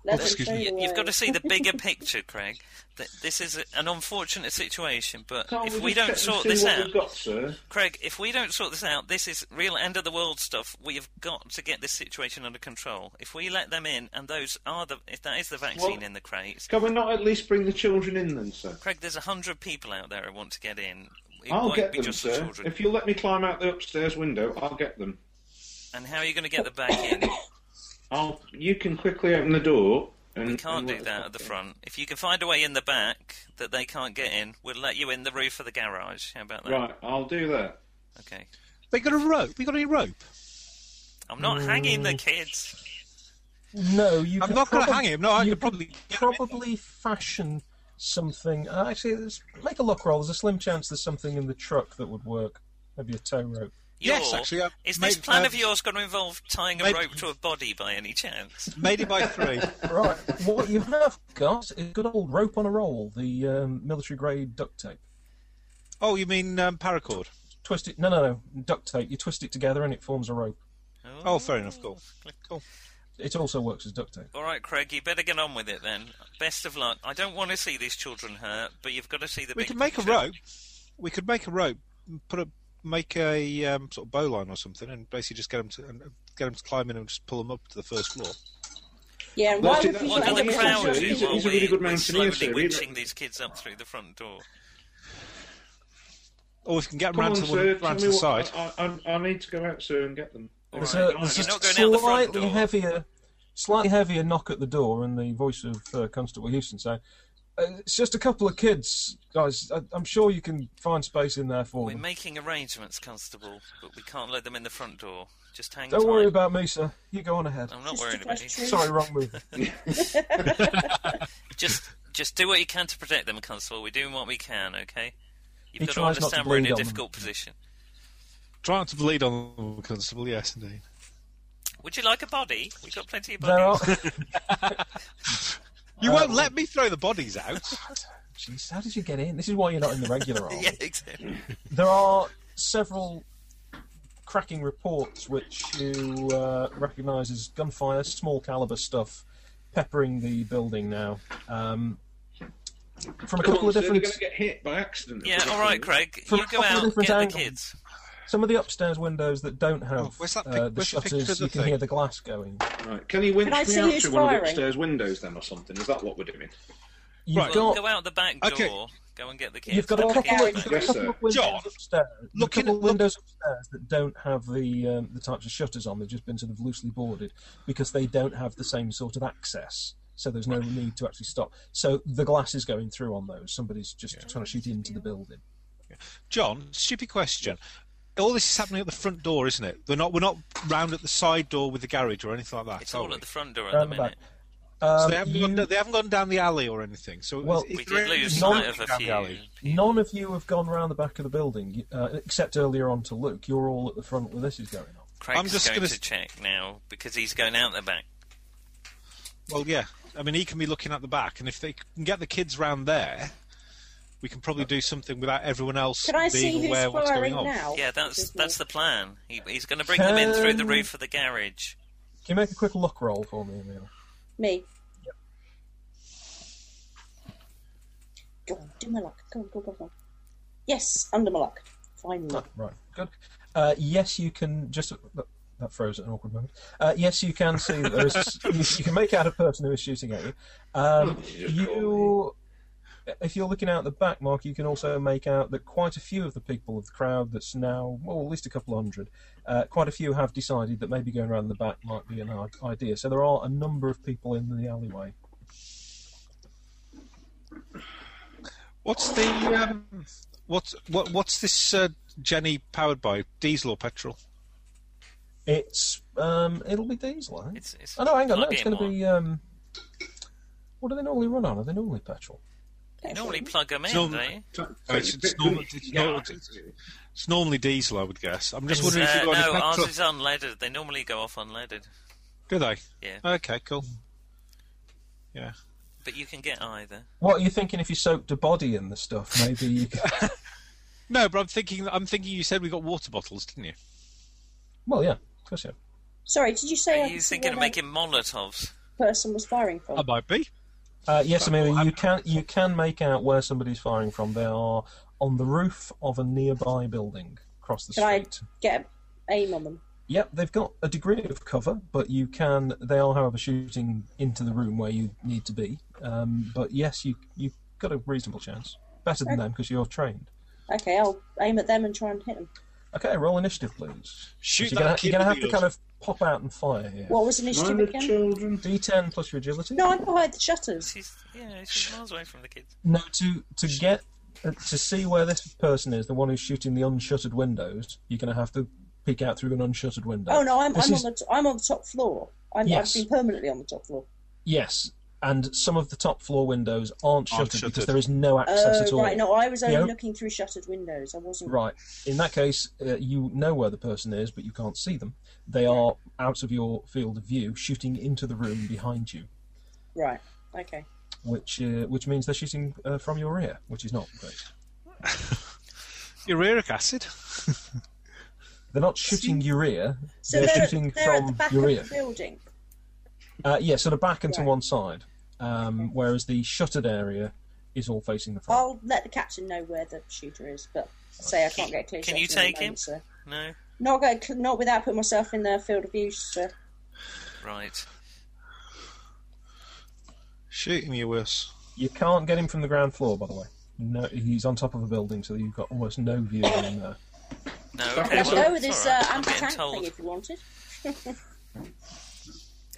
E: Let
D: Excuse
E: them
D: me.
E: stay
B: You, have got to
E: away.
B: see the bigger picture, Craig. Th- This is a- an unfortunate situation, but
F: Can't
B: if we,
F: just
B: don't
F: check and
B: sort
F: see
B: this
F: what
B: out,
F: we've got, sir.
B: Craig, if we don't sort this out, this is real end of the world stuff. We have got to get this situation under control. If we let them in, and those are the if that is the vaccine
F: Well-
B: in the crates,
F: Can we not at least bring the children in then, sir?
B: Craig, there's a hundred people out there who want to get in. It
F: I'll
B: won't
F: get
B: be
F: them,
B: just the
F: sir.
B: children.
F: If you'll let me climb out the upstairs window, I'll get them.
B: And how are you going to get them back in?
F: I'll. You can quickly open the door. And,
B: We can't
F: and
B: do
F: let
B: that
F: us
B: at the
F: in.
B: front. If you can find a way in the back that they can't get in, we'll let you in the roof of the garage. How about that?
F: Right, I'll do that.
B: Okay.
D: They got a rope. We got any rope?
B: I'm not hanging the kids.
C: No, you.
D: I'm
C: could
D: not going to
C: probab-
D: hang him. No, I
C: you
D: could probably.
C: probably fashion something. uh, Actually, there's, make a lock roll. There's a slim chance there's something in the truck that would work. Maybe a tow rope.
D: Yes,
B: You're-
D: actually, I've
B: Is this
D: made-
B: plan of
D: I've-
B: yours going to involve tying a
D: Maybe-
B: rope to a body by any chance?
D: Made it by three.
C: Right. what you have got is good old rope on a roll, the um, military grade duct tape.
D: Oh, you mean um, paracord?
C: Twist it. No, no, no. Duct tape. You twist it together and it forms a rope.
D: Oh, fair enough. Cool. Cool.
C: It also works as duct tape.
B: All right, Craig, you better get on with it then. Best of luck. I don't want to see these children hurt, but you've got to see the
D: We
B: big
D: could make a
B: picture.
D: rope. We could make a rope. and Put a make a um, sort of bowline or something, and basically just get them to and uh, get 'em to climb in and just pull them up to the first floor.
E: Yeah, and
F: Well,
E: why
F: see,
E: would
F: that's
E: people
B: What
F: He's
B: do
F: a-
B: the
F: he's a-
B: crowd do
F: he's a-
B: while
F: he's a really
B: we-
F: good
B: we're
F: mountaineer,
B: slowly
F: sir. He-
B: winching these kids up through the front door?
D: Or if we can get them
F: Come
D: round to
F: on,
D: the,
F: sir.
D: one,
F: tell
D: round
F: me
D: to the
F: what-
D: side.
F: I, I, I need to go out, sir, and get them.
B: All
C: There's
B: right,
C: a
B: all right.
C: just
B: You're not going out the front
C: slightly
B: door.
C: heavier, slightly heavier knock at the door, and the voice of uh, Constable Houston saying, uh, "It's just a couple of kids, guys. I, I'm sure you can find space in there for
B: We're
C: them.
B: making arrangements, Constable, but we can't let them in the front door. Just hang
C: Don't
B: tight.
C: worry about me, sir. You go on ahead.
B: I'm not
E: Just
B: worrying
E: a
B: about you.
E: question.
C: Sorry, wrong move.
B: Just, just do what you can to protect them, Constable. We're doing what we can, okay? You've
C: He
B: got to
C: tries not to
B: understand we're in
C: bleed
B: a
C: on them.
B: difficult position.
D: Try not to bleed on them, constable. Yes, indeed.
B: Would you like a body? We've got plenty of
C: There are.
B: bodies.
F: Uh,
D: You won't let me throw the bodies out.
C: Jeez, how did you get in? This is why you're not in the regular army.
B: yeah, exactly.
C: There are several cracking reports which you uh, recognise as gunfire, small caliber stuff, peppering the building now. Um, from a
F: Come
C: couple
F: on,
C: of
F: sir,
C: different,
F: They're going to get hit by accident.
B: Yeah, all right, Craig.
C: From
B: You
C: a
B: go
C: couple of
B: out,
C: different
B: get the
C: angles.
B: kids.
C: some of the upstairs windows that don't have
D: Oh, where's that pic-
C: uh, the
D: where's the picture of
C: shutters,
D: the
C: you can
D: thing?
C: hear the glass going.
F: Right. Can he winch
E: Can I
F: me
E: see
F: out
E: who's
F: through one of the
E: firing?
F: upstairs windows then, or something? Is that what we're doing?
C: You've
D: Right.
B: Well,
C: got,
B: go out the back door.
D: Okay.
B: Go and get the kids.
C: you've got a
B: Get the
C: couple, of,
B: kids
C: you've
B: back.
C: got a
F: Yes,
C: couple
F: sir.
C: of windows
D: John,
C: upstairs, a
D: looking
C: couple
D: at-
C: of windows upstairs that don't have the um, the types of shutters on. They've just been sort of loosely boarded because they don't have the same sort of access. So there's no need to actually stop. So the glass is going through on those. Somebody's just trying to shoot into the building.
D: John, stupid question. All this is happening at the front door, isn't it? We're not we're not round at the side door with the garage or anything like that.
B: It's
D: are
B: all
D: we?
B: at the front door at
C: Round
B: the
C: the
B: minute.
C: back. Um,
D: So they haven't,
C: you-
D: gone, they haven't gone down the alley or anything. So
C: Well,
D: is
B: We
D: there
B: did lose
D: anything
B: sight of a
D: down the
B: few.
D: alley?
C: none of you have gone round the back of the building uh, except earlier on to Luke. You're all at the front where this is going on.
B: Craig's
D: I'm just
B: going
D: gonna
B: to
D: s-
B: check now because he's going out the back.
D: Well, yeah. I mean, he can be looking at the back, and if they can get the kids round there, we can probably do something without everyone else
E: Can I
D: being
E: see who's
D: aware what's going
E: firing
D: on.
E: now?
B: Yeah, that's
E: Excuse me.
B: that's the plan. He, he's going to bring them in through the
C: Can-
B: roof of the garage.
C: Can you make a quick lock roll for me, Emil?
E: me. Go on, do my luck. Go on, go on, go on. Yes, under my luck. Finally.
C: Right, good. Uh, yes, you can just. That, that froze at an awkward moment. Uh, yes, you can see that there is. you, you can make out a person who is shooting at you. Um, you, if you're looking out the back, Mark, you can also make out that quite a few of the people of the crowd that's now, well, at least a couple of hundred, uh, quite a few have decided that maybe going around the back might be an i- idea. So there are a number of people in the alleyway.
D: What's the um, what's what what's this uh, Jenny powered by? Diesel or petrol?
C: It's um, it'll be diesel. I think.
B: It's, it's
C: Oh no, hang on, no,
B: plug
C: it's
B: in
C: going to
B: one.
C: be um, What do they normally run on? Are they normally petrol?
B: You normally plug them in,
D: It's norm-
B: do you?
D: Oh, it's, it's, normal, it's, normal, it's normally diesel, I would guess. I'm just
B: It's,
D: wondering
B: uh,
D: if you've got
B: no,
D: any
B: ours
D: petrol.
B: is unleaded. They normally go off unleaded.
D: Do they?
B: Yeah,
D: Okay, cool. Yeah.
B: but you can get either.
C: What are you thinking if you soaked a body in the stuff? Maybe you could...
D: No, but I'm thinking. I'm thinking. You said we got water bottles, didn't you?
C: Well, yeah, of course, yeah.
E: Sorry, did you say
B: Are
E: I
B: you
E: could see
B: thinking of
E: where that
B: making Molotovs?
E: person was firing from?
D: I might be.
C: Uh, yes, Amelia, you can you can make out where somebody's firing from. They are on the roof of a nearby building across the
E: Can I-
C: street.
E: Get aim on them.
C: Yep, they've got a degree of cover, but you can. They are, however, shooting into the room where you need to be. Um, but yes, you you've got a reasonable chance. Better than them because you're trained.
E: Okay, I'll aim at them and try and hit them.
C: Okay, roll initiative, please.
D: Shoot
C: you're gonna,
D: that
C: you're
D: kid
C: gonna
D: with
C: have to
D: the
C: kind of pop out and fire here.
E: What was the initiative
F: Mind the
E: again?
F: children.
C: D10 plus your agility.
E: No, I'm behind the shutters.
B: She's yeah, she's miles away from the kids.
C: No, to to get uh, to see where this person is, the one who's shooting the unshuttered windows, you're going to have to peek out through an unshuttered window.
E: Oh no, I'm,
C: This
E: I'm
C: is-
E: on the t- I'm on the top floor. I'm,
C: Yes.
E: I've been permanently on the top floor.
C: Yes, and some of the top floor windows aren't shuttered,
D: Aren't
C: because
D: shuttered.
C: there is no access
E: Oh
C: at all.
E: right, no, I was only
C: Yeah.
E: looking through shuttered windows. I wasn't.
C: Right. In that case, uh, you know where the person is, but you can't see them. They are out of your field of view, shooting into the room behind you,
E: Right. Okay.
C: which uh, which means they're shooting uh, from your rear, which is not great.
D: Uric acid.
C: They're not shooting your ear;
E: So
C: they're,
E: they're, at-
C: shooting
E: they're at the
C: from
E: back
C: your
E: of
C: ear.
E: the building.
C: Uh, yeah, sort of back and to
E: Right.
C: one side, um, whereas the shuttered area is all facing the front.
E: I'll let the captain know where the shooter is, but say I can't get a clear.
B: Can
E: shot
B: you
E: at the
B: take
E: moment,
B: him?
E: sir.
B: No,
E: Not go, not without putting myself in their field of view, sir.
B: right.
D: Shooting you worse.
C: You can't get him from the ground floor, by the way. No, he's on top of a building, so you've got almost no view of him there.
B: No, okay,
E: I could
B: well,
E: go with
B: it's
E: this
B: all
E: uh,
B: right. I'm getting
E: anti-tank
B: told.
E: thing if you wanted.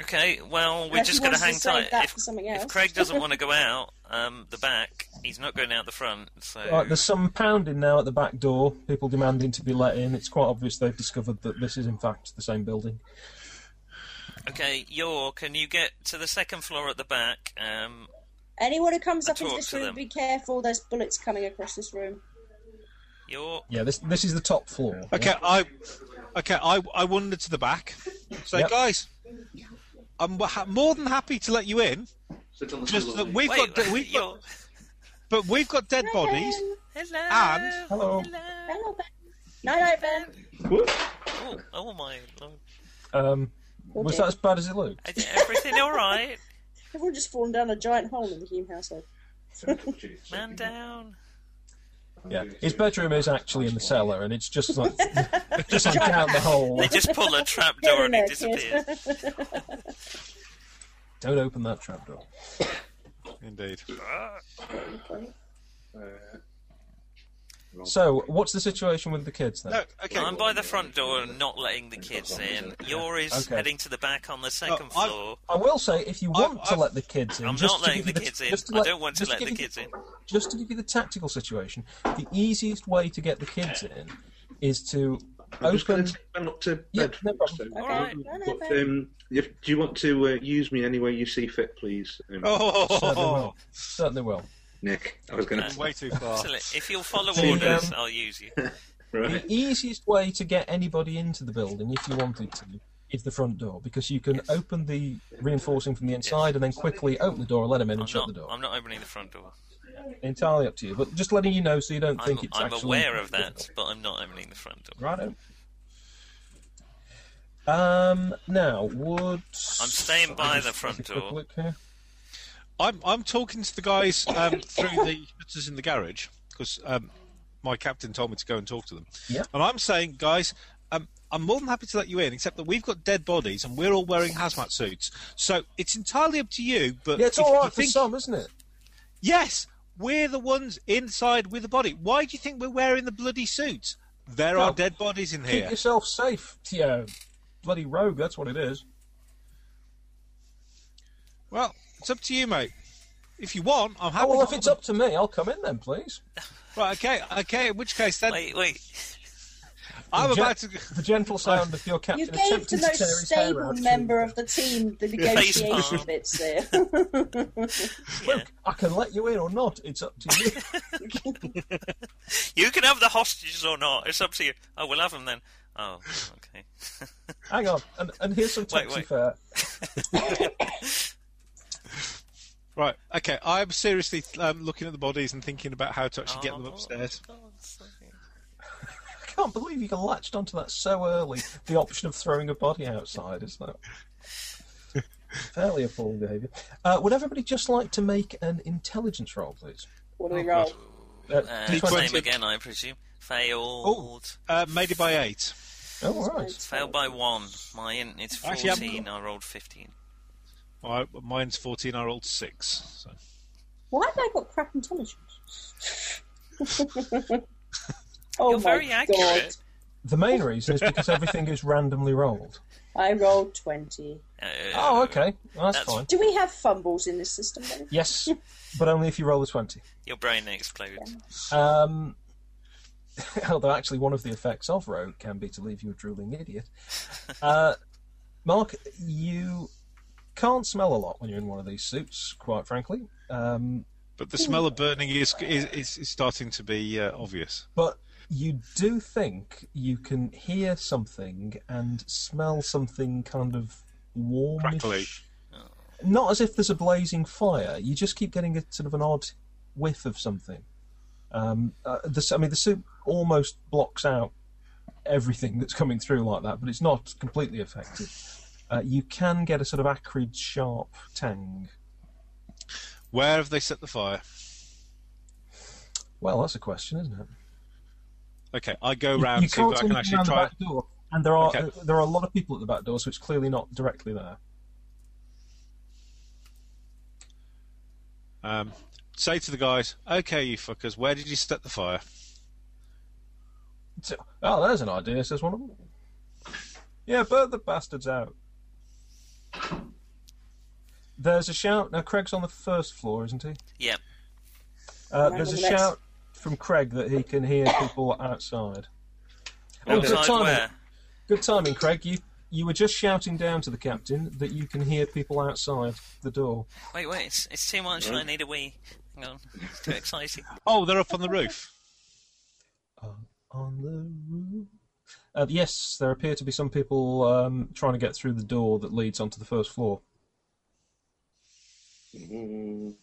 B: Okay, well, we're
E: Unless
B: just
E: you
B: going to
E: wanted
B: hang
E: to save
B: tight.
E: that
B: If,
E: for something
B: if
E: else.
B: Craig doesn't want to go out um, the back, he's not going out the front. So
C: Right, there's some pounding now at the back door, people demanding to be let in. It's quite obvious they've discovered that this is, in fact, the same building.
B: okay, Yor, can you get to the second floor at the back? Um,
E: Anyone who comes
B: I
E: up into
B: talk
E: this
B: to
E: room,
B: them.
E: be careful. There's bullets coming across this room.
B: Yor,
C: Yeah, this this is the top floor.
D: Okay, I. Okay, I. I wandered to the back. Say,
C: Yep.
D: guys, I'm ha- more than happy to let you in.
F: Sit on the
D: Just
F: floor,
D: that
F: mate.
D: we've
B: wait,
D: got we've
B: Yor,
D: got, but we've got dead bodies.
B: hello,
D: And-
C: Hello.
B: hello.
E: Hello, Ben. No, no, Ben.
B: Oh, oh my lord,
C: Um, was that as bad as it looked?
B: is everything all right?
E: Everyone just fallen down a giant hole in the Hume household.
B: Man down.
C: Yeah, his bedroom is actually in the cellar, and it's just like just like down the hole.
B: They just pull a trap
E: Get
B: door
E: in
B: and it
E: there,
B: disappears.
E: kid.
C: Don't open that trapdoor.
D: Indeed.
C: So, what's the situation with the kids then?
D: No, Oh, okay.
B: I'm by the front door and not letting the kids in. Yor is
C: Okay. Uh,
B: heading to the back on the second
D: Oh, I've-
B: floor.
C: I will say, if you want
D: I-
C: to
D: I-
C: let the kids in,
B: I'm
C: just
B: not
C: to
B: letting
C: give you
B: the kids in.
C: just to
B: I don't want to
C: just
B: let the
C: give you-
B: kids in.
C: Just to give you the tactical situation, the easiest way to get the kids in is to
F: I'm just going
C: open.
F: to take Ben up to
C: Yeah,
F: bed.
C: no problem.
F: So-
E: Okay.
B: Alright.
E: No, no,
F: But,
E: Ben.
F: um, if, do you want to uh, use me any way you see fit, please? Um,
C: Certainly
D: Oh,
C: will. Certainly will.
F: Nick, I was going
B: Uh,
F: to.
D: way too far.
B: Excellent. If you'll follow
C: See,
B: orders,
C: um,
B: I'll use you.
F: Right.
C: The easiest way to get anybody into the building, if you wanted to, is the front door because you can open the reinforcing from the inside and then quickly open the door, let them in, and
B: I'm
C: shut
B: not,
C: the door.
B: I'm not opening the front door.
C: Entirely up to you, but just letting you know so you don't
B: I'm,
C: think it's
B: I'm
C: actually.
B: aware of that, but I'm not opening the front door.
C: Righto. Um, now, would. I'm
B: staying by the front door.
C: Look here.
D: I'm I'm talking to the guys um, through the shutters in the garage because um, my captain told me to go and talk to them.
C: Yeah.
D: And I'm saying, guys, um, I'm more than happy to let you in, except that we've got dead bodies and we're all wearing hazmat suits, so it's entirely up to you. But
C: Yeah, it's
D: if
C: all
D: you
C: right for
D: think-
C: some, isn't it?
D: Yes, we're the ones inside with the body. Why do you think we're wearing the bloody suits? There
C: No.
D: are dead bodies in
C: Keep
D: here.
C: yourself safe, Tio. Bloody rogue, that's what it is.
D: Well, it's up to you, mate. If you want, I'm happy.
C: Oh, well,
D: to
C: if it's up to me, I'll come in then, please.
D: Right, okay, okay. In which case, then
B: Wait, wait.
D: I'm
C: The gen-
D: about to.
C: The gentle sound of your
E: You
C: captain
E: gave to
C: attempting
E: no
C: to tear his hair
E: stable
C: out.
E: member of the team the
B: Face
E: negotiation
B: palm.
E: bits there.
B: Yeah.
C: I can let you in or not. It's up to you.
B: You can have the hostages or not. It's up to you. Oh, we'll have them then. Oh, okay.
C: Hang on, and, and here's some
B: Wait,
C: taxi
B: wait.
C: fare.
D: Right. Okay. I'm seriously um, looking at the bodies and thinking about how to actually get them
B: Oh,
D: upstairs.
B: God's sake.
C: I can't believe you latched onto that so early. The option of throwing a body outside is that fairly appalling behaviour. Uh, would everybody just like to make an intelligence roll, please?
E: what
B: Oh,
E: do we roll?
C: Uh,
B: Uh,
D: T20.
B: same again, I presume. Failed.
D: Oh. Uh, made it by eight.
C: oh, all right.
B: Failed by one. My int is
D: Actually, I'm-
B: 14. I rolled 15.
D: My, mine's fourteen. I rolled six. So.
E: Why have I got crap intelligence? oh
B: You're
E: my
B: very
E: god!
B: accurate.
C: The main reason is because everything is randomly rolled.
E: I rolled twenty.
B: Uh,
C: Oh, okay. Well, that's,
B: That's-
C: fine.
E: Do we have fumbles in this system? Then?
C: Yes, but only if you roll a 20.
B: Your brain explodes.
C: Um, although, actually, one of the effects of rogue can be to leave you a drooling idiot. Uh, Mark, you can't smell a lot when you're in one of these suits, quite frankly. Um,
D: But the smell of burning is is, is, is starting to be uh, obvious.
C: but you do think you can hear something and smell something kind of
D: Crackly.
C: warmish. Not as if there's a blazing fire. You just keep getting a sort of an odd whiff of something. Um, uh, the, I mean, the suit almost blocks out everything that's coming through like that, but it's not completely affected. Uh, you can get a sort of acrid, sharp tang.
D: Where have they set the fire?
C: Well, that's a question, isn't it?
D: Okay, I go
C: You-
D: round
C: you
D: see if
C: can't
D: I
C: see
D: can
C: anything
D: actually
C: around
D: try.
C: the back door, and there are
D: Okay.
C: uh, there are a lot of people at the back door, so it's clearly not directly there.
D: Um, say to the guys, "Okay, you fuckers, where did you set the fire?"
C: So, oh, there's an idea, says one of them. Yeah, burn the bastards out. There's a shout. Now, Craig's on the first floor, isn't he?
B: Yep.
C: Uh,
E: Right,
C: there's a
E: on the next.
C: shout from Craig that he can hear people outside. Oh, good
B: Outside
C: timing.
B: where?
C: Good timing, Craig. You you were just shouting down to the captain that you can hear people outside the door.
B: Wait, wait. It's, it's too much. I need a wee. Hang on. It's too exciting.
D: Oh, they're up on the roof.
C: On the roof. Uh, yes, there appear to be some people um, trying to get through the door that leads onto the first floor.
F: Mm.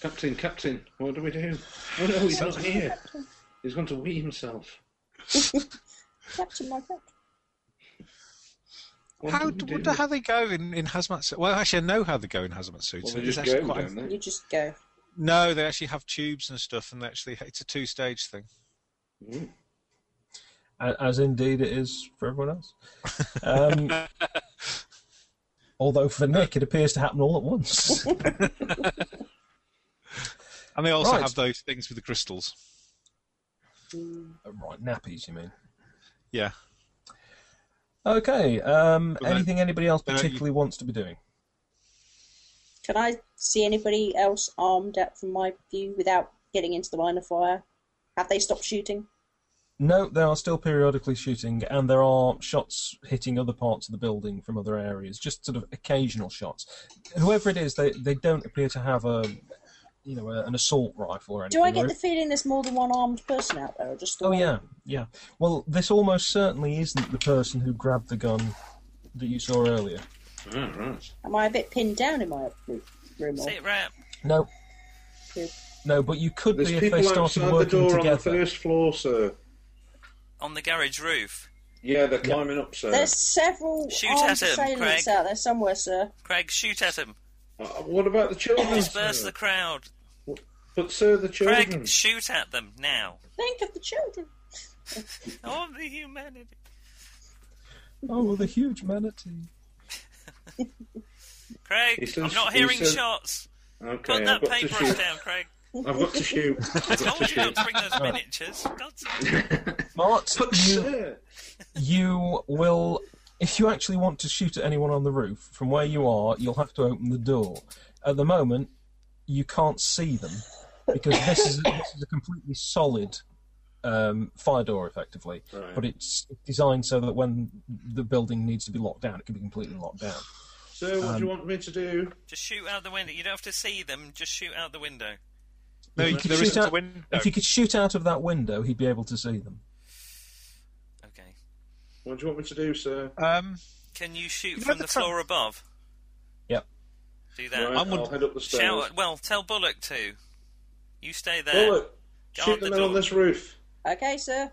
F: Captain, Captain, what do we do? Oh no, he's not here. He's gone to wee himself.
E: Captain, my captain.
F: What
D: How
F: do
D: do,
F: we
D: wonder
F: do?
D: how they go in, in hazmat suits? Well, actually, I know how they go in hazmat suits.
F: Well, they
D: It's
F: just
D: actually
F: go
D: quite-
F: down there.
E: You just go.
D: No, they actually have tubes and stuff, and they actually it's a two-stage thing.
F: Mm.
C: A- as indeed it is for everyone else. Um, although for Nick, it appears to happen all at once.
D: And they also
C: Right.
D: have those things with the crystals.
C: right, nappies, you mean?
D: Yeah.
C: Okay. Um,
D: But then-
C: anything anybody else
D: then you-
C: particularly wants to be doing?
E: Can I see anybody else armed out from my view without getting into the line of fire? Have they stopped shooting?
C: No, they are still periodically shooting, and there are shots hitting other parts of the building from other areas. Just sort of occasional shots. Whoever it is, they they don't appear to have a, you know, a, an assault rifle or anything.
E: Do I get
C: or-
E: the feeling there's more than one armed person out there, or just the
C: Oh
E: one?
C: yeah, yeah. Well, this almost certainly isn't the person who grabbed the gun that you saw earlier.
F: Ah, right.
E: Am I a bit pinned down in my ro- room? Or...
B: Sit rep.
C: No.
E: Yep.
C: No, but you could
F: There's
C: be if they
F: people
C: started
F: outside the
C: working
F: door on the
C: together.
F: first floor, sir.
B: On the garage roof.
F: Yeah, they're climbing up, sir.
E: There's several
B: Shoot
E: armed
B: at 'em,
E: assailants
B: Craig.
E: out there somewhere, sir.
B: Craig, shoot at him.
F: Uh, what about the children?
B: Disperse
F: sir?
B: the crowd.
F: But sir, the children.
B: Craig, shoot at them now.
E: Think of the children.
B: Oh, the humanity.
C: Oh, the huge manatee.
B: Craig,
F: He
B: I'm
F: says-
B: not
F: he
B: hearing
F: says-
B: shots.
F: Okay,
B: Put
F: I've
B: that
F: got to
B: paintbrush
F: shoot.
B: down, Craig.
F: I've got to shoot. I've got to
B: Told you not
F: shoot.
B: to bring those miniatures. God's sake.
C: Mart,
F: But
C: you,
F: sir,
C: you will. If you actually want to shoot at anyone on the roof from where you are, you'll have to open the door. At the moment, you can't see them because this is this is a completely solid um, fire door effectively,
F: Right.
C: but it's designed so that when the building needs to be locked down, it can be completely locked down.
F: So, what do
C: Um,
F: you want me to do?
B: Just shoot out the window. You don't have to see them. Just shoot out the window.
D: No,
C: If you
D: you-
C: could
D: there
C: shoot
D: isn't
C: out-
D: a window.
C: If he could shoot out of that window, he'd be able to see them.
B: Okay.
F: What do you want me to do, sir?
D: Um,
B: Can you shoot
D: You know
B: from
D: the
B: the,
D: pro-
B: floor above?
C: Yep.
B: Do that.
F: right,
D: I'm
F: I'll
D: wonder-
F: head up the stairs.
B: Shout. Well, tell Bullock to. You stay there.
F: Bullet,
B: Guard
F: shoot
B: the
F: the men on
B: door.
F: this roof.
E: Okay, sir.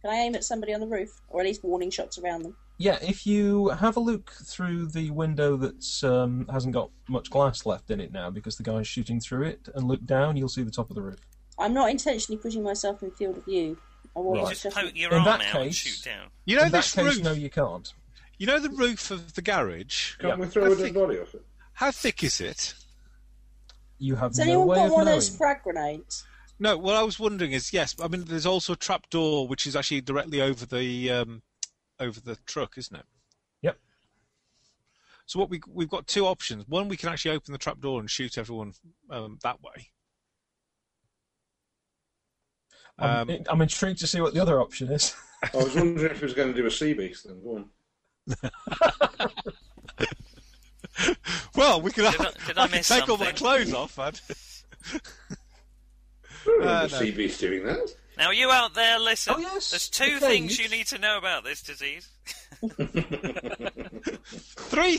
E: Can I aim at somebody on the roof, or at least warning shots around them?
C: Yeah, if you have a look through the window that's um, hasn't got much glass left in it now because the guy's shooting through it, and look down, you'll see the top of the roof.
E: I'm not intentionally putting myself in field of view. I want
C: Right.
E: to
B: Just
E: just.
B: poke your
C: In
B: arm out
C: that
B: and
C: case-
B: shoot down.
D: you know
C: in that
D: this
C: case,
D: roof.
C: no, you can't.
D: You know the roof of the garage.
F: Can
C: Yeah.
F: we throw
D: I
F: a dead
D: think-
F: body off it?
D: How thick is it?
C: You have
E: Has
C: no
E: anyone
C: way
E: got
C: of
E: one of
C: knowing.
E: those frag grenades?
D: No, what I was wondering is yes. I mean, there's also a trap door which is actually directly over the um, over the truck, isn't it?
C: Yep.
D: So what we we've got two options. One, we can actually open the trap door and shoot everyone um, that way.
C: I'm,
D: Um,
C: I'm intrigued to see what the other option is.
F: I was wondering if he was going to do a sea beast then. Go on.
D: well, we can.
B: Did I- did I
D: can
B: miss
D: take all my
B: something?
D: clothes off, man.
F: Uh,
D: no.
F: sea beast doing that.
B: Now, you out there, listen.
C: Oh, yes,
B: There's two
C: okay.
B: things you need to know about this disease.
D: Three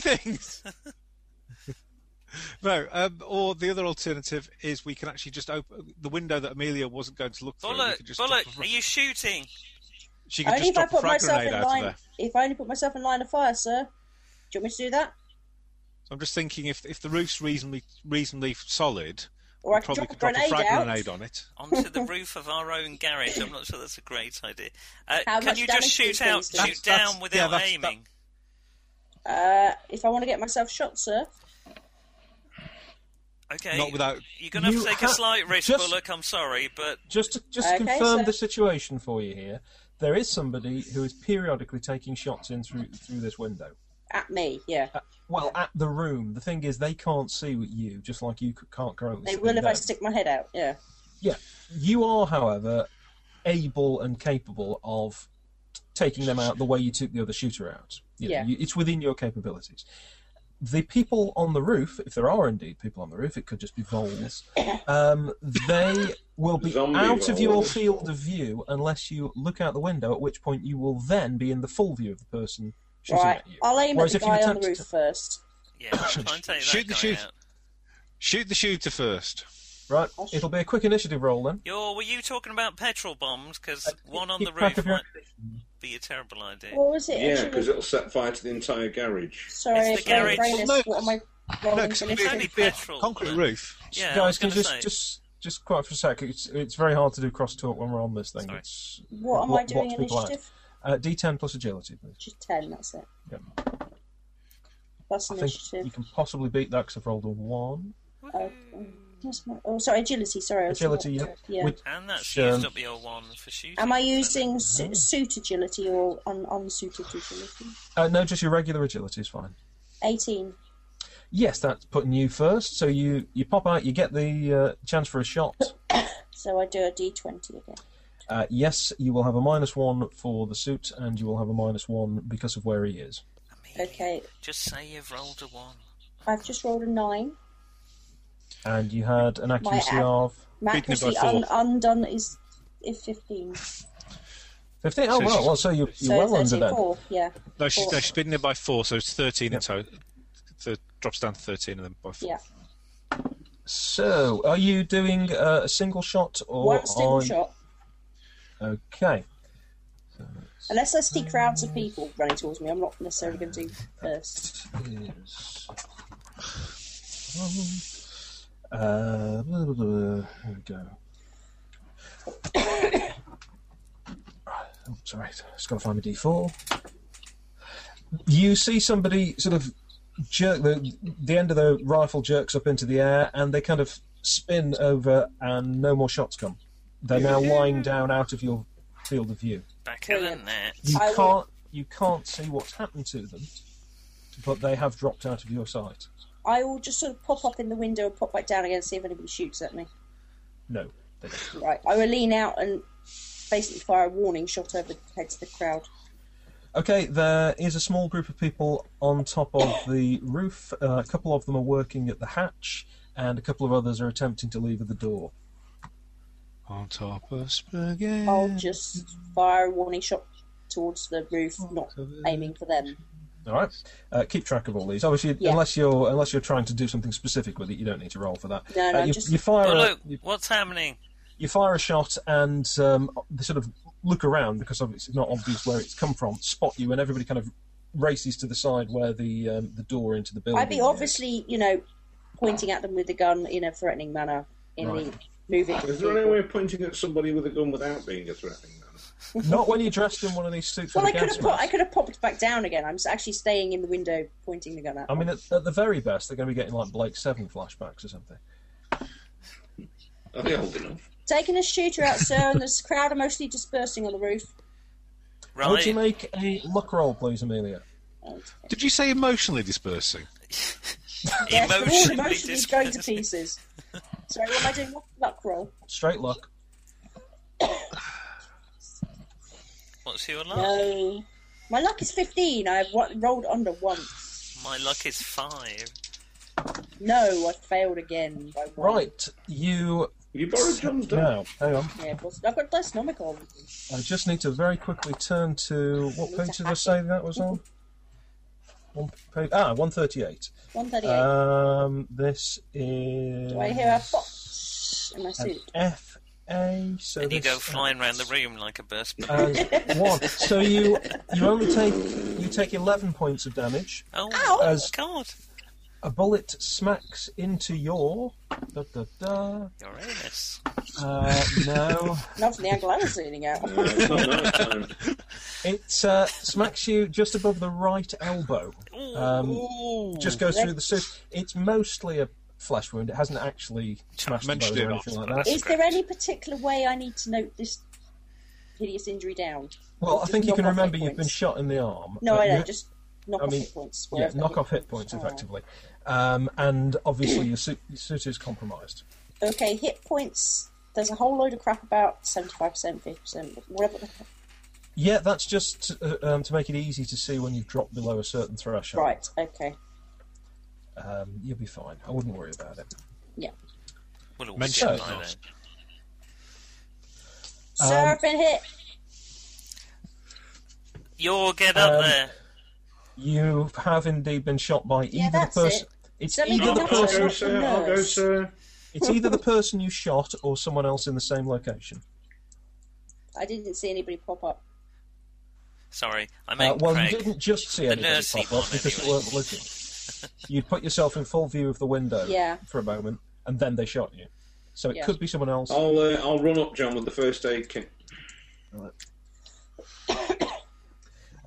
D: things. no, um, or the other alternative is we can actually just open the window that Amelia wasn't going to look through. we
B: Bullock,
D: could just drop
B: Bullock,
D: a-
B: are you shooting?
D: She could just
E: Only if I
D: drop a
E: put
D: frag
E: myself
D: grenade
E: in
D: out of
E: line.
D: there.
E: If I only put myself in line of fire, sir. Do you want me to do that,
D: So I'm just thinking if if the roof's reasonably reasonably solid,
E: or I
D: we
E: can
D: probably
E: drop a
D: could drop a
E: grenade
D: frag
E: out?
D: grenade on it.
B: Onto the roof of our own garage. I'm not sure that's a great idea. Uh,
E: How
B: can
E: much
B: you
E: damage
B: just
E: do
B: shoot
E: these
B: out,
E: things do?
B: shoot
D: That's- that's-
B: down
D: yeah,
B: without
D: that's-
B: aiming?
E: Uh, if I want to get myself shot, sir.
B: Okay.
D: Not without-
B: You're going to have
C: You
B: to take a
C: ha-
B: slight risk,
C: just-
B: Bullock. I'm sorry, but
C: Just to just
E: Okay,
C: confirm
E: sir.
C: the situation for you here, there is somebody who is periodically taking shots in through through this window.
E: At me, yeah.
C: Well, at the room. The thing is, they can't see you, just like you c- can't currently
E: They
C: see
E: will if I
C: them.
E: stick my head out, yeah.
C: Yeah, you are, however, able and capable of taking them out the way you took the other shooter out. You know,
E: Yeah.
C: you- it's within your capabilities. The people on the roof, if there are indeed people on the roof, it could just be voles. um, they will be
F: Zombie
C: out of your
F: voles.
C: field of view unless you look out the window. At which point, you will then be in the full view of the person shooting
E: Right,
C: at you.
E: I'll aim
C: Whereas
E: at
C: if
E: the
C: you
E: guy on
C: attempt
E: the roof
C: to-
E: first.
B: yeah, try and take that
D: Shoot the
B: guy
D: shoot.
B: out.
D: Shoot the shooter first.
C: Right, it'll be a quick initiative roll then.
B: Yo, were you talking about petrol bombs? Because one on
C: Keep
B: the
C: track
B: roof
C: of your-
B: might be a terrible idea.
E: What was it?
F: Yeah,
E: actually?
F: because it'll set fire to the entire garage.
E: Sorry,
B: It's the garage.
E: sorry, brainless.
D: Well, no,
E: What am I
D: No,
E: rolling
D: because
E: for
D: it'd
E: this
D: be,
B: Only
E: thing?
D: it'd be a
B: petrol,
D: concrete
B: but-
D: roof.
B: Yeah, I was
C: guys, can
B: going
C: you
B: to
C: just
B: say.
C: just just quiet for a sec. It's it's very hard to do crosstalk when we're on this thing.
B: Sorry.
C: It's
E: What am I
C: what-
E: doing?
C: what people add.
E: Initiative?
C: Uh, D10 plus agility, please.
E: Just 10, that's it.
C: Yep.
E: That's
C: I think you
E: initiative.
C: can possibly beat that because I've rolled a one.
E: Okay. That's my- Oh, sorry, agility, sorry. I was-
C: Agility, yeah.
E: yeah.
C: Which-
B: And that's
C: Sure.
D: um,
B: used up your one for shooting.
E: Am I using su- suit agility or un- unsuited agility?
C: uh, no, just your regular agility is fine.
E: 18.
C: Yes, that's putting you first. So you you pop out, you get the uh, chance for a shot.
E: So I do a d20 again.
C: Uh, yes, you will have a minus one for the suit, and you will have a minus one because of where he is.
B: Amelia,
E: Okay,
B: Just say you've rolled a one.
E: I've just rolled a 9.
C: And you had an accuracy
E: ad-
C: of
E: Matt,
D: Beaten it by
E: actually, un-
D: four.
E: undone is is 15.
C: 15. Oh,
D: So
C: well,
D: she's-
C: well, so you're, you're
E: so
C: well under
E: 34,
C: that.
E: yeah.
D: No, she's,
E: Four.
D: no, she's been in by four, so it's thirteen in total. So it drops down to thirteen and then by four.
E: Yeah.
C: So, are you doing uh, a single shot or
E: One single
C: are-
E: shot.
C: Okay.
E: Unless I see crowds of people running towards me, I'm not necessarily going to do first.
C: is. Um, uh, blah, blah, blah. Here we go. oh, sorry, just got to find my D4. You see somebody sort of jerk the the end of the rifle jerks up into the air, and they kind of spin over, and no more shots come. They're now lying down out of your field of view.
B: Back in the
E: Brilliant.
B: net.
C: You
E: I will-
C: can't you can't see what's happened to them, but they have dropped out of your sight.
E: I will just sort of pop up in the window and pop back down again and see if anybody shoots at me.
C: No. they don't.
E: Right. I will lean out and basically fire a warning shot over the heads of the crowd.
C: Okay, there is a small group of people on top of the roof. Uh, a couple of them are working at the hatch, and a couple of others are attempting to lever the door.
D: On top of spaghetti.
E: I'll
F: Mm.
E: just fire a warning shot towards the roof,
F: Oh,
E: not aiming for them.
C: All right, uh, keep track of all these. Obviously,
E: Yeah.
C: unless you're unless you're trying to do something specific with it, you don't need to roll for that.
E: No, no,
C: Uh, you,
E: just-
C: you fire.
B: Oh,
C: a-
B: look,
C: you,
B: what's happening?
C: you fire a shot, and um, they sort of look around because obviously it's not obvious where it's come from. Spot you, and everybody kind of races to the side where the um, the door into the building.
E: I'd be
C: is.
E: obviously, you know, pointing at them with the gun in a threatening manner. In the moving.
F: Is there any way of pointing at somebody with a gun without being a threatening man?
C: not when you're dressed in one of these suits.
E: Well, I
C: with a
E: could
C: gas
E: have put, I
C: mask.
E: could have popped back down again. I'm s- actually staying in the window, pointing the gun at.
F: Um,
C: I mean, at, at the very best, they're going to be getting like Blake Seven flashbacks or something.
F: Are they old enough?
E: Taking a shooter out, sir, and this crowd are mostly dispersing on the roof.
C: Would you
B: Right?
C: make a luck roll, please, Amelia?
E: And,
D: Did you say emotionally dispersing?
E: yes, they're all
B: Emotionally
E: emotionally going to
B: distressed.
E: pieces. Sorry, what am I doing? Luck roll.
C: Straight luck.
B: What's your luck?
E: No. My luck is 15. I've wa- rolled under once.
B: My luck is five.
E: No, I failed again by one.
C: Right, you
F: You borrowed John's gun.
C: now. Hang on.
E: Yeah, but I've got less nomic on.
C: I just need to very quickly turn to what page did I say that was on? One page. Ah, one thirty-eight.
E: 138.
C: Um, this is.
E: Do I hear a fox in my
C: an
E: suit?
C: F A. So
B: And you
C: this-
B: go flying round the room like a burst
C: Uh,
B: balloon.
C: as one. So you you only take you take eleven points of damage.
B: Oh,
E: Ow!
C: As-
B: God.
C: A bullet smacks into your. Da, da, da.
B: Your anus.
C: Uh, no,
E: Not from the angle I was leaning out.
F: No, it's not night time.
C: it uh, smacks you just above the right elbow. Um,
B: Ooh.
C: just goes through the suit. It's mostly a flesh wound. It hasn't actually smashed the
D: Mentioned
C: bone or
D: it
C: anything
D: after that.
C: like that.
E: Is there any particular way I need to note this hideous injury down?
C: Well, I
E: Just
C: think you
E: knock
C: can
E: off hit
C: remember you've been
E: points.
C: shot in the arm.
E: No,
C: but
E: I
C: you-
E: don't. Just knock
C: I
E: off
C: mean,
E: hit points.
C: yeah,
E: wherever
C: knock
E: they
C: off hit points
E: Oh.
C: effectively, um, and obviously your suit, your suit is compromised.
E: Okay, hit points. There's a whole load of crap about 75%, 50%, whatever.
C: Yeah, that's just uh, um, to make it easy to see when you've dropped below a certain threshold.
E: Right, okay.
C: Um, you'll be fine. I wouldn't worry about it.
B: Well, it was
D: Mention
B: by
D: it
B: then.
D: last.
E: Sir,
C: Um,
E: I've been hit.
B: Your get up
C: Um,
B: there.
C: You have indeed been shot by
E: Yeah,
C: either
E: that's
C: the person.
E: it.
C: It's
E: Somebody
C: either
E: can
C: the
E: knock
F: I'll
E: us
C: person.
F: go,
E: off.
F: sir. I'll go, sir.
C: It's either the person you shot or someone else in the same location.
E: I didn't see anybody pop up.
B: Sorry, I
C: Uh,
B: meant
C: well,
B: Craig.
C: you didn't just see anybody
B: nurse
C: pop
B: people,
C: up because you
B: anyway.
C: weren't looking. You put yourself in full view of the window
E: Yeah.
C: for a moment, and then they shot you. So it
E: Yeah.
C: could be someone else.
F: I'll uh, I'll run up John with the first aid kit.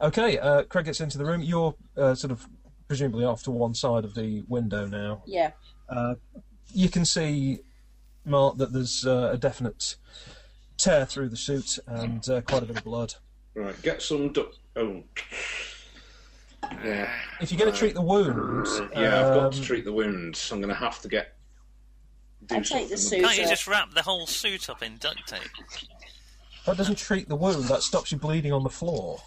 C: Okay, uh, Craig gets into the room. You're uh, sort of presumably off to one side of the window now.
E: Yeah.
C: You can see, Mark, that there's uh, a definite tear through the suit and uh, quite a bit of blood.
F: Right, get some duct. Oh, yeah,
C: If you're going to treat the wound,
F: yeah. I've got to
C: um,
F: treat the wounds. I'm going to have to get. do
E: I'll take the
F: something.
E: suit.
B: Can't you
E: sir.
B: just wrap the whole suit up in duct tape?
C: that doesn't treat the wound. That stops you bleeding on the floor.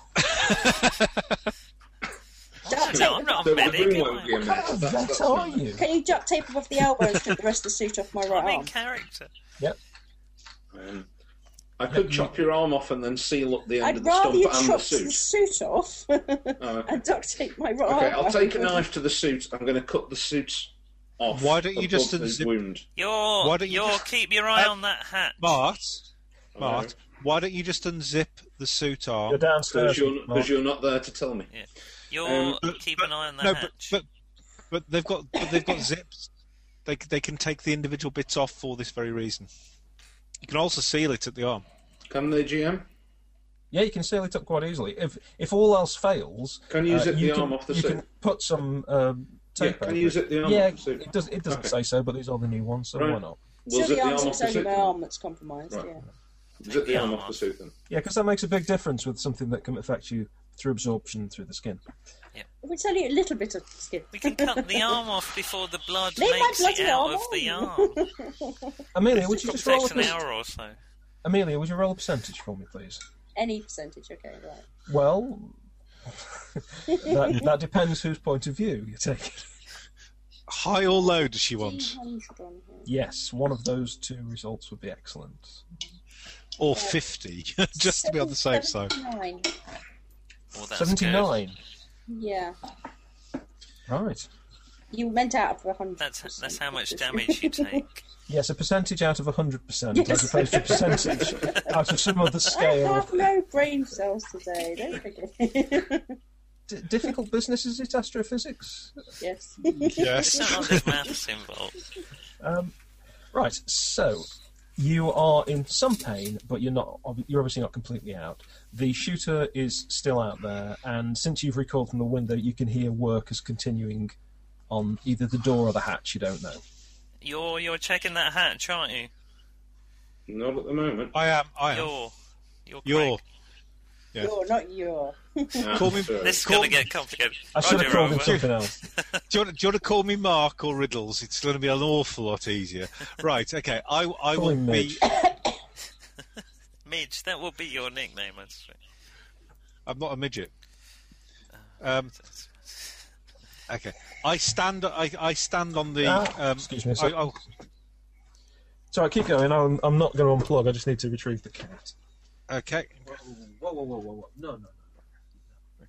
E: Duct
B: No, I'm
E: tape.
B: not
F: The,
B: a
F: the
B: medic.
F: wound
B: am
F: won't be a
B: I?
F: minute.
C: How
F: That-
C: vet
F: that's
C: are
F: not-
C: you?
E: Can you duct tape above the elbow and strip the rest of the suit off my
B: I'm
E: right
B: in
E: arm?
B: character.
F: Um, I could chop your arm off and then seal up the end
E: I'd
F: of the
E: rather
F: stump
E: you
F: and the
E: chopped the
F: suit.
E: suit off and
F: Oh, okay.
E: duct tape my right
F: Okay,
E: arm.
F: I'll take a knife to the suit. I'm going to cut the suit off.
D: Why don't you
F: above
D: just
F: the
D: unzip-
F: wound?
B: You're,
D: Why don't you
B: you are
D: just-
B: keep your eye
D: Uh,
B: on that hat.
D: Mart,
F: I know.
D: Mart, why don't you just unzip the suit arm?
C: You're downstairs.
F: Because you're,
C: Mark.
F: because you're not there to tell me.
B: You're
D: um, But-
B: keep
D: but-
B: an eye on that
D: no, but,
B: hatch.
D: but but they've got but they've got zips. They c- they can take the individual bits off for this very reason. You can also seal it at the arm.
F: Can they, GM?
C: Yeah, you can seal it up quite easily. If if all else fails,
F: Can you
C: uh,
F: zip
C: you
F: the
C: can,
F: arm off the
C: you
F: suit?
C: can put some um,
F: Yeah,
C: tape.
F: can
C: over
F: you zip the arm
C: Yeah,
F: off the suit?
C: it does. It doesn't
F: Okay.
C: say so, but these are the new ones, so
F: Right.
C: why not?
F: Well,
E: so
F: zip
E: the
F: the
E: arm,
F: arm
E: so
F: off
E: it's
F: the
E: only
F: suit.
E: my
F: then.
E: arm that's compromised.
F: Right.
E: Yeah.
F: Zip the
B: Yeah.
F: arm off the suit then.
C: Yeah, because that makes a big difference with something that can affect you through absorption through the skin.
E: It's only a little bit of skin.
B: We can cut the arm off before the blood
E: Leave my
B: makes it
E: bloody
B: out
E: arm
B: of the
E: on.
B: arm.
C: Amelia, would you
B: It
C: just roll
B: takes
C: a
B: an
C: pers-
B: hour or so.
C: Amelia, would you roll a percentage for me, please?
E: Any percentage, okay, right.
C: Well, that, that depends whose point of view you take.
D: High or low does she want?
E: 200 on here.
C: Yes, one of those two results would be excellent.
D: Or 50, just to be on the safe side.
E: 79.
B: Well, that's good.
C: 79.
E: Yeah.
C: Right.
E: You went out of 100.
B: That's that's how much damage you take.
C: Yes, a percentage out of 100%,
E: Yes.
C: as opposed to a percentage out of some other
E: I
C: scale.
E: have no brain cells today, don't forget.
C: D- difficult business, is it, astrophysics?
E: yes.
B: It's
D: Yes.
B: not like there's maths involved.
C: Right, so you are in some pain, but you're not. ob- You're obviously not completely out. The shooter is still out there, and since you've recalled from the window, you can hear workers continuing on either the door or the hatch. You don't know.
B: You're you're checking that hatch, aren't you?
F: Not at the moment.
D: I am. I am.
B: You're you're
D: You're.
B: Craig.
D: Yeah.
E: You're not your.
D: Call me-
F: Sorry.
B: This is
D: Call-
B: going to get complicated.
C: I should have
B: Roger, uh,
C: called him
B: over.
C: something else.
D: Do you, want, do you want to call me Mark or Riddles? It's going to be an awful lot easier. Right, okay. I, I
C: Call
D: will
C: him
D: be.
B: Midge, that will be your nickname, I'm sorry.
D: I'm not a midget. Um,
B: That's-
D: okay. I stand I, I stand on the.
C: Ah,
D: um,
C: excuse me,
D: I,
C: sir.
D: I'll-
C: Sorry, keep going. I'm, I'm not going to unplug. I just need to retrieve the cat.
D: okay.
C: Whoa, whoa, whoa, whoa, whoa! No, no.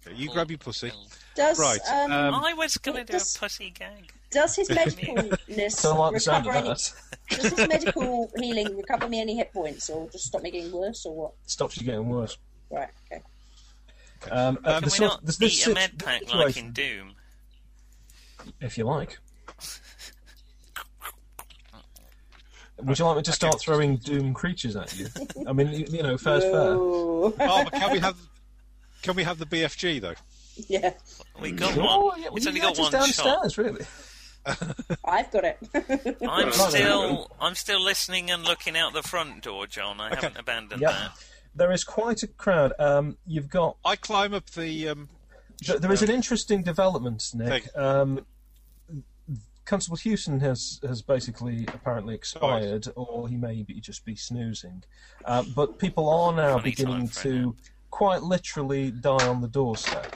D: okay. You grab your pussy.
E: Does,
D: Right.
E: um,
D: Um,
B: I was going to
E: it
B: do
E: does-
B: a pussy gag.
E: does his medicalness
C: Don't like the sound
E: recover
C: of
E: any?
C: that.
E: Does his medical healing recover me any hit points, or just stop me getting worse, or what?
C: Stops you getting worse.
E: Right. Okay.
C: Um, uh,
B: Can
C: the
B: we
C: sort-
B: not
C: this- this
B: eat a
C: sit-
B: med
C: this
B: pack like
C: situation-
B: in Doom?
C: if you like. Would you like me to start throwing doom creatures at you? I mean, you, you know, fair's fair.
E: Ooh.
D: Oh, but can we have. Can we have the BFG though?
E: yeah,
B: We got
C: Oh,
B: one.
C: yeah, well,
B: it's
C: you
B: only
C: guys
B: got
C: just
B: one shot.
C: downstairs, really.
E: I've got it.
B: I'm
F: Well,
B: still I'm still listening and looking out the front door, John. I haven't abandoned
C: Yeah.
B: that.
C: There is quite a crowd. Um, you've got.
D: I climb up the. Um,
C: th- There is an interesting development, Nick.
D: Thank-
C: Um, Constable Hewson has, has basically apparently expired, or he may be just be snoozing. Uh, but people are now
B: Funny
C: beginning
B: time
C: to
B: frame,
C: quite literally die on the doorstep.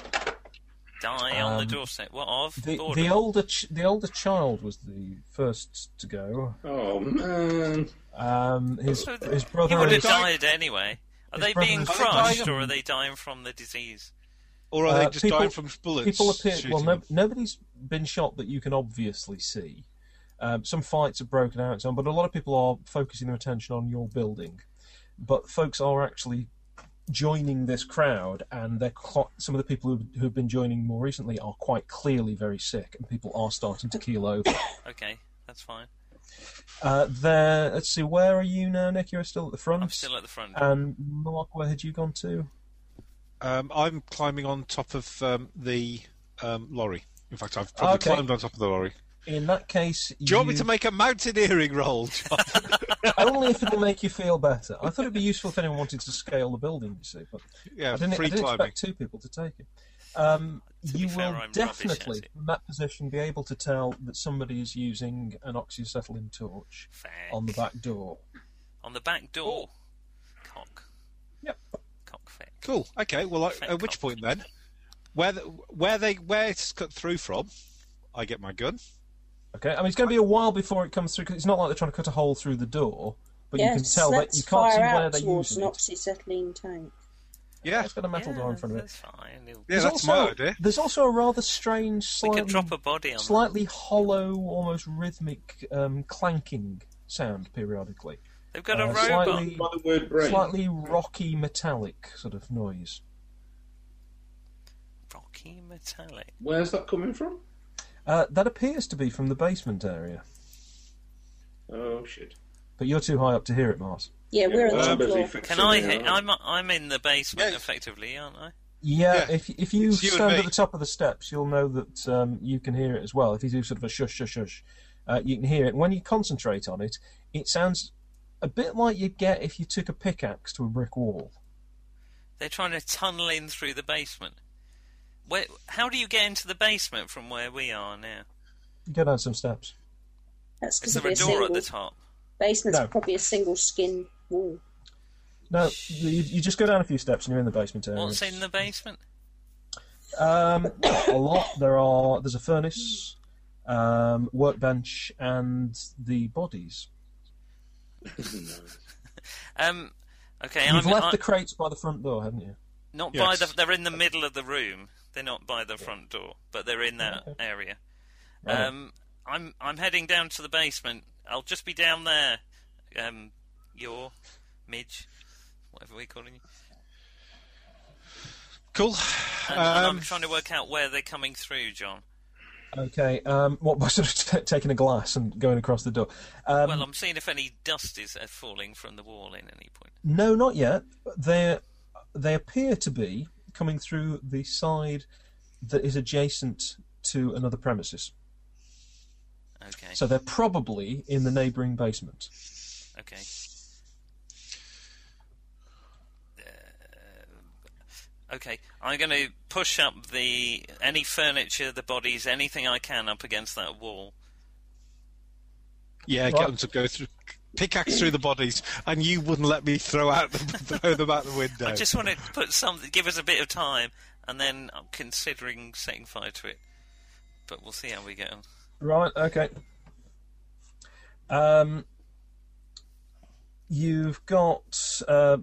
B: Die on the
C: Um,
B: doorstep. What of?
C: The,
B: Boredom.
C: the older ch- the older child was the first to go.
F: Oh man.
C: Um, his
B: So th-
C: his
B: He
C: brother
B: would have
C: is,
D: died-
B: died anyway. Are
C: His
B: they being
C: brother's-
B: crushed
D: Died-
B: or are they dying from the disease?
D: or are
C: Uh,
D: they just
C: people-
D: dying from bullets?
C: people appear well.
D: shooting
C: No,
D: them?
C: nobody's been shot that you can obviously see. Um, some fights have broken out, and so on, but a lot of people are focusing their attention on your building. But folks are actually joining this crowd, and they're cl- some of the people who who have been joining more recently are quite clearly very sick, and people are starting to keel over.
B: Okay, that's fine.
C: Uh, there, let's see, where are you now, Nick? You're still at the front.
B: I'm still at the front door.
C: And Mark, where had you gone to?
D: Um, I'm climbing on top of um, the um, lorry. In fact, I've probably
C: Okay.
D: climbed on top of the lorry.
C: In that case,
D: Do you want me to make a mountaineering roll? John?
C: only if it'll make you feel better. I thought it'd be useful if anyone wanted to scale the building, you see, but
D: yeah,
C: I didn't, I
D: free
C: didn't
D: climbing.
C: expect two people to take it. Um,
B: To be
C: you
B: fair,
C: will
B: I'm rubbish at
C: definitely,
B: it.
C: from that position, be able to tell that somebody is using an oxyacetylene torch
B: Fuck.
C: on the back door.
B: On the back door. Cock.
C: Yep.
B: Cock feck.
D: Cool. Okay. Well, I, at which point then, where the, where they where it's cut through from, I get my gun.
C: Okay, I mean it's going to be a while before it comes through because it's not like they're trying to cut a hole through the door, but you can
E: yes,
C: tell that
E: let's
C: you can't see
E: fire
C: where
E: out
C: they're
E: towards
C: using
E: an
C: it.
E: oxyacetylene tank.
D: Yeah.
C: It's got a metal
B: yeah,
C: door in front of it.
B: That's fine. It'll-
D: Yeah, that's my idea.
C: There's also a rather strange,
B: We
C: slightly,
B: could drop a body on
C: slightly hollow, almost rhythmic um, clanking sound periodically.
B: them. They've got a
C: uh,
B: robot.
C: slightly-
F: By the word brain.
C: Slightly rocky, metallic sort of noise.
B: Rocky metallic.
F: Where's that coming from?
C: Uh, that appears to be from the basement area,
F: Oh shit.
C: but you're too high up to hear it, Mars.
E: Yeah, we're on
F: well,
E: the
F: I'm
E: top
F: busy
E: floor.
F: fixing
B: Can I?
F: the,
B: hit-
F: uh,
B: I'm I'm in the basement
D: Yeah.
B: effectively, aren't I?
C: Yeah,
D: Yeah,
C: if if you
D: it's you and
C: stand
D: me.
C: at the top of the steps, you'll know that um, you can hear it as well. If you do sort of a shush, shush, shush, uh, you can hear it. And when you concentrate on it, it sounds a bit like you'd get if you took a pickaxe to a brick wall.
B: They're trying to tunnel in through the basement. Where? How do you get into the basement from where we are now?
C: You go down some steps.
E: That's
B: Is
E: because
B: there a
E: a
B: door at
E: single
B: the top?
E: basement's
C: No.
E: probably a single skin wall.
C: No, you, you just go down a few steps and you're in the basement area.
B: What's in the basement?
C: Um, a lot. There are. There's a furnace, um, workbench, and the bodies.
B: Um, okay,
C: You've
B: I'm,
C: left
B: I-
C: the crates by the front door, haven't you?
B: not
D: Yes.
B: by the. They're in the middle of the room. They're not by the front door, but they're in that area.
C: Right.
B: Um, I'm I'm heading down to the basement. I'll just be down there. Um, your midge, whatever we're calling you.
D: Cool.
B: And, and I'm
D: Um,
B: trying to work out where they're coming through, John.
C: Okay. Um, what by sort of t- taking a glass and going across the door? Um,
B: well, I'm seeing if any dust is uh, falling from the wall in any point.
C: No, not yet. They they appear to be coming through the side that is adjacent to another premises.
B: Okay.
C: So they're probably in the neighbouring basement.
B: Okay. Uh, okay, I'm going to push up the any furniture, the bodies, anything I can up against that wall.
D: yeah,
C: Right.
D: get them to go through, pickaxe through the bodies, and you wouldn't let me throw out the, throw them out the window.
B: I just want to put something, give us a bit of time, and then I'm considering setting fire to it. But we'll see how we go.
C: Right. Okay. Um, you've got uh,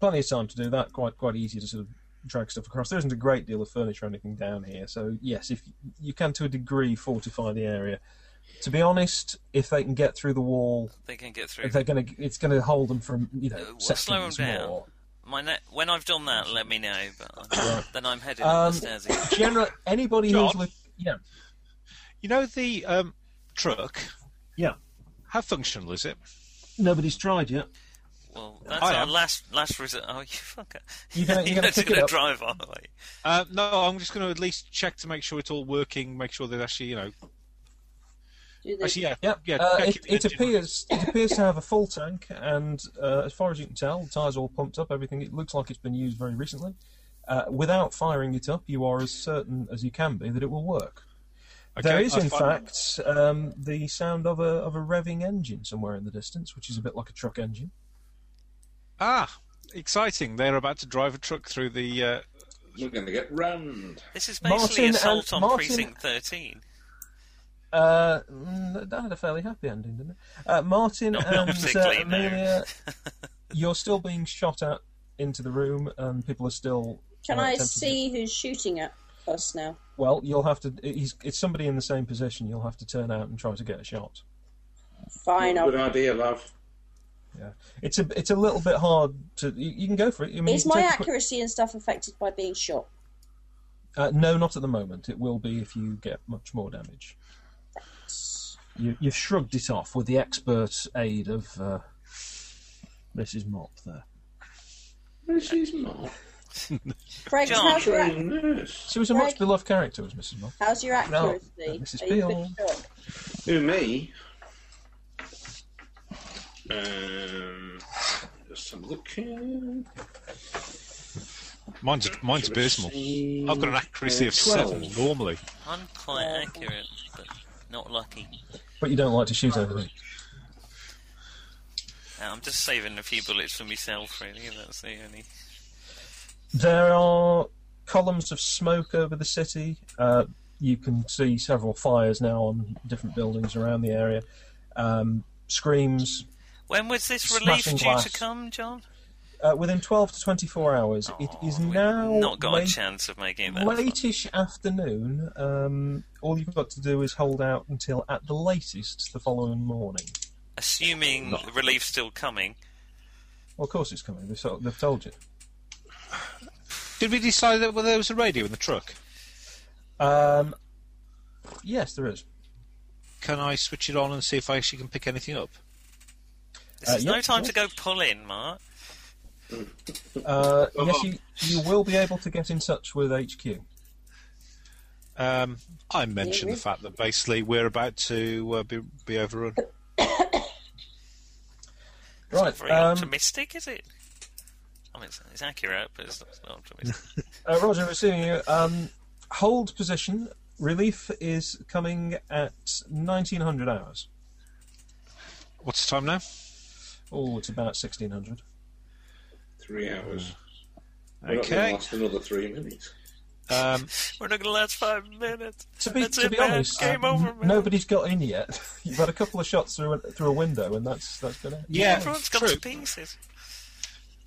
C: plenty of time to do that. Quite quite easy to sort of drag stuff across. There isn't a great deal of furniture or anything down here, so yes, if you can to a degree fortify the area. To be honest, if they can get through the wall,
B: They can get through.
C: if they're going to, it's going to hold them from you know
B: Uh, well, slow 'em
C: seconds
B: down.
C: more.
B: My ne- when I've done that, let me know. But I- then I'm heading
C: Um,
B: up the stairs again.
C: Generally, anybody who's
D: John?
C: look, yeah,
D: You know the um, truck.
C: yeah,
D: How functional is it?
C: nobody's tried yet.
B: Well, that's
D: I
B: our
D: am.
B: last last resort. Oh, you fucker!
C: You're gonna- you're gonna
B: just
C: pick it
B: gonna
C: up.
B: drive on, are you?
D: Uh, no, I'm just going to at least check to make sure it's all working. Make sure that actually, you know,
E: Do the,
D: actually, yeah,
C: Yeah,
D: yeah.
C: uh,
D: check if
C: it, it
D: the engine-
C: appears it appears to have a full tank, and uh, as far as you can tell, the tires all pumped up. Everything it looks like it's been used very recently. Uh, without firing it up, you are as certain as you can be that it will work.
D: Okay,
C: there is,
D: I
C: in
D: find-
C: fact, um, the sound of a of a revving engine somewhere in the distance, which is a bit like a truck engine.
D: Ah, exciting! They're about to drive a truck through the. Uh,
F: We're going to get rammed.
B: This is
C: Martin
B: basically
C: and-
B: assault on
C: Martin-
B: precinct thirteen.
C: Uh, mm, that had a fairly happy ending, didn't it? Uh, Martin
B: Not,
C: and
B: not
C: uh,
B: particularly. no.
C: Amelia, you're still being shot at into the room, and people are still.
E: can
C: uh,
E: I
C: attempting to-
E: see who's shooting at us now?
C: Well, you'll have to. He's, it's somebody in the same position. You'll have to turn out and try to get a shot.
E: Fine, I'll
F: Good idea, love.
C: Yeah, it's a it's a little bit hard to. You, you can go for it. I mean,
E: Is
C: you can
E: my
C: take a quick-
E: accuracy and stuff affected by being shot?
C: uh, no, not at the moment. It will be if you get much more damage. You, you've shrugged it off with the expert aid of uh, Mrs. Mop there.
F: This is not.
E: Craig,
B: John.
E: how's your, ac-
F: Trained nurse.
C: She was a much
E: Right.
C: beloved character, was Mrs. Mop.
E: how's your accuracy?
C: uh, Mrs.
E: Are you
C: Beale.
E: good shot?
F: Who, me? Um, just have a look here.
D: mine's mine's abysmal. I've got an accuracy of seven
F: Twelve.
D: normally.
B: I'm quite accurate, but not lucky.
C: But you don't like to shoot anything.
B: Uh, I'm just saving a few bullets for myself, really. and That's the only.
C: There are columns of smoke over the city. Uh, you can see several fires now on different buildings around the area. Um, screams.
B: When was this relief
C: Smashing
B: due
C: glass.
B: to come, John?
C: Uh, within 12 to 24 hours, it is
B: Oh, We've
C: now
B: not got a
C: late,
B: chance of making that.
C: latish afternoon. Um, all you've got to do is hold out until, at the latest, the following morning.
B: Assuming relief's still coming.
C: Well, of course it's coming. They've, sort- they've told you.
D: Did we decide that well, there was a radio in the truck?
C: Um, yes, there is.
D: Can I switch it on and see if I actually can pick anything up?
B: This
C: Uh,
B: is
C: yeah,
B: no time
C: yeah.
B: to go pull in, Mark.
C: Uh,
B: Oh,
C: yes, you, you will be able to get in touch with HQ.
D: Um, I mentioned the fact that basically we're about to uh, be, be overrun.
C: Right.
B: Very
C: um,
B: optimistic, is it? I mean, it's, it's accurate, but it's not, it's not optimistic.
C: Uh, Roger, we're seeing you. Um, hold position. Relief is coming at 1900 hours.
D: What's the time now?
C: Oh, it's about 1600.
F: Three hours. We're not going to
D: Okay.
F: last another three minutes.
D: Um,
B: We're not going to last five minutes.
C: To be,
B: That's
C: to
B: it,
C: be
B: man.
C: honest,
B: Game
C: uh,
B: over,
C: n-
B: man.
C: nobody's got in yet. You've had a couple of shots through a, through a window, and that's that's been it.
D: yeah,
B: Everyone's gone
D: true.
B: to pieces.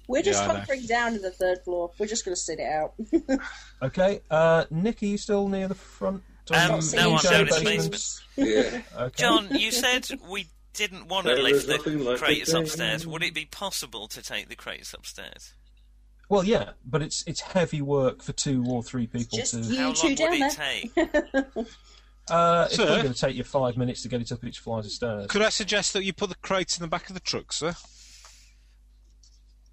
E: We're just
D: Yeah, I know.
E: hunkering down in the third floor. We're just going to sit it out.
C: Okay, uh, Nick, are you still near the front?
B: Um,
C: Or-
B: no, I'm
C: Okay,
B: down in the
C: basement.
B: basement.
F: Yeah.
C: Okay.
B: John, you said we didn't want to
F: There
B: lift
F: is nothing
B: the
F: like
B: crates
F: the day.
B: upstairs. Would it be possible to take the crates upstairs?
C: Well, yeah, but it's it's heavy work for two or three people
E: Just
C: to.
E: you
B: How
E: two
B: long
E: down
B: would
E: there.
B: it take?
C: Uh, it's
D: Sir?
C: probably going to take you five minutes to get it up each flight of stairs.
D: Could I suggest that you put the crates in the back of the truck, sir?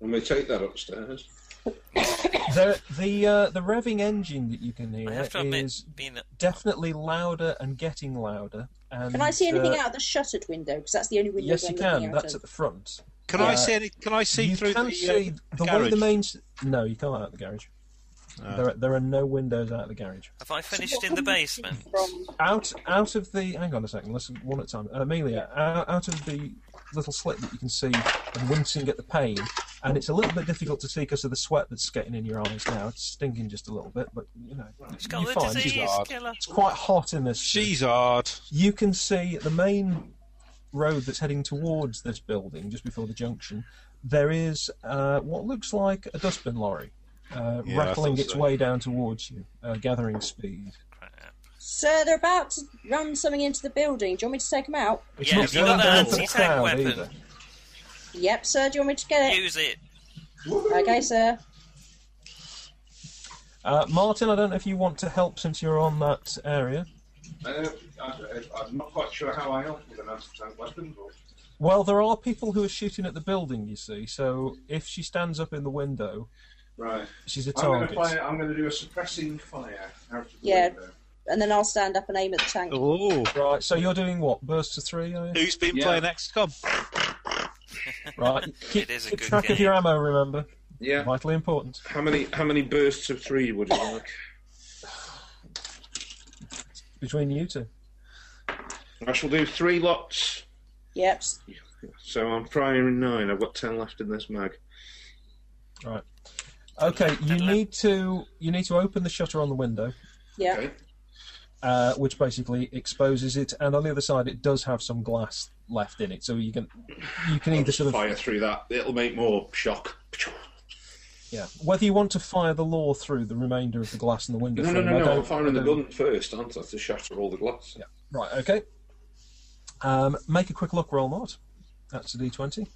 F: And we take that upstairs.
C: The the uh, the revving engine that you can hear
B: I
C: is
B: have to admit, being a-
C: definitely louder and getting louder. And
E: Can I see anything
C: uh,
E: out of the shuttered window? Because that's the only window
C: Yes,
E: I'm
C: you
E: looking
C: can.
E: out
C: That's
E: of.
C: at the front.
D: Can I
C: Uh,
D: see? Any, can I see
C: you
D: through
C: can
D: the,
C: see
D: uh,
C: the way
D: garage? Ah.
C: the main. s- No, you can't out of the garage. There, are, there are no windows out of the garage.
B: have I finished in the basement?
E: From
C: Out, out of the. Hang on a second. Listen, one at a time. Uh, Amelia, out, out of the little slit that you can see, and wincing at the pain, and it's a little bit difficult to see because of the sweat that's getting in your eyes now. It's stinking just a little bit, but you know,
B: It's got
C: you
B: the
C: find
B: disease
D: hard.
B: killer.
C: it's quite hot in this.
D: She's hard.
C: you can see the main road that's heading towards this building, just before the junction. There is uh, what looks like a dustbin lorry uh,
D: Yeah, I
C: rattling
D: thought
C: its
D: so.
C: way down towards you, uh, gathering speed.
B: Crap.
E: Sir, they're about to run something into the building. Do you want me to take them out?
C: It's
B: Yeah,
C: not
B: have you
C: going
B: got
C: down
B: that
C: for the
B: anti-tank
C: crowd
B: weapon?
C: either.
E: Yep, sir. Do you want me to get it?
B: Use it.
E: Okay, sir.
C: Uh, Martin, I don't know if you want to help since you're on that area.
F: Uh, I, I'm not quite sure how I help with an anti-tank weapon, but
C: Well, there are people who are shooting at the building, you see. So if she stands up in the window,
F: right.
C: she's a
F: I'm going to
C: target.
F: fire. I'm going to do a suppressing fire out of the
E: Yeah.
F: window.
E: And then I'll stand up and aim at the tank.
D: Oh,
C: Right. So you're doing what? Burst to three? Are you?
D: who's been
F: Yeah.
D: playing XCOM?
C: Right. Keep,
B: is a
C: keep
B: good
C: track of
B: game.
C: your ammo. Remember,
F: Yeah.
C: vitally important.
F: How many? How many bursts of three would you like?
C: between you two.
F: I shall do three lots.
E: Yep.
F: So I'm firing nine. I've got ten left in this mag.
C: Right. Okay, you
B: Then let-
C: need to you need to open the shutter on the window,
E: Yep.
F: Okay.
C: uh, which basically exposes it, and on the other side it does have some glass left in it, so you can you can either sort of
F: Oh, Fire through that. It'll make more shock.
C: yeah whether you want to fire the law through the remainder of the glass in the window.
F: No, no,
C: frame,
F: no,
C: I
F: no.
C: don't-
F: I'm
C: I
F: firing the
C: don't-
F: gun first, aren't I? To shatter all the glass.
C: Yeah. Right. Okay. Um, make a quick look roll, Mort. That's a d20.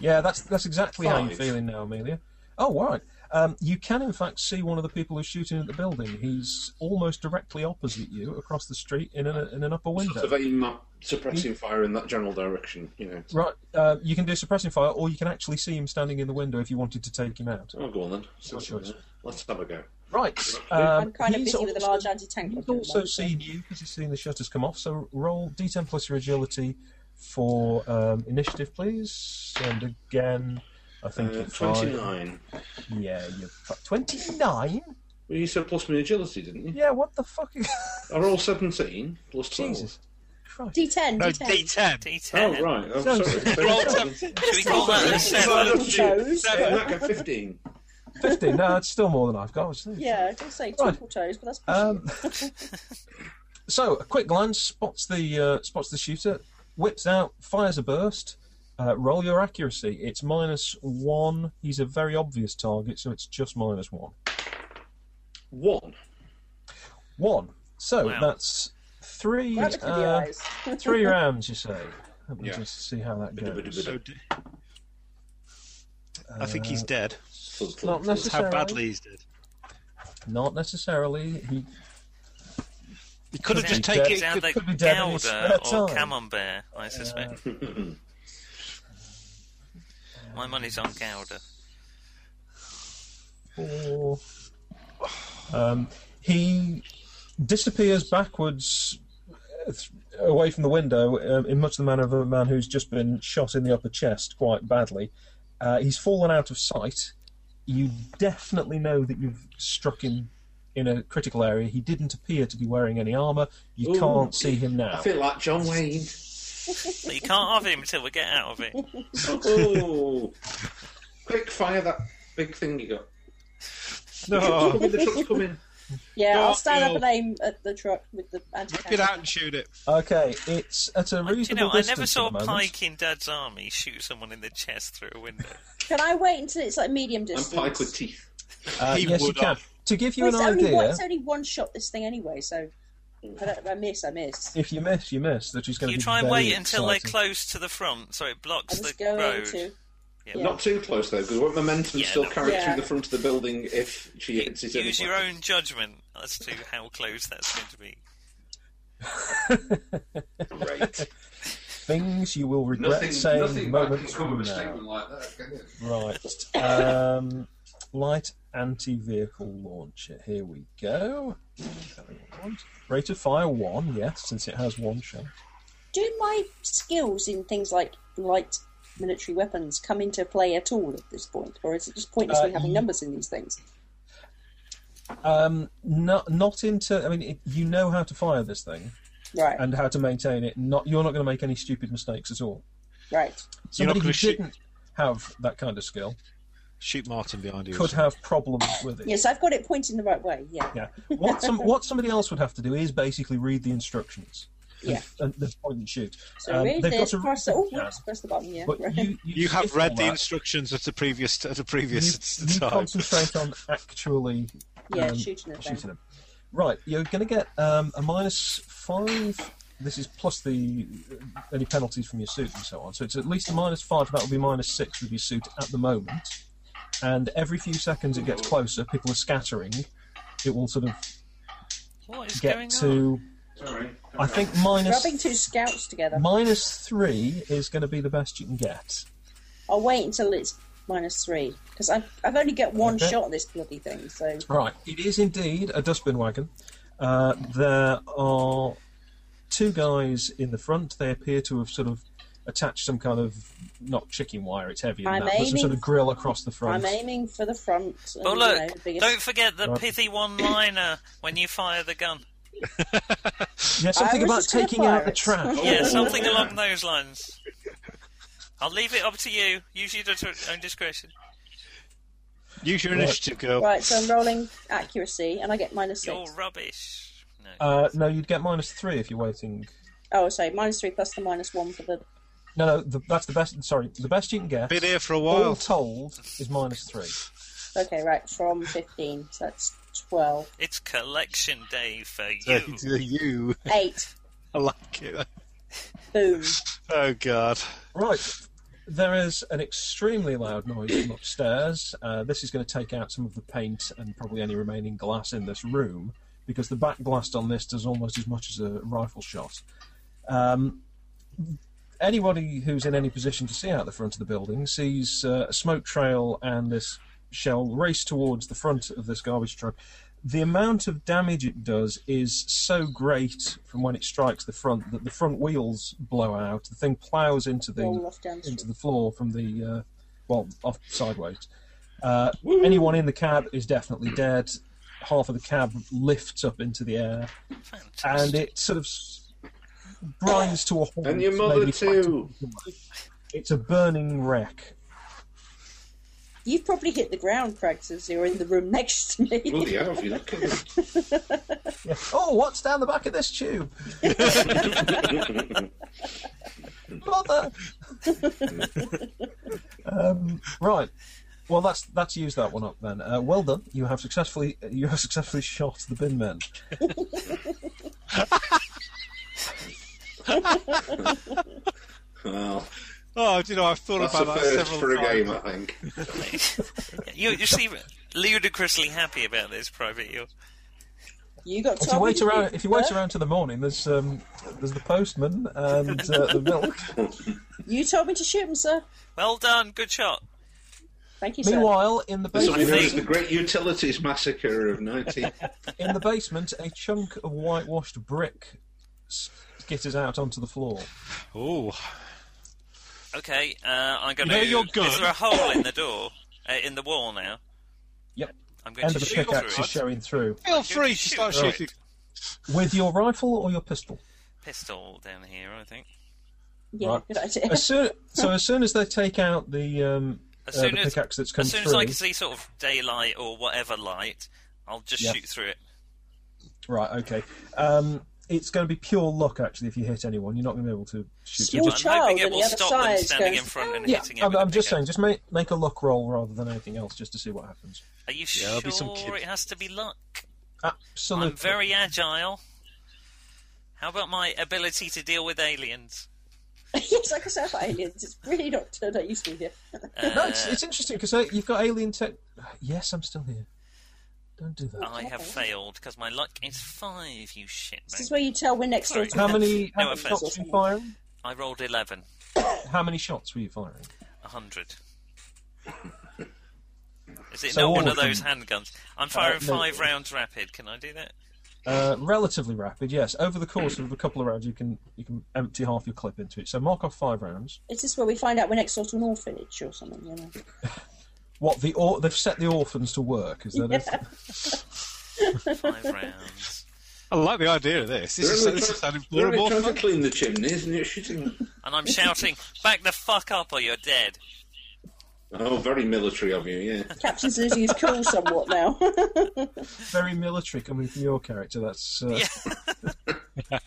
C: yeah, that's that's exactly how you're
F: Five.
C: feeling now, Amelia. Oh, right. Um, you can, in fact, see one of the people who's shooting at the building. He's almost directly opposite you, across the street, in an, in an upper
F: Sort of
C: window.
F: aim my suppressing fire in that general direction. You know.
C: Right. Uh, you can do suppressing fire, or you can actually see him standing in the window if you wanted to take him out.
F: Oh, go on then.
C: Your choice.
F: Let's have a go.
C: Right.
E: I'm
C: Um,
E: kind of
C: he's
E: busy with a
C: also-
E: large anti-tank.
C: He's
E: weapon at the
C: also
E: moment, so-
C: seen you because he's seen the shutters come off. So roll D10 plus your agility for um, initiative, please. And again, I think
F: Uh,
C: it's five.
F: Twenty-nine.
C: Yeah, you twenty-nine.
F: Well, you said plus my agility, didn't you?
C: Yeah, what the fuck? is-
F: I roll seventeen plus twelve.
C: Jesus. Christ.
E: D10,
D: No,
E: D10.
D: D10.
F: Oh
B: D10.
F: right. I'm
C: No,
F: sorry.
D: Roll seven.
B: Should we call that a seven?
E: Toes.
F: Yeah, in that case, Fifteen.
C: 15. No, it's still more than I've got. isn't it?
E: Yeah, I was going to say twinkle toes, but that's
C: Um, so a quick glance spots the uh, spots the shooter, whips out, fires a burst. Uh, roll your accuracy. It's minus one. He's a very obvious target, so it's just minus one.
F: One.
C: One. So
B: Wow.
C: that's three
E: Right between the
C: uh,
E: eyes.
C: three rounds, you say. Let me
F: Yeah.
C: just see how that goes.
D: So d- I think he's dead.
C: Not
F: Not
D: That's how
C: necessarily.
D: badly he's dead.
C: Not necessarily. He,
D: He could have just
C: Could be
D: taken.
B: Sound
D: Could,
B: like
C: could be dead in his
B: Gouda
C: spare
B: or
C: time.
B: Camembert, I suspect. My money's on Gouda.
C: or, um, he disappears backwards uh, th- away from the window um, in much the manner of a man who's just been shot in the upper chest quite badly. Uh, he's fallen out of sight. You definitely know that you've struck him in a critical area. He didn't appear to be wearing any armour. You
F: Ooh.
C: can't see him now.
F: I feel like John Wayne.
B: But you can't have him until we get out of it.
F: Oh, quick fire that big thing you got.
D: No,
F: Come in, the truck's coming.
E: Yeah,
D: Go
E: I'll
D: up,
E: stand up
D: Bill.
E: and aim at the truck with the anti
D: rip it out and shoot it.
C: Okay, it's at a
B: I, do you
C: reasonable
B: know, I
C: distance.
B: never saw
C: at the moment.
B: Pike in Dad's Army shoot someone in the chest through a window.
E: Can I wait until it's like medium
F: And
E: distance?
F: pike with teeth.
C: Uh,
D: He
C: yes, you
D: would
C: can.
D: have.
C: To give you
E: Well,
C: an
E: it's, only one,
C: idea,
E: it's only one shot this thing anyway, so I don't, if I miss, I miss.
C: if you miss, you miss. That is going to
B: You
C: be
B: try and
C: very
B: wait until they're
C: exciting.
B: close to the front, so it blocks
E: I'm just
B: the
E: going
B: road.
E: to. Yeah.
F: Not too close though, because what momentum
B: Yeah,
F: still
B: no.
F: carried
E: Yeah.
F: through the front of the building if she hits it?
B: Use your
F: anyway?
B: own judgment as to how close that's going to be.
F: Great.
C: Things you will regret
F: nothing,
C: saying
F: nothing bad can
C: moments
F: come of a
C: from
F: statement like that, can it?
C: now. Right. Um, light anti-vehicle launcher. Here we go. Rate of fire one. Yes, since it has one shell.
E: Do my skills in things like light military weapons come into play at all at this point, or is it just pointlessly
C: Uh,
E: having
C: you-
E: numbers in these things?
C: Um, not not into. I mean, it, you know how to fire this thing
E: Right,
C: and how to maintain it. Not you're not going to make any stupid mistakes at all.
D: You're
E: right.
D: not
C: Somebody who
D: gonna shoot-
C: didn't have that kind of skill
D: Shoot Martin behind you.
C: could have problems with it.
E: Yes, I've got it pointing the right way. Yeah,
C: Yeah. What some what somebody else would have to do is basically read the instructions.
E: Yeah.
C: And the point and shoot.
E: So
C: Um,
E: read
C: they've
E: this,
C: got a-
E: press it. Oh,
C: yeah.
E: whoops, press the button. Yeah,
C: But
E: right.
C: you, you,
D: You have
C: skip all
D: read the
C: that.
D: instructions at the previous at the previous
C: You, you
D: time.
C: concentrate on actually
E: yeah,
C: um,
E: shooting it.
C: shooting
E: Then.
C: them. Right, you're going to get um, a minus five. This is plus the any penalties from your suit and so on. So it's at least a minus five. That will be minus six with your suit at the moment. And every few seconds it gets closer. People are scattering. It will sort of
B: What is going
C: get to.
F: Sorry.
C: I think minus
E: Rubbing two scouts together.
C: Minus three is going to be the best you can get.
E: I'll wait until it's minus three because I've, I've only got one
C: Okay.
E: shot at this bloody thing. So
C: Right. It is indeed a dustbin wagon. Uh, there are two guys in the front. They appear to have sort of attached some kind of not chicken wire. It's heavier than
E: I'm
C: that, but some
E: aiming-
C: sort of grill across the front.
E: I'm aiming for the front.
B: But
E: And, you know, the
B: look,
E: biggest-
B: don't forget the
C: Right.
B: pithy one-liner when you fire the gun.
C: Yeah, something
E: I was
C: about
E: just gonna
C: taking out
E: fire
C: the
E: it.
C: trash.
B: Yeah,
F: Oh,
B: something
F: yeah.
B: along those lines. I'll leave it up to you. Use your dis- own discretion.
D: Use your
C: Right.
D: initiative, girl.
E: Right, so I'm rolling accuracy, and I get minus
B: You're
E: six.
B: rubbish. No.
C: Uh, no, you'd get minus three if you're waiting.
E: Oh, sorry, minus three plus the minus one for the.
C: No, no, the, that's the best. Sorry, the best you can get.
D: Been here for a
C: All
D: while.
C: told is minus three.
E: Okay, right, from fifteen, so that's twelve.
B: it's collection day for you.
D: you,
E: Eight,
D: I like it.
E: boom.
D: Oh God.
C: Right. There is an extremely loud noise from upstairs. Uh, this is going to take out some of the paint and probably any remaining glass in this room because the back blast on this does almost as much as a rifle shot. Um, anybody who's in any position to see out the front of the building sees uh, a smoke trail and this shell race towards the front of this garbage truck. The amount of damage it does is so great from when it strikes the front that the front wheels blow out. The thing plows into the
E: Roll off down the
C: into
E: street.
C: the floor from the uh, well off sideways. Uh, anyone in the cab is definitely dead. Half of the cab lifts up into the air, and it sort of s- grinds to a halt.
F: And your mother
C: maybe five to-
F: too.
C: It's a burning wreck.
E: You've probably hit the ground, Craig, since you're in the room next to me.
F: Bloody hell, you're not kidding.
C: Yeah. Oh, what's down the back of this tube? Mother. um, right. Well, that's that's used that one up then. Uh, well done. You have successfully you have successfully shot the bin men.
F: Well,
D: Oh, do you know I've thought
F: that's a
D: about that
F: first
D: several
F: for a
D: times.
F: game, I think.
B: you, you seem ludicrously happy about this, Private Hill.
E: You got.
C: If you
E: told
C: wait
E: you
C: around,
E: did,
C: if you wait
E: huh?
C: around to the morning, there's um, there's the postman and uh, the milk.
E: you told me to shoot him, sir.
B: Well done, good shot.
E: Thank you, sir.
C: Meanwhile, in the
F: So we know
C: basement,
F: it's the Great Utilities Massacre of 19...
C: in the basement, a chunk of whitewashed brick skitters out onto the floor.
D: Oh,
B: Okay, uh, I'm going to.
D: know you're good.
B: Is there a hole in the door, uh, in the wall now?
C: Yep,
B: I'm going
C: end
B: to
C: of the
B: shoot
C: pickaxe
B: through
C: is
B: it.
C: showing through.
D: feel free to start
B: Right.
D: shooting.
C: With your rifle or your pistol?
B: Pistol down here, I think.
E: Yeah,
C: Right.
E: good idea.
C: As soon, so as soon as they take out the um,
B: As
C: uh,
B: soon
C: the
B: as-
C: pickaxe that's come
B: As soon
C: through,
B: as I can see sort of daylight or whatever light, I'll just
C: Yeah.
B: shoot through it.
C: right? Okay, um, it's going to be pure luck actually. If you hit anyone, you're not going to be able to shoot.
E: Yeah,
C: them.
E: Small
B: but I'm hoping
E: child
B: it
E: on
B: will
E: the other
B: stop them
E: side
B: standing
E: goes, "Oh."
B: in front and
C: yeah,
B: hitting it.
C: I'm,
B: with a
C: I'm just
B: pickaxe.
C: saying, just make make a luck roll rather than anything else, just to see what happens.
B: Are you
D: Yeah,
B: sure
D: there'll be some kid-
B: it has to be luck?
C: Absolutely.
B: I'm very agile. How about my ability to deal with aliens?
E: yes, like I said about aliens, it's really not turned out useful here.
C: No,
B: Uh,
C: it's, it's interesting because you've got alien tech. Yes, I'm still here. Don't do that.
B: I have
E: Oh, Okay.
B: failed because my luck is five. You shit,
E: This is
B: mate.
E: where you tell we're next door
B: Sorry.
E: to
C: How many,
B: No
C: how many
B: offense.
C: shots were you firing?
B: I rolled eleven.
C: How many shots were you firing?
B: A hundred. Is it
C: So
B: not
C: all
B: one of
C: of them-
B: those handguns? I'm firing
C: no.
B: five rounds rapid. Can I do that?
C: Uh, relatively rapid, yes. Over the course of a couple of rounds, you can you can empty half your clip into it. So mark off five rounds.
E: Is this where we find out we're next door to an orphanage or something? You know?
C: What the or- they've set the orphans to work? Is that it?
B: Five rounds.
D: I like the idea of this. This is, this is sounding
F: They're only
D: more
F: trying
D: fun.
F: to clean the chimneys and you're shooting them.
B: And I'm shouting, "Back the fuck up, or you're dead."
F: Oh, very military of you, yeah.
E: Captain's losing his cool somewhat now.
C: very military coming from your character? That's uh,
B: Yeah.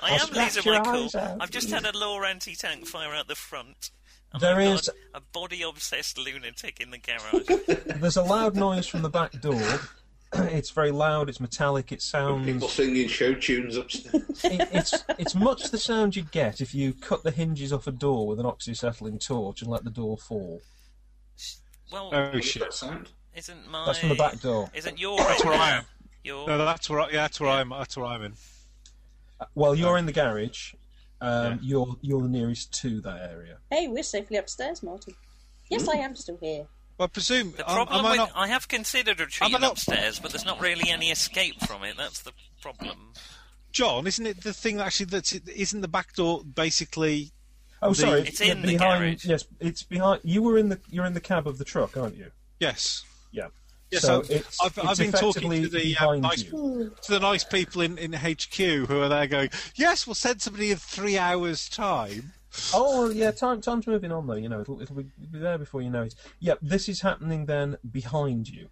B: I am
C: scratch
B: losing my
C: your
B: cool.
C: eyes out.
B: I've just had a law anti-tank fire out the front. Oh
C: There
B: my
C: is-
B: God, a body-obsessed lunatic in the garage.
C: there's a loud noise from the back door. it's very loud. It's metallic. It sounds
F: People singing show tunes upstairs.
C: it, it's it's much the sound you'd get if you cut the hinges off a door with an oxyacetylene torch and let the door fall.
B: well,
D: Oh
F: That
D: shit!
F: sound.
B: isn't my
C: That's from the back door.
B: Isn't your that's
D: where I am.
B: Your
D: No, that's where I, yeah, that's where I'm. That's where I'm in.
C: Well, you're in the garage. Um,
D: Yeah.
C: You're you're the nearest to that area.
E: hey, we're safely upstairs, Martin. Yes, I am still here.
D: Well, I presume.
B: the
D: um,
B: problem
D: am I
B: with
D: not?
B: I have considered retreating
D: not-
B: upstairs, but there's not really any escape from it. That's the problem.
D: John, isn't it the thing that actually that's isn't the back door basically?
C: Oh,
D: The-
C: sorry,
B: It's in the
C: behind.
B: garage.
C: Yes, it's behind. You were in the you're in the cab of the truck, aren't you?
D: Yes.
C: Yeah.
D: Yes,
C: so
D: I've,
C: it's,
D: I've,
C: it's
D: I've been talking
C: effectively
D: to the uh,
C: behind
D: nice,
C: you.
D: to the nice people in, in HQ who are there going, yes, we'll send somebody in three hours' time.
C: Oh yeah, time time's moving on though. You know, it'll, it'll be be there before you know it. Yep, this is happening then behind you.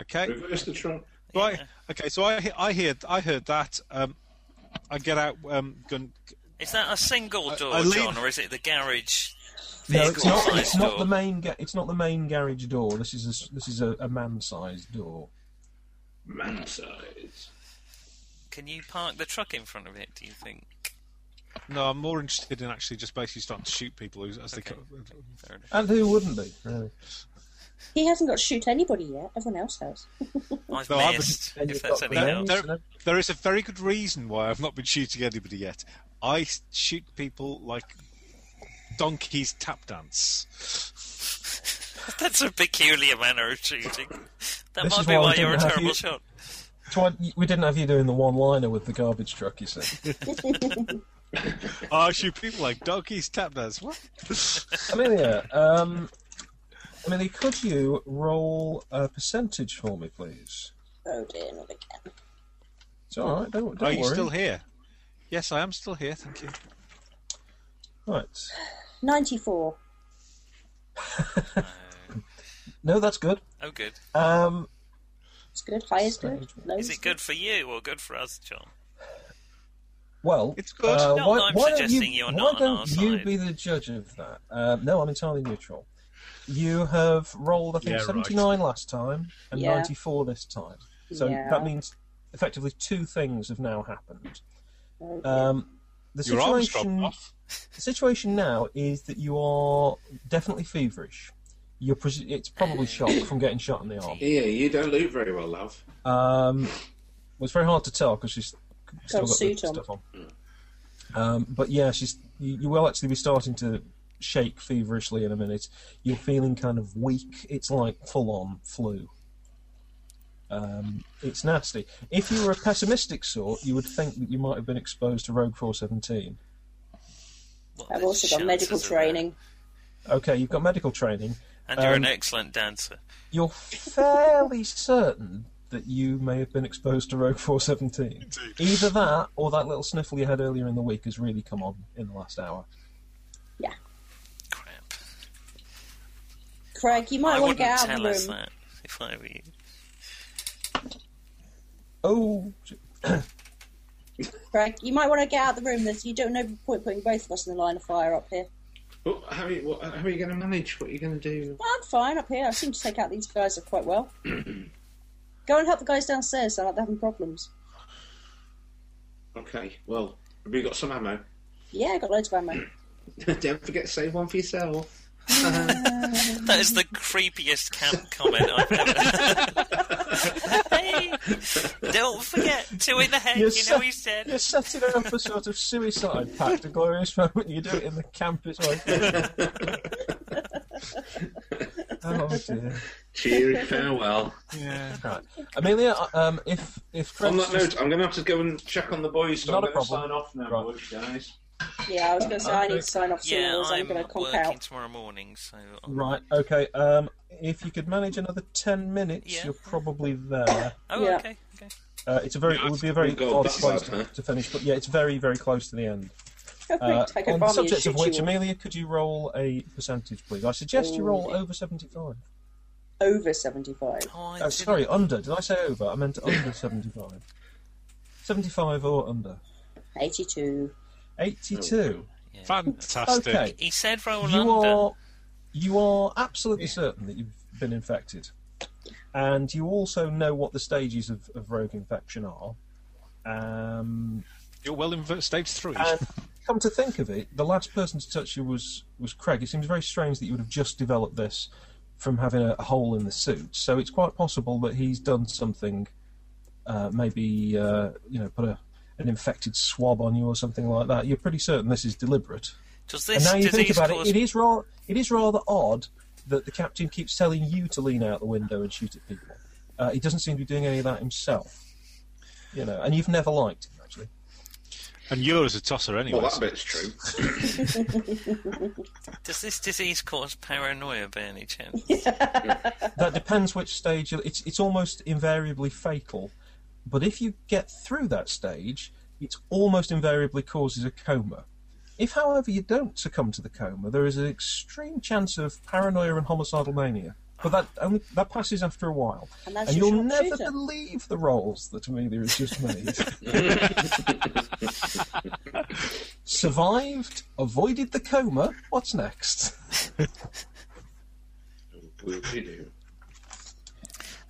D: Okay,
F: Reverse the truck.
D: right. Okay, so I he- I hear I heard that. Um, I get out. Um, gun.
B: Is that a single
D: I-
B: door,
D: I leave-
B: John, or is it the garage?
C: No,
B: vehicle
C: it's not.
B: size
C: It's not
B: door?
C: the main. Ga- it's not the main garage door. This is a, s- this is a, a man-sized door.
F: Man size.
B: Can you park the truck in front of it? Do you think?
D: No, I'm more interested in actually just basically starting to shoot people as, as they uh,
B: Okay.
D: come.
B: Fair enough.
C: And who wouldn't be? Really?
E: He hasn't got to shoot anybody yet. Everyone else has.
B: I've
D: No, I would-
B: missed.
C: And
B: If
C: you've
B: that's
C: got
B: any
C: the
B: help.
C: names
D: There-
C: and everything.
D: There is a very good reason why I've not been shooting anybody yet. I s- shoot people like donkeys tap dance.
B: That's a peculiar manner of shooting. That
C: This
B: might
C: is
B: be
C: why we
B: why you're a
C: didn't have
B: terrible
C: you-
B: shot.
C: That's why we didn't have you doing the one-liner with the garbage truck. You said.
D: I shoot people like donkeys tap dance. What?
C: Amelia, um, Amelia, could you roll a percentage for me, please?
E: Oh dear, not again.
C: It's all right. Don't, don't
D: Are you
C: worry.
D: still here? Yes, I am still here. Thank you.
C: Right.
E: 94.
C: No, that's good.
B: Oh, good.
C: Um,
E: It's good. High is good. Low
B: Is it good for you or good for us, John?
C: well,
D: It's good.
C: Uh,
B: No,
C: why,
B: I'm
C: why don't
B: suggesting
C: you,
B: you're
C: why
B: not on
C: don't
B: our
C: you
B: side.
C: be the judge of that? Uh, no, I'm entirely neutral. You have rolled, I think,
D: Yeah, right.
C: 79 last time and
E: Yeah.
C: 94 this time. So
E: Yeah.
C: that means effectively two things have now happened.
E: Oh, dear.
C: Um, the
D: Your arm's dropped
C: situation,
D: off.
C: the situation now is that you are definitely feverish. You're pres- it's probably shock from getting shot in the arm.
F: Yeah, you don't look very well, love.
C: Um, well, it's very hard to tell because she's still
E: Got
C: got
E: a suit
C: the
E: on.
C: stuff on. Um, but yeah, she's. You, you will actually be starting to shake feverishly in a minute. You're feeling kind of weak. It's like full-on flu. Um, it's nasty. If you were a pessimistic sort, you would think that you might have been exposed to Rogue 417.
B: What
E: I've
B: the
E: also got medical
B: chances are uh, there?
E: training.
C: Okay, you've got medical training.
B: And you're an
C: Um,
B: excellent dancer.
C: You're fairly certain that you may have been exposed to Rogue 417.
D: Indeed.
C: Either that or that little sniffle you had earlier in the week has really come on in the last hour.
B: Crap.
E: Craig, you might
B: I
E: want to
B: wouldn't
E: get out of
B: tell
E: the
B: us
E: room.
B: that if I were you.
C: Oh, j-
E: Craig, you might want to get out of the room. There's, you don't know the point putting both of us in the line of fire up here.
F: But how are you, what, how are you going to manage? What are you going to do?
E: Well, I'm fine up here. I seem to take out these guys quite well. Go and help the guys downstairs. They're having problems.
F: Okay, well, have you got some ammo?
E: Yeah, I got loads of ammo.
F: Don't forget to save one for yourself.
B: That is the creepiest camp comment I've ever. hey, don't forget two in the head.
C: You're
B: you know
C: so-
B: he said.
C: you're setting up a sort of suicide pact, a glorious moment. You do it in the camp. It's like, oh dear.
F: Cheery farewell.
C: Yeah. Right. Amelia, um, if if
F: on
C: Craig's
F: that note, I'm going to have to go and check on the boys, so
C: Not
F: I'm
C: a
F: going to sign
C: problem.
F: off now,
C: Right.
F: boys, guys.
E: Yeah, I was going to say I need to sign off soon.
B: Yeah,
E: otherwise I'm
B: I'm
E: going to conk
B: working
E: out.
B: tomorrow morning, so I'll-
C: Right. Okay. Um, if you could manage another ten minutes,
B: Yeah.
C: you're probably there.
B: oh,
E: Yeah.
B: okay, okay.
C: Uh, it's a very. It would be a very
F: Go,
C: odd
F: Oh, this is
C: place
F: bad,
C: to,
F: huh?
C: to finish, but yeah, it's very, very close to the end.
E: Feel free
C: Uh,
E: to take
C: on
E: a
C: the
E: bomb and
C: subject
E: shoot
C: of which,
E: you all
C: Amelia, could you roll a percentage, please? I suggest you roll over seventy-five.
E: over 75.
B: Oh, I
C: Oh,
B: didn't-
C: sorry, under. Did I say over? I meant under seventy-five. Seventy-five or under.
E: 82.
C: Eighty-two.
D: Fantastic.
C: Okay.
B: He said roll
C: you
B: under.
C: are you are absolutely certain that you've been infected, and you also know what the stages of, of rogue infection are. Um,
D: You're well in v- stage three.
F: Uh,
C: and come to think of it, the last person to touch you was was Craig. It seems very strange that you would have just developed this from having a, a hole in the suit. So it's quite possible that he's done something, uh, maybe uh, you know, put a an infected swab on you or something like that. You're pretty certain this is deliberate.
B: Does
C: And
B: this
C: now you think
B: disease
C: about
B: cause?
C: it, it is ra- it is rather odd that the captain keeps telling you to lean out the window and shoot at people. Uh, he doesn't seem to be doing any of that himself. You know, and you've never liked him actually.
D: And you're as a tosser anyway.
F: Well, that
D: so-
F: bit's true.
B: Does this disease cause paranoia by any chance?
C: That depends which stage. you It's it's almost invariably fatal, but if you get through that stage, it almost invariably causes a coma. If, however, you don't succumb to the coma, there is an extreme chance of paranoia and homicidal mania. But that only that passes after a while.
E: And that's
C: and
E: your
C: you'll never
E: sharpshooter.
C: believe the rolls that Amelia has just made. Survived, avoided the coma. What's next?
F: Will we do?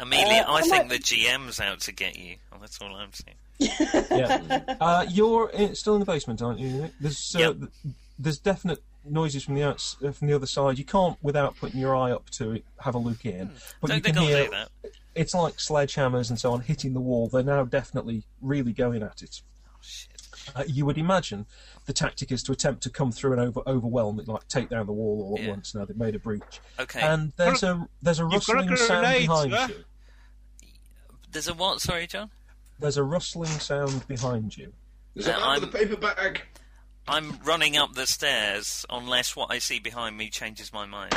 B: Amelia,
E: Uh,
B: I
E: I
B: think
E: might-
B: the GM's out to get you. Well, that's all I'm saying.
C: yeah. Uh, you're in, still in the basement, aren't you? Nick? There's uh,
B: Yep.
C: th- there's definite noises from the outs- uh, from the other side. You can't, without putting your eye up to it, have a look in. But you
B: Hmm. Don't
C: can
B: think I'll
C: hear
B: do that.
C: it's like sledgehammers and so on hitting the wall. They're now definitely really going at it.
B: Oh, Shit.
C: Uh, you would imagine the tactic is to attempt to come through and over- overwhelm it, like take down the wall all at
B: Yeah.
C: once. Now they've made a breach,
B: Okay.
C: and there's a there's a
D: You've got a
C: rustling sound
D: grenade,
C: behind
D: sir.
C: you.
B: There's a what? Sorry, John.
C: There's a rustling sound behind you.
F: There's a
B: No,
F: man with
B: I'm-
F: a paper bag.
B: I'm running up the stairs unless what I see behind me changes my mind.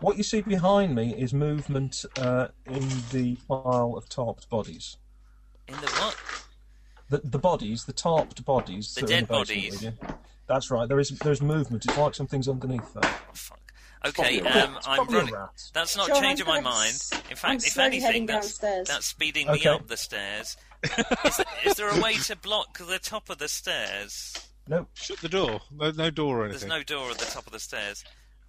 C: What you see behind me is movement uh, in the pile of tarped bodies.
B: In the what?
C: The, the bodies, the tarped bodies.
B: The
C: that are in
B: dead
C: basement
B: bodies.
C: with you. That's right. There is there's movement. It's like something's underneath there.
B: Oh, fuck. Okay,
F: probably a
B: um,
C: It's
B: I'm
C: probably a
B: running.
C: rat.
B: That's not
E: John, I'm
B: changing my
E: gonna-
B: mind. In fact,
E: I'm
B: if
E: slowly
B: anything,
E: heading
B: that's,
E: downstairs.
B: that's speeding
C: Okay.
B: me up the stairs. is, there- is there a way to block the top of the stairs?
C: No,
D: Shut the door. No, no door or
B: There's
D: anything.
B: no door at the top of the stairs.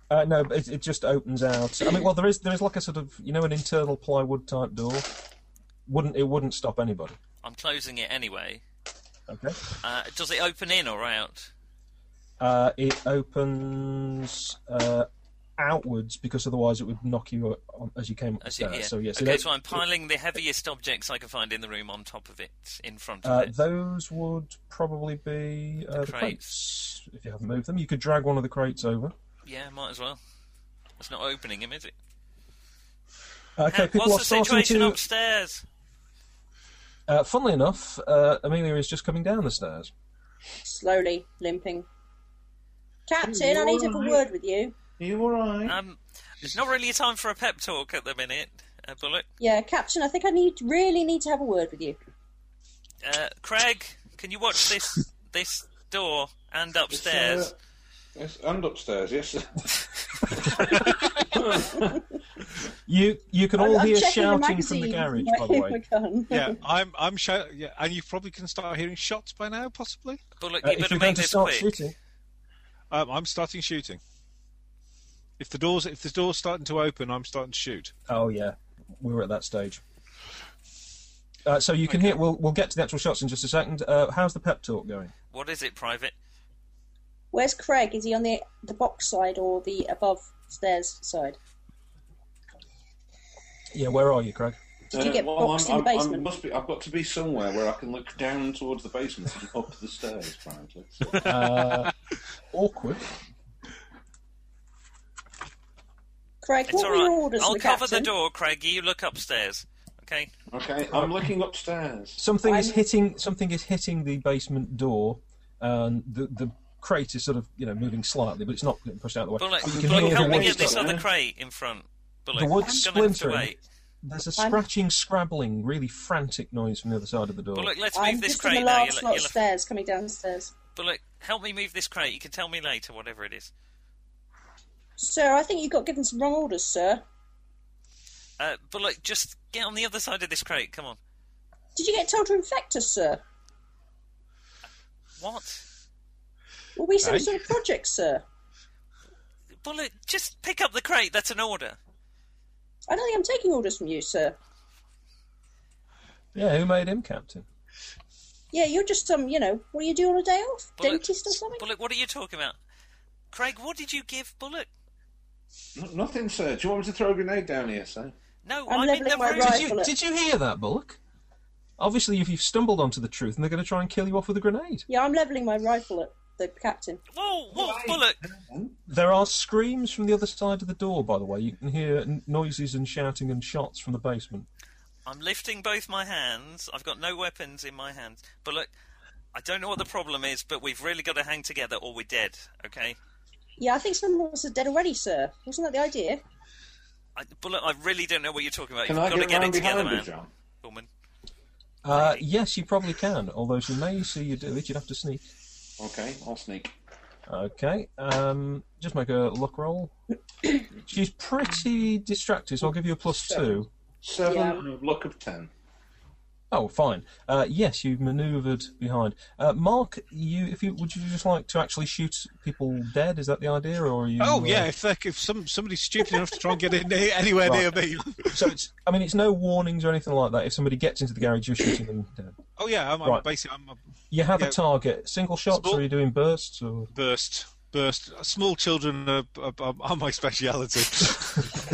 C: uh, no. but It, it just opens out. I mean, well, there is there is like a sort of you know an internal plywood type door. Wouldn't it wouldn't stop anybody?
B: I'm closing it anyway.
C: Okay.
B: Uh, does it open in or out?
C: Uh, it opens uh, outwards because otherwise it would knock you uh, on, as you came up the
B: As it,
C: stairs.
B: yeah.
C: Uh, So yes, it
B: okay,
C: op-
B: so I'm piling the heaviest objects I can find in the room on top of it, in front of
C: Uh,
B: it.
C: those would probably be uh, the, crates.
B: crates.
C: If you haven't moved them, you could drag one of the crates over. Uh,
B: Yeah, might as well. It's not opening him, is it?
C: Okay,
B: Hey,
C: people are
B: What's the
C: starting
B: situation
C: to.
B: upstairs?
C: Uh, funnily enough, uh, Amelia is just coming down the stairs.
E: Slowly, limping. Captain, I need to have a word with you.
F: Are you alright?
B: Um, it's not really a time for a pep talk at the minute. uh, Bullock.
E: Yeah, Captain, I think I need really need to have a word with you.
B: Uh, Craig, can you watch this this door and
F: It's, uh,
B: upstairs?
F: yes, and upstairs, yes.
C: You you can all
E: I'm
C: hear
E: checking the
C: shouting from the
E: magazine
C: garage,
E: with
C: by the
E: my
C: way.
E: gun.
D: yeah, I'm. I'm shout. Yeah, and you probably can start hearing shots by now, possibly.
B: Bullock,
C: Uh,
B: you
C: if
B: better
C: you're
B: make
C: going to
B: this
C: start
B: quick.
C: shooting,
D: Um, I'm starting shooting. If the doors, if the door's starting to open, I'm starting to shoot.
C: oh yeah, we were at that stage. Uh, so you can hear. We'll we'll get to the actual shots in just a second. Uh, how's the pep talk going?
B: What is it, Private?
E: Where's Craig? Is he on the the box side or the above stairs side?
C: Yeah, where are you, Craig?
E: Did you
F: Uh,
E: get
F: well,
E: boxed
F: I'm,
E: in the
F: I'm- I'm-
E: basement?
F: must be, I've got to be somewhere where I can look down towards the basement and up the stairs, apparently. So,
C: Uh, awkward.
E: Craig,
B: It's
E: what
B: all
E: were your
B: right.
E: orders,
B: I'll
E: for the
B: cover
E: captain?
B: the door, Craigie. You look upstairs. Okay.
F: okay, I'm looking upstairs.
C: Something is
E: I'm-
C: hitting. Something is hitting the basement door, and the the crate is sort of you know moving slightly, but it's not getting pushed out of the way.
B: Bullock,
C: But you can
B: Bullock
C: hear
B: help
C: the
B: me
C: wood
B: get this
C: start-
B: other crate in front. Bullock,
C: The wood's
B: I'm gonna have to
C: splintering.
B: wait.
C: There's a
E: I'm-
C: scratching, scrabbling, really frantic noise from the other side of the door.
B: Bullock, let's
E: I'm
B: move this
E: just in the
B: crate now.
E: last
B: You'll,
E: lot
B: you'll,
E: of stairs coming downstairs.
B: Bullock, help me move this crate. You can tell me later, whatever it is.
E: Sir, I think you got given some wrong orders, sir.
B: Uh, Bullock, just get on the other side of this crate. Come on.
E: Did you get told to infect us, sir?
B: What?
E: Were we some
D: Aye.
E: sort of project, sir?
B: Bullock, just pick up the crate. That's an order.
E: I don't think I'm taking orders from you, sir.
C: Yeah, who made him captain?
E: Yeah, you're just some, you know, what do you do on a day off?
B: Bullock,
E: Dentist or something?
B: Bullock, what are you talking about? Craig, what did you give Bullock?
F: No, nothing, sir. Do you want me to throw a grenade down here, sir?
B: No, I'm,
E: I'm
B: in
E: levelling
B: the
E: my
B: room.
E: rifle.
C: Did you,
E: Bullock.
C: did you hear that, Bullock? Obviously, if you've stumbled onto the truth, and they're going to try and kill you off with a grenade.
E: Yeah, I'm levelling my rifle at the captain.
B: Whoa, whoa, Bullock.
C: There are screams from the other side of the door, by the way. You can hear n- noises and shouting and shots from the basement.
B: I'm lifting both my hands. I've got no weapons in my hands. Bullock, I don't know what the problem is, but we've really got to hang together or we're dead, okay?
E: Yeah, I think some of us are dead already, sir. Wasn't that the idea?
B: I, Bullock, I really don't know what you're talking about.
F: Can
B: You've
F: I
B: got to
F: get
B: get it
F: round
B: together,
F: behind you,
B: man.
F: John?
B: Woman.
C: Uh, yes, you probably can, although she may see you do it. You'd have to sneak.
F: Okay, I'll sneak.
C: Okay, um, just make a luck roll. She's pretty distracted, so I'll give you a plus two.
F: Seven
E: Yeah.
F: and a look of ten.
C: Oh, fine. Uh, yes, you've manoeuvred behind. Uh, Mark, you, if you would you just like to actually shoot people dead? Is that the idea, or are you?
D: Oh
C: uh,
D: yeah, if they, if some somebody's stupid enough to try and get in near, anywhere near me.
C: So it's. I mean, it's no warnings or anything like that. If somebody gets into the garage, you're shooting them dead.
D: Oh yeah, I'm,
C: Right.
D: I'm basically I'm a
C: You have a
D: Yeah.
C: target. Single shots,
D: Small-
C: or are you doing bursts? Or...
D: burst burst. Small children are, are, are my speciality.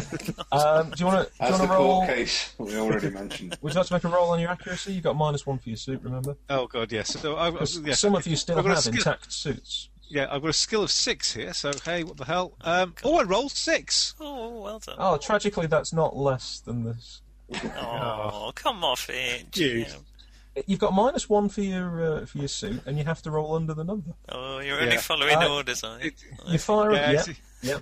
C: Um, do you want to? Do
F: As
C: you want
F: the
C: to roll?
F: court case we already mentioned.
C: Would you like to make a roll on your accuracy? You've got minus one for your suit, remember?
D: oh god, yes. So I, I,
C: 'Cause
D: yeah.
C: Some of you still
D: I've got a
C: have
D: skill-
C: intact suits.
D: yeah, I've got a skill of six here. So hey, what the hell? Um, oh, I rolled six.
B: Oh, well done.
C: Oh, tragically, that's not less than this.
B: Oh, come off it.
D: Dude.
B: Yeah.
C: You've got minus one for your uh, for your suit, and you have to roll under the number.
B: Oh, you're only
D: Yeah.
B: following
C: Uh,
B: orders, are you?
C: You fire a
D: Yeah,
C: yeah,
D: it's-
C: yep.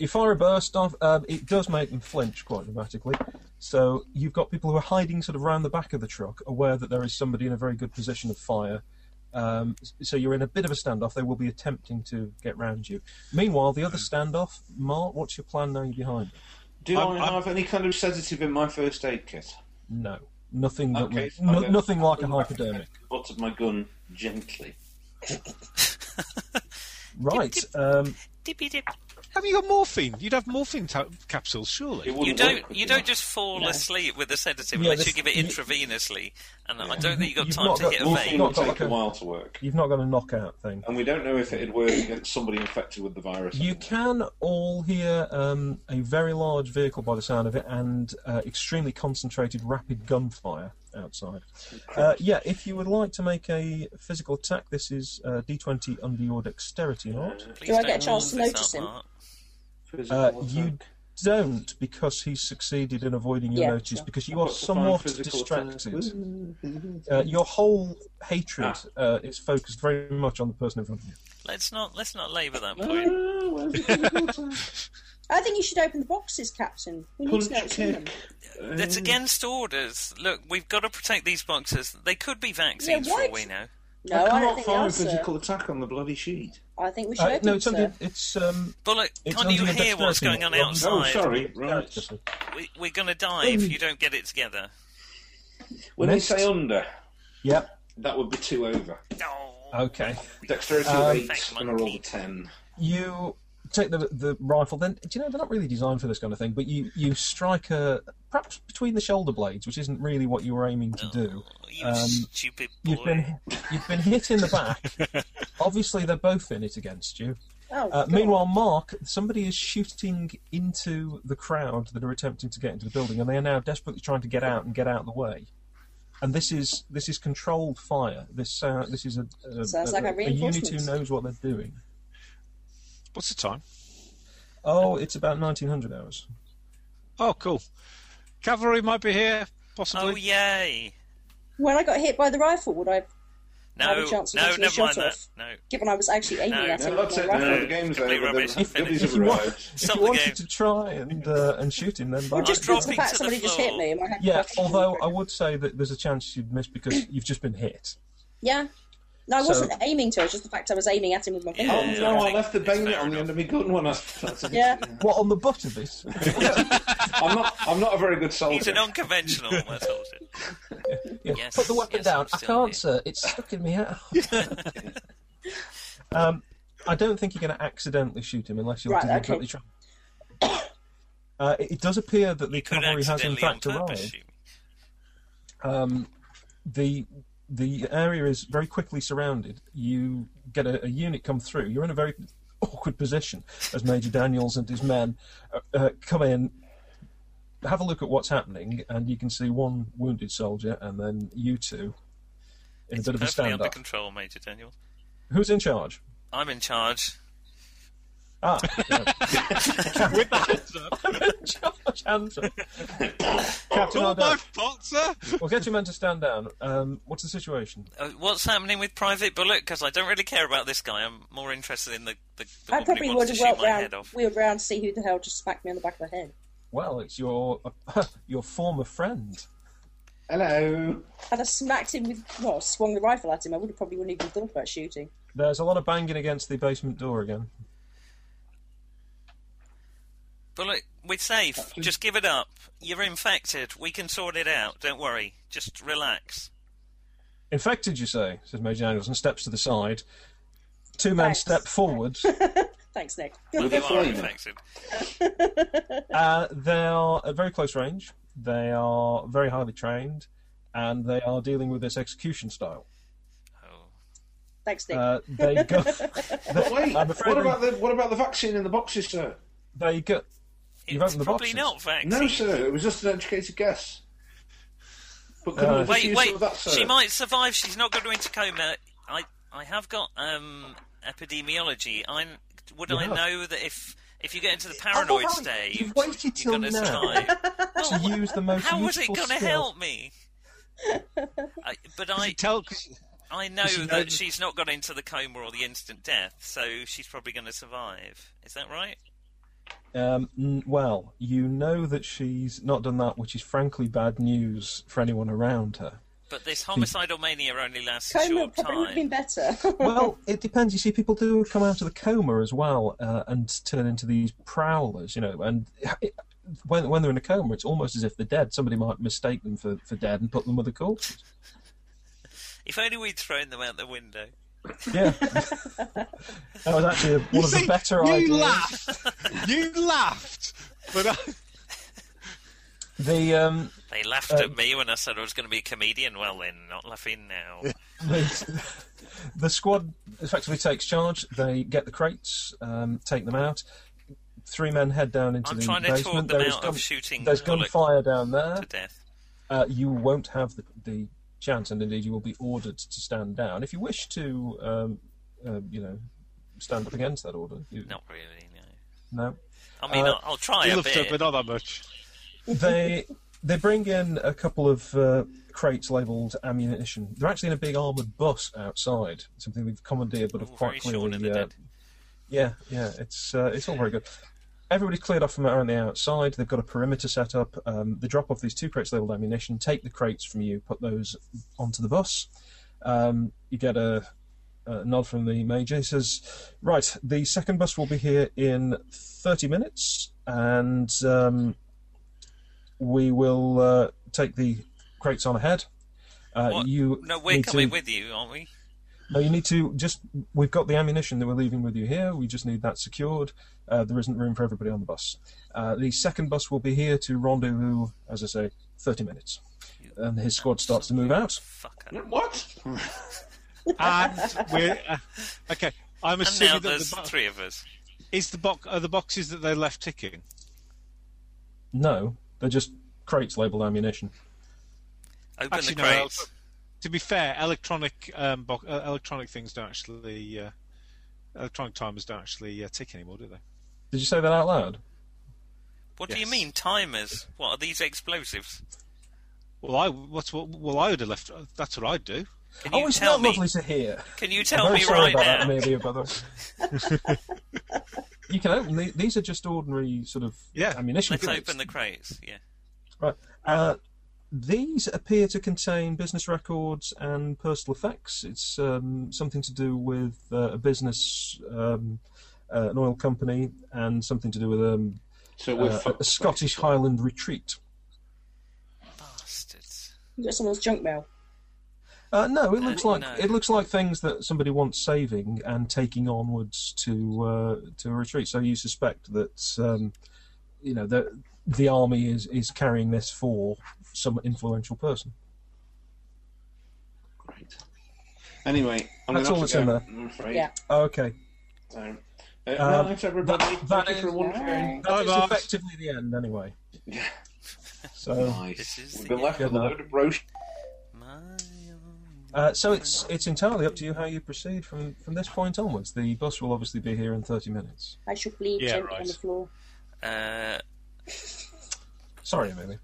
C: You fire a burst off. Um, it does make them flinch quite dramatically. So you've got people who are hiding sort of round the back of the truck, aware that there is somebody in a very good position of fire. Um, s- so you're in a bit of a standoff. They will be attempting to get round you. Meanwhile, the other
F: Hmm.
C: standoff, Mark, what's your plan now? You're behind.
F: Do
D: I'm-
F: I
D: I'm-
F: have any kind of sedative in my first aid kit?
C: No, nothing. that
F: Okay,
C: would- no,
F: okay.
C: nothing like a hypodermic.
F: Butt of my gun gently.
C: Right. Um,
B: Dippy dip.
D: Have you got morphine? You'd have morphine ta- capsules, surely.
F: It wouldn't
B: You
F: work
B: don't.
F: with
B: You don't just fall asleep with a sedative
C: Yeah,
B: unless you
C: this-
B: give it
C: you-
B: intravenously, and I don't think you got
C: You've
B: time
C: not
B: to
C: got
B: hit a
C: morphine.
B: vein.
F: Morphine
C: Not
F: would
C: got
F: take
C: like a-
F: a while to work,
C: you've not got a knockout thing.
F: and we don't know if it'd work against somebody infected with the virus.
C: You can all hear um, a very large vehicle by the sound of it and uh, extremely concentrated rapid gunfire outside. Uh, yeah, if you would like to make a physical attack, this is uh, d20 under your dexterity, not.
B: Please
E: Do I
B: don't
E: get a chance to
B: warm this
E: notice
B: up,
E: him?
B: Mark.
C: Uh,
F: Physical
C: you
F: attack.
C: don't because he's succeeded in avoiding your
E: Yeah,
C: notice
E: sure.
C: because you
F: I've
C: are
F: got to find
C: somewhat
F: physical
C: distracted.
F: attack.
C: Uh, your whole hatred uh, is focused very much on the person in front of you.
B: Let's not. Let's not labour that point.
F: Ah, where's the physical attack?
E: I I think you should open the boxes, Captain. We need to know
F: Punch
E: what's in them.
F: kick.
B: That's
F: Um,
B: against orders. Look, we've got to protect these boxes. They could be vaccines for all
E: what?
B: we know.
E: No,
F: I
E: Oh, I don't
F: cannot
E: think they
F: find
E: are,
F: a
E: sir.
F: physical attack on the bloody sheet.
E: I think we should
C: Uh,
E: open
C: no,
E: them,
C: it's under,
E: sir.
C: it's um.
B: Bullock,
C: It's
B: can't you
C: under your
B: hear what's
C: dexterity,
B: going on
C: Rob. No,
F: Oh,
B: outside?
F: sorry. Right.
C: character.
B: We, we're going to die if
C: Um,
B: you don't get it together.
F: When they
C: Next.
F: say under,
C: Yep.
F: that would be two over.
C: uh,
B: Oh,
C: Okay.
F: Dexterity
C: Um,
F: of eight
B: Thanks,
F: and a roll
B: monkey.
F: of ten.
C: You take the the rifle. Then do you know they're not really designed for this kind of thing? But you you strike a perhaps between the shoulder blades, which isn't really what you were aiming to do.
B: you
C: Um,
B: stupid
C: You've
B: Oh, boy.
C: been you've been hit in the back. Obviously, they're both in it against you.
E: Oh,
C: Uh,
E: God.
C: meanwhile, Mark, somebody is shooting into the crowd that are attempting to get into the building, and they are now desperately trying to get out and get out of the way. And this is this is controlled fire. This uh, this is a, a,
E: Sounds
C: a,
E: like a
C: a unit who
E: reinforcement.
C: knows what they're doing.
D: What's the time?
C: Oh, it's about 1900 hours.
D: Oh, cool. Cavalry might be here, possibly.
B: Oh, yay.
E: when I got hit by the rifle, would I have
B: No,
E: Have a chance of
B: no,
E: getting a
B: never
E: shot
B: mind that.
E: off.
B: No.
E: given I was actually aiming
B: No,
E: at
F: No,
E: it
F: that's
E: with my
F: it. No,
E: rubbish.
F: the game's
B: Complete
F: over.
B: rubbish.
F: The goodies
B: Finished.
F: have arrived.
C: if
B: Stop
C: you
B: the
C: wanted
B: game.
C: to try and uh, and shoot him, then
E: Or
C: by
E: just
C: all
E: due to
C: means.
E: the
B: dropping
E: fact
B: to the
E: somebody just hit
B: floor.
E: me. and my hand
C: yeah.
E: got-
C: Although I would say that there's a chance you'd miss because you've just been hit.
E: Yeah. No, I
C: So-
E: wasn't aiming to. It's just the fact I was aiming at him with my finger.
F: Oh
B: Yeah,
F: no!
B: I
F: I
B: think
F: left the
B: it's
F: bayonet
B: fair
F: on the
B: enough.
F: end of my gun when I. That's a-
E: Yeah.
C: What on the butt of this?
F: I'm not. I'm not a very good soldier.
B: He's an unconventional, that's all it is.
C: Yeah,
B: Yes,
C: Put the weapon
B: yes,
C: down.
B: I'm
C: I
B: still
C: can't,
B: here.
C: sir. It's stuck in me out. um, I don't think you're going to accidentally shoot him unless you're
E: Right, okay.
C: deliberately trying. Uh, it it does appear that the
B: You could
C: cavalry has in
B: accidentally on
C: fact
B: purpose
C: arrived.
B: shoot me.
C: Um, the the area is very quickly surrounded. You get a, a unit come through. You're in a very awkward position as Major Daniels and his men uh, uh, come in. Have a look at what's happening, and you can see one wounded soldier, and then you two in
B: It's
C: a bit of a
B: perfectly
C: stand
B: under
C: up.
B: control, Major Daniel.
C: Who's in charge?
B: I'm in charge.
C: Ah, yeah.
D: With the hands up.
C: Charge Hanson. Captain
D: Not Oh, my
C: Ardell.
D: fault, sir.
C: We'll get your men to stand down. Um, what's the situation?
B: Uh, what's happening with Private Bullock? Because I don't really care about this guy. I'm more interested in the the, the
E: I
B: woman
E: probably
B: who
E: would
B: wants to shoot
E: have wheeled
B: my head
E: round,
B: off.
E: wheeled round to see who the hell just smacked me on the back of the head.
C: Well, it's your uh, your former friend.
F: Hello.
E: Had I smacked him with, well, swung the rifle at him, I would have probably wouldn't even thought about shooting.
C: There's a lot of banging against the basement door again.
B: Bullock, we're safe. Just give it up. You're infected. We can sort it out. Don't worry. Just relax.
C: Infected, you say? Says Major Daniels and steps to the side. Two men
E: Thanks.
C: step forwards.
E: Thanks, Nick.
F: With a
B: You are
F: flame.
B: infected.
C: uh, they are at very close range. They are very highly trained, and they are dealing with this execution style.
B: Oh.
E: Thanks, Nick.
C: Uh, they go.
F: But wait.
C: I'm afraid
F: What about the What about the vaccine in the boxes, sir?
C: They go. You've
B: it's
C: opened the
B: probably
C: boxes.
B: not vaccine.
F: No, sir. It was just an educated guess. But could I
B: Wait,
F: refuse
B: wait.
F: That, sir?
B: She might survive. She's not going into coma. I, I have got um, epidemiology. I would I
C: have. Oh,
B: know that if if you get into the paranoid
C: right.
B: stage,
C: You've waited till
B: you're going to
C: now.
B: survive.
C: to
B: Well,
C: use the most
B: how was it
C: useful
B: going to
C: skill.
B: help me? I, but I,
D: Tell, 'cause-
B: I know
D: she
B: that
D: knows-
B: she's not got into the coma or the instant death, so she's probably going to survive. Is that right?
C: Um, n- well, you know that she's not done that, which is frankly bad news for anyone around her.
B: But this
C: Hmm.
B: homicidal mania only lasts a
E: Coma
B: short
E: probably would have been
B: time.
E: better.
C: Well, it depends. You see, people do come out of the coma as well uh, and turn into these prowlers, you know. And when when they're in a coma, it's almost as if they're dead. Somebody might mistake them for, for dead and put them with a corpse.
B: If only we'd thrown them out the window.
C: Yeah, that was actually one
D: You
C: of the
D: see,
C: better
D: you
C: ideas.
D: laughed. you laughed. But I,
C: The um,
B: They laughed
C: Uh,
B: at me when I said I was going to be a comedian. Well, they're not laughing now.
C: the, the squad effectively takes charge. They get the crates, um, take them out. Three men head down into
B: I'm
C: the
B: trying to
C: basement.
B: talk them
C: There is
B: out
C: gun-
B: of shooting
C: There's
B: Bullock
C: gunfire down there.
B: to death.
C: Uh, you won't have the, the chance, and indeed you will be ordered to stand down. If you wish to, um, uh, you know, stand up against that order, you,
B: Not really, no.
C: no.
B: I mean,
C: Uh,
B: I'll, I'll try
D: you
B: a
D: loved her,
B: bit.
D: but not that much.
C: they they bring in a couple of uh, crates labelled ammunition. They're actually in a big armoured bus outside, something they've commandeered, but have
B: Ooh,
C: quite uh,
B: very Shaun
C: clearly.
B: of the
C: uh,
B: Dead.
C: yeah, yeah, it's uh, it's all very good. everybody's cleared off from around the outside. They've got a perimeter set up. Um, they drop off these two crates labeled ammunition, take the crates from you, put those onto the bus. Um, you get a, a nod from the major. He says, Right, the second bus will be here in 30 minutes, and um, we will uh, take the crates on ahead. Uh,
B: What?
C: you
B: No, we're
C: need
B: coming
C: to-
B: with you, aren't we?
C: no, you need to just. We've got the ammunition that we're leaving with you here. We just need that secured. Uh, there isn't room for everybody on the bus. Uh, the second bus will be here to rendezvous, as I say, 30 minutes. And his squad starts to move out.
B: Fucker.
F: What?
D: And we're uh, okay.
B: And
D: I'm
B: now
D: assuming that
B: there's
D: the bo-
B: three of us.
D: is the box are the boxes that they left ticking.
C: No, they're just crates labeled ammunition.
B: Open
D: Actually,
B: the
D: no, I'll-
B: crates.
D: To be fair, electronic um, bo- uh, electronic things don't actually uh, electronic timers don't actually uh, tick anymore, do they?
C: Did you say that out loud?
B: What do you
D: Yes.
B: mean timers? What are these explosives?
D: Well, I what's what? Well, I would have left. That's what I'd do.
B: Can you
C: Oh, it's
B: tell
C: not
B: me?
C: lovely to hear.
B: Can you
C: I'm
B: tell me
C: Very sorry
B: right
C: about
B: now?
C: that, maybe, by the way. you can open the, these. Are just ordinary sort of
D: Yeah.
C: ammunition.
B: Let's
C: crates.
B: open the crates. Yeah.
C: Right. Uh, these appear to contain business records and personal effects. It's um, something to do with uh, a business, um, uh, an oil company, and something to do with um,
F: So we're
C: uh,
F: fucked,
C: a Scottish
F: basically.
C: Highland retreat.
B: Bastards.
E: You got someone's junk mail.
C: Uh, no, it looks
B: Uh,
C: like
B: no.
C: it looks like things that somebody wants saving and taking onwards to uh, to a retreat. So you suspect that um, you know the the army is, is carrying this for some influential person.
F: Great. Anyway, I'm
C: That's
F: gonna
C: all
F: have to
C: that's in
F: go,
C: there.
F: I'm afraid.
E: Yeah.
C: Okay,
F: So, uh,
C: Uh,
F: well, thanks everybody.
C: that-
F: Thank
C: that
F: you for
C: is-
F: wondering.
C: That is
D: Bye-bye.
C: effectively the end, anyway.
F: Yeah.
C: So,
B: This is
F: Nice. We've
B: the
F: been left
C: end.
F: with a load of brochures.
B: My own-
C: uh, so it's it's entirely up to you how you proceed from from this point onwards. The bus will obviously be here in thirty minutes.
E: I should bleed
D: Yeah,
E: gently
D: right.
E: on the floor.
B: Uh,
C: Sorry, Amelia.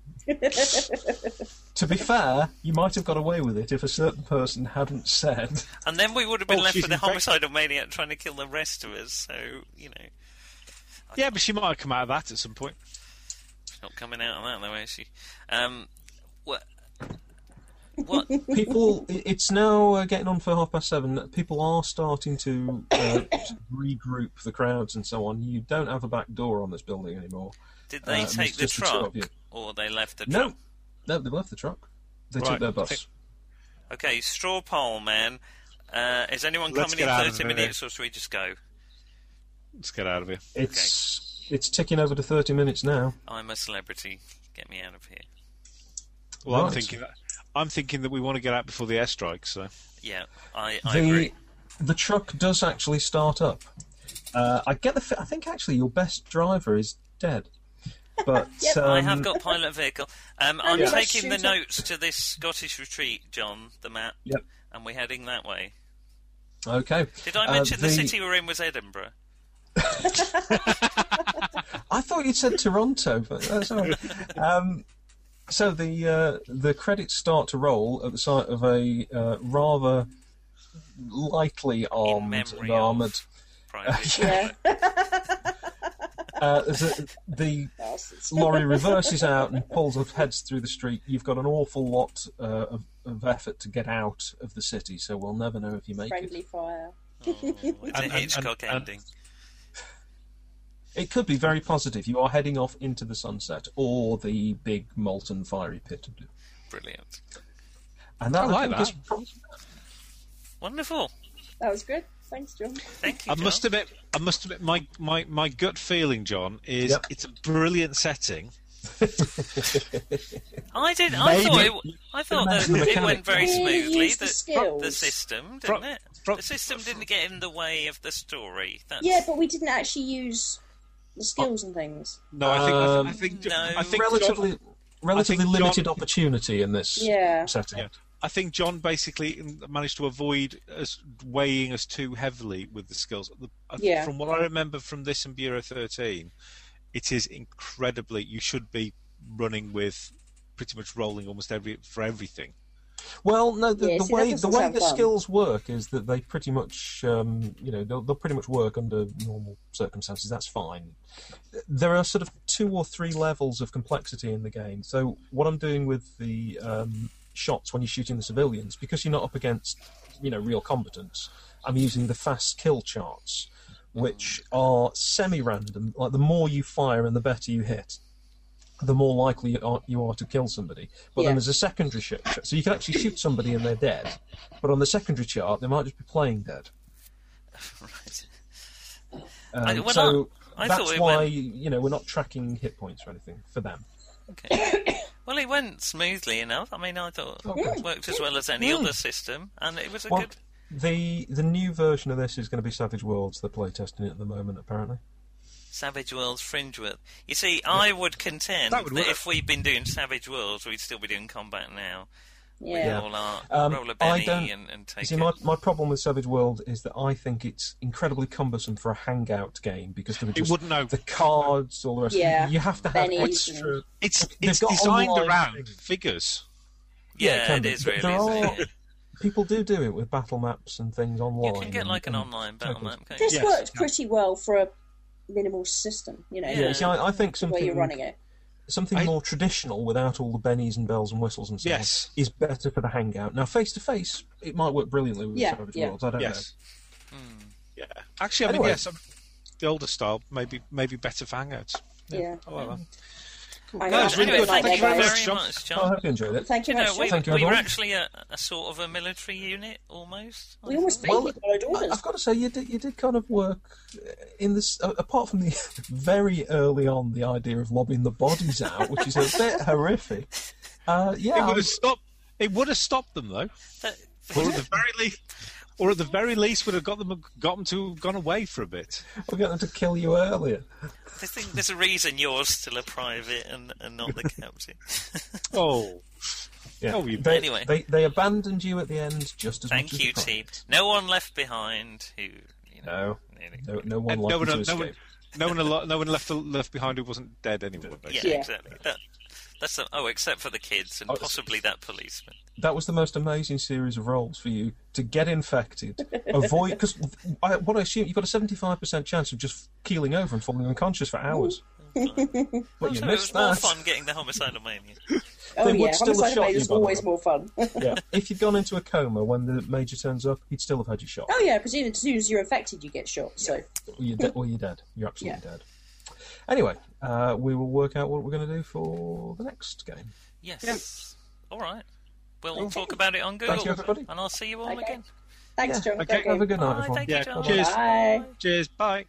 C: to be fair, you might have got away with it if a certain person hadn't said.
B: and then we would have been
D: Oh,
B: left
D: she's
B: with a
D: infected.
B: homicidal maniac trying to kill the rest of us. So you know,
D: Yeah, but she might have come out of that at some point.
B: she's not coming out of that though, is she? Um, what? What?
C: People, i- it's now uh, getting on for half past seven. People are starting to uh, regroup the crowds and so on. You don't have a back door on this building anymore.
B: Did they
C: Uh,
B: take
C: it's
B: the
C: just the two
B: truck
C: of you.
B: or they left the
C: No,
B: truck?
C: no, they left the truck. They
D: Right.
C: took their
D: Take-
C: bus.
B: Okay, straw poll man. Uh, is anyone
D: Let's
B: coming
D: get out
B: in
D: of
B: thirty
D: here.
B: minutes, or should we just go?
D: Let's get out of here.
C: It's it's ticking over to thirty minutes now.
B: I'm a celebrity. Get me out of here.
D: Well, I'm
C: Right.
D: thinking that I'm thinking that we want to get out before the airstrike. So
B: Yeah, I, I
C: the
B: agree.
C: the truck does actually start up. Uh, I get the. Fi- I think actually your best driver is dead, but um,
B: I have got pilot vehicle. Um, I'm
E: Yeah.
B: taking the
E: Shooter.
B: notes to this Scottish retreat, John. The map.
C: Yep.
B: And we're heading that way.
C: Okay.
B: Did I
C: Uh,
B: mention the...
C: the-
B: city we're in was Edinburgh?
C: I thought you'd said Toronto, but that's all right. um, so the uh, the credits start to roll at the sight of a uh, rather lightly armed
B: memory
C: and armoured.
B: of- Private.
E: Yeah.
C: Uh, the, the
E: Bastards.
C: lorry reverses out and pulls off heads through the street. You've got an awful lot uh, of, of effort to get out of the city, so we'll never know if you make it.
E: Friendly fire.
B: Oh, it's a
D: and-
B: Hitchcock
D: and-
B: ending.
C: It could be very positive. You are heading off into the sunset or the big molten fiery pit.
B: Brilliant.
C: And that
D: I like
C: think, is
D: that.
C: probably-
B: Wonderful.
E: That was good. Thanks, John.
B: Thank you.
D: I must
B: John.
D: admit, I must admit, my my, my gut feeling, John, is
C: Yep.
D: it's a brilliant setting.
B: I did. I
C: Maybe-
B: thought it. w- I thought that
C: Imagine the
B: it went
C: mechanic.
B: very
E: Really
B: smoothly.
E: use the
B: The,
E: skills.
B: the system
D: Pro-
B: didn't it?
D: pro-
B: the system didn't get in the way of the story. That's,
E: Yeah, but we didn't actually use the skills and things.
B: Oh,
D: No, I think I think
B: Um,
D: I think,
B: no.
D: I think
C: relatively
D: John,
C: relatively
D: I think John-
C: limited opportunity in this
E: Yeah.
C: setting.
D: Yeah. I think John basically managed to avoid us weighing us too heavily with the skills. The- I-
E: Yeah.
D: From what I remember from this and Bureau 13, it is incredibly. You should be running with pretty much rolling almost every for everything.
C: Well, no, the,
E: Yeah,
C: the
E: see, that
C: way the
E: doesn't
C: way
E: sound
C: the
E: fun.
C: skills work is that they pretty much, um, you know, they'll, they'll pretty much work under normal circumstances. That's fine. There are sort of two or three levels of complexity in the game. So what I'm doing with the um, shots when you're shooting the civilians, because you're not up against, you know, real combatants, I'm using the fast kill charts, which are semi-random. Like the more you fire and the better you hit, the more likely you are, you are to kill somebody. But
E: Yeah.
C: then there's a secondary shot, so you can actually shoot somebody and they're dead. But on the secondary chart, they might just be playing dead.
B: right.
C: Um,
B: I- we're
C: so
B: not- I thought
C: that's
B: we
C: why
B: went-
C: you know we're not tracking hit points or anything for them.
B: Okay. well, it went smoothly enough. I mean, I thought
C: good.
B: it worked as well as any other system, and it was a
C: Well,
B: good.
C: the the new version of this is going to be Savage Worlds. They're playtesting it at the moment, apparently.
B: Savage Worlds Fringe World. You see, I would contend
D: That
B: that,
D: would work.
B: if we'd been doing Savage Worlds, we'd still be doing combat now.
E: Yeah.
B: Roll, our,
C: Um,
B: roll a belly
C: I don't-
B: and, and
C: You
B: take
C: see,
B: it.
C: my, my problem with Savage World is that I think it's incredibly cumbersome for a hangout game because there were
D: It
C: just
D: wouldn't know.
C: the cards, all the rest.
E: Yeah.
C: of it. You have to have
E: Bennies
C: extra.
D: It's
C: They've
D: it's
C: got
D: designed
C: online
D: around
C: things.
D: figures.
C: yeah, it
B: yeah,
C: can
B: it
C: be,
B: is
C: but
B: really.
C: there
B: isn't
C: are-
B: it?
C: People do do it with battle maps and things online.
B: You can get
C: and-
B: like an
C: and
B: online battle
C: tokens.
B: map. Can't you?
E: This
D: Yes,
E: worked
D: yeah.
E: pretty well for a minimal system, you know,
B: Yeah.
C: Yeah, see, I, I think
E: the way you're running
C: something
E: it.
C: something
D: I-
C: more traditional without all the bennies and bells and whistles and stuff
D: Yes.
C: is better for the hangout. Now, face to face, it might work brilliantly with
E: Yeah,
C: Savage
E: yeah.
C: Worlds. I don't know.
D: Yes. Yeah. Actually, I mean,
C: Anyway.
D: yes, I'm- the older style maybe maybe better for hangouts.
E: Yeah.
D: Oh, well, then.
E: I
D: No, it's really
B: anyway,
D: good.
B: thank,
D: Thank
B: you
D: you very
B: very
D: much, John.
B: much,
C: I
B: John.
C: hope you enjoyed it.
E: Thank
B: Do
E: you
B: you know,
E: very
B: we,
E: much.
C: Thank you,
B: we were
C: everyone.
B: actually a, a sort of a military unit almost. I
E: We almost
B: thought.
E: basically followed orders.
C: I've got to say, you did, you did kind of work uh, in this, uh, apart from the very early on, the idea of lobbing the bodies out, which is a bit horrific. Uh, yeah,
D: It would
C: I'm-
D: have stopped. It would have stopped them though,
B: That-
D: or at the very least, or at the very least, would have got them got them to have gone away for a bit.
C: I'll get them to kill you earlier.
B: I think there's a reason you're still a private and, and not the captain.
D: Oh,
C: Yeah.
D: Oh, you-
C: they,
B: Anyway.
C: they, they abandoned you at the end just as
B: Thank
C: much
B: you,
C: as the
B: team.
C: prize.
B: No one left behind who, you know. nearly-
C: Uh, No, no one
D: And Uh, no
C: likely
D: one,
C: to
D: no
C: escape.
D: one, no one, alo- no one left left behind who wasn't dead anyway.
B: Yeah,
D: basically.
E: Yeah.
B: exactly. That, that's the, oh, except for the kids and
C: Oh, it's-
B: possibly that policeman.
C: that was the most amazing series of roles for you to get infected, avoid because I, what I assume you've got a seventy-five percent chance of just keeling over and falling unconscious for hours. but you
B: So it was
C: missed
B: more
C: that.
B: fun getting the homicidal mania.
E: Oh
C: would
E: yeah,
C: still have
E: homicide
C: shot
E: Bay
C: you,
E: is
C: by the
E: always
C: way.
E: more fun. oh
C: Yeah, if you'd gone into a coma when the major turns up, he'd still have had you shot.
E: yeah, presumably as soon as you're infected, you get shot. So
C: Or you're, de- or you're dead. You're absolutely
E: Yeah.
C: dead. Anyway, uh, we will work out what we're going to do for the next game.
B: Yes. All right. We'll talk about it on Google.
C: Thank you, everybody.
B: And I'll see you all
E: Okay.
B: again.
E: Thanks, John.
D: Okay.
E: Great game.
C: Have a good night,
B: Bye.
C: everyone.
B: Thank
D: Yeah,
B: you, John.
D: cheers.
E: Bye.
D: Cheers. Bye.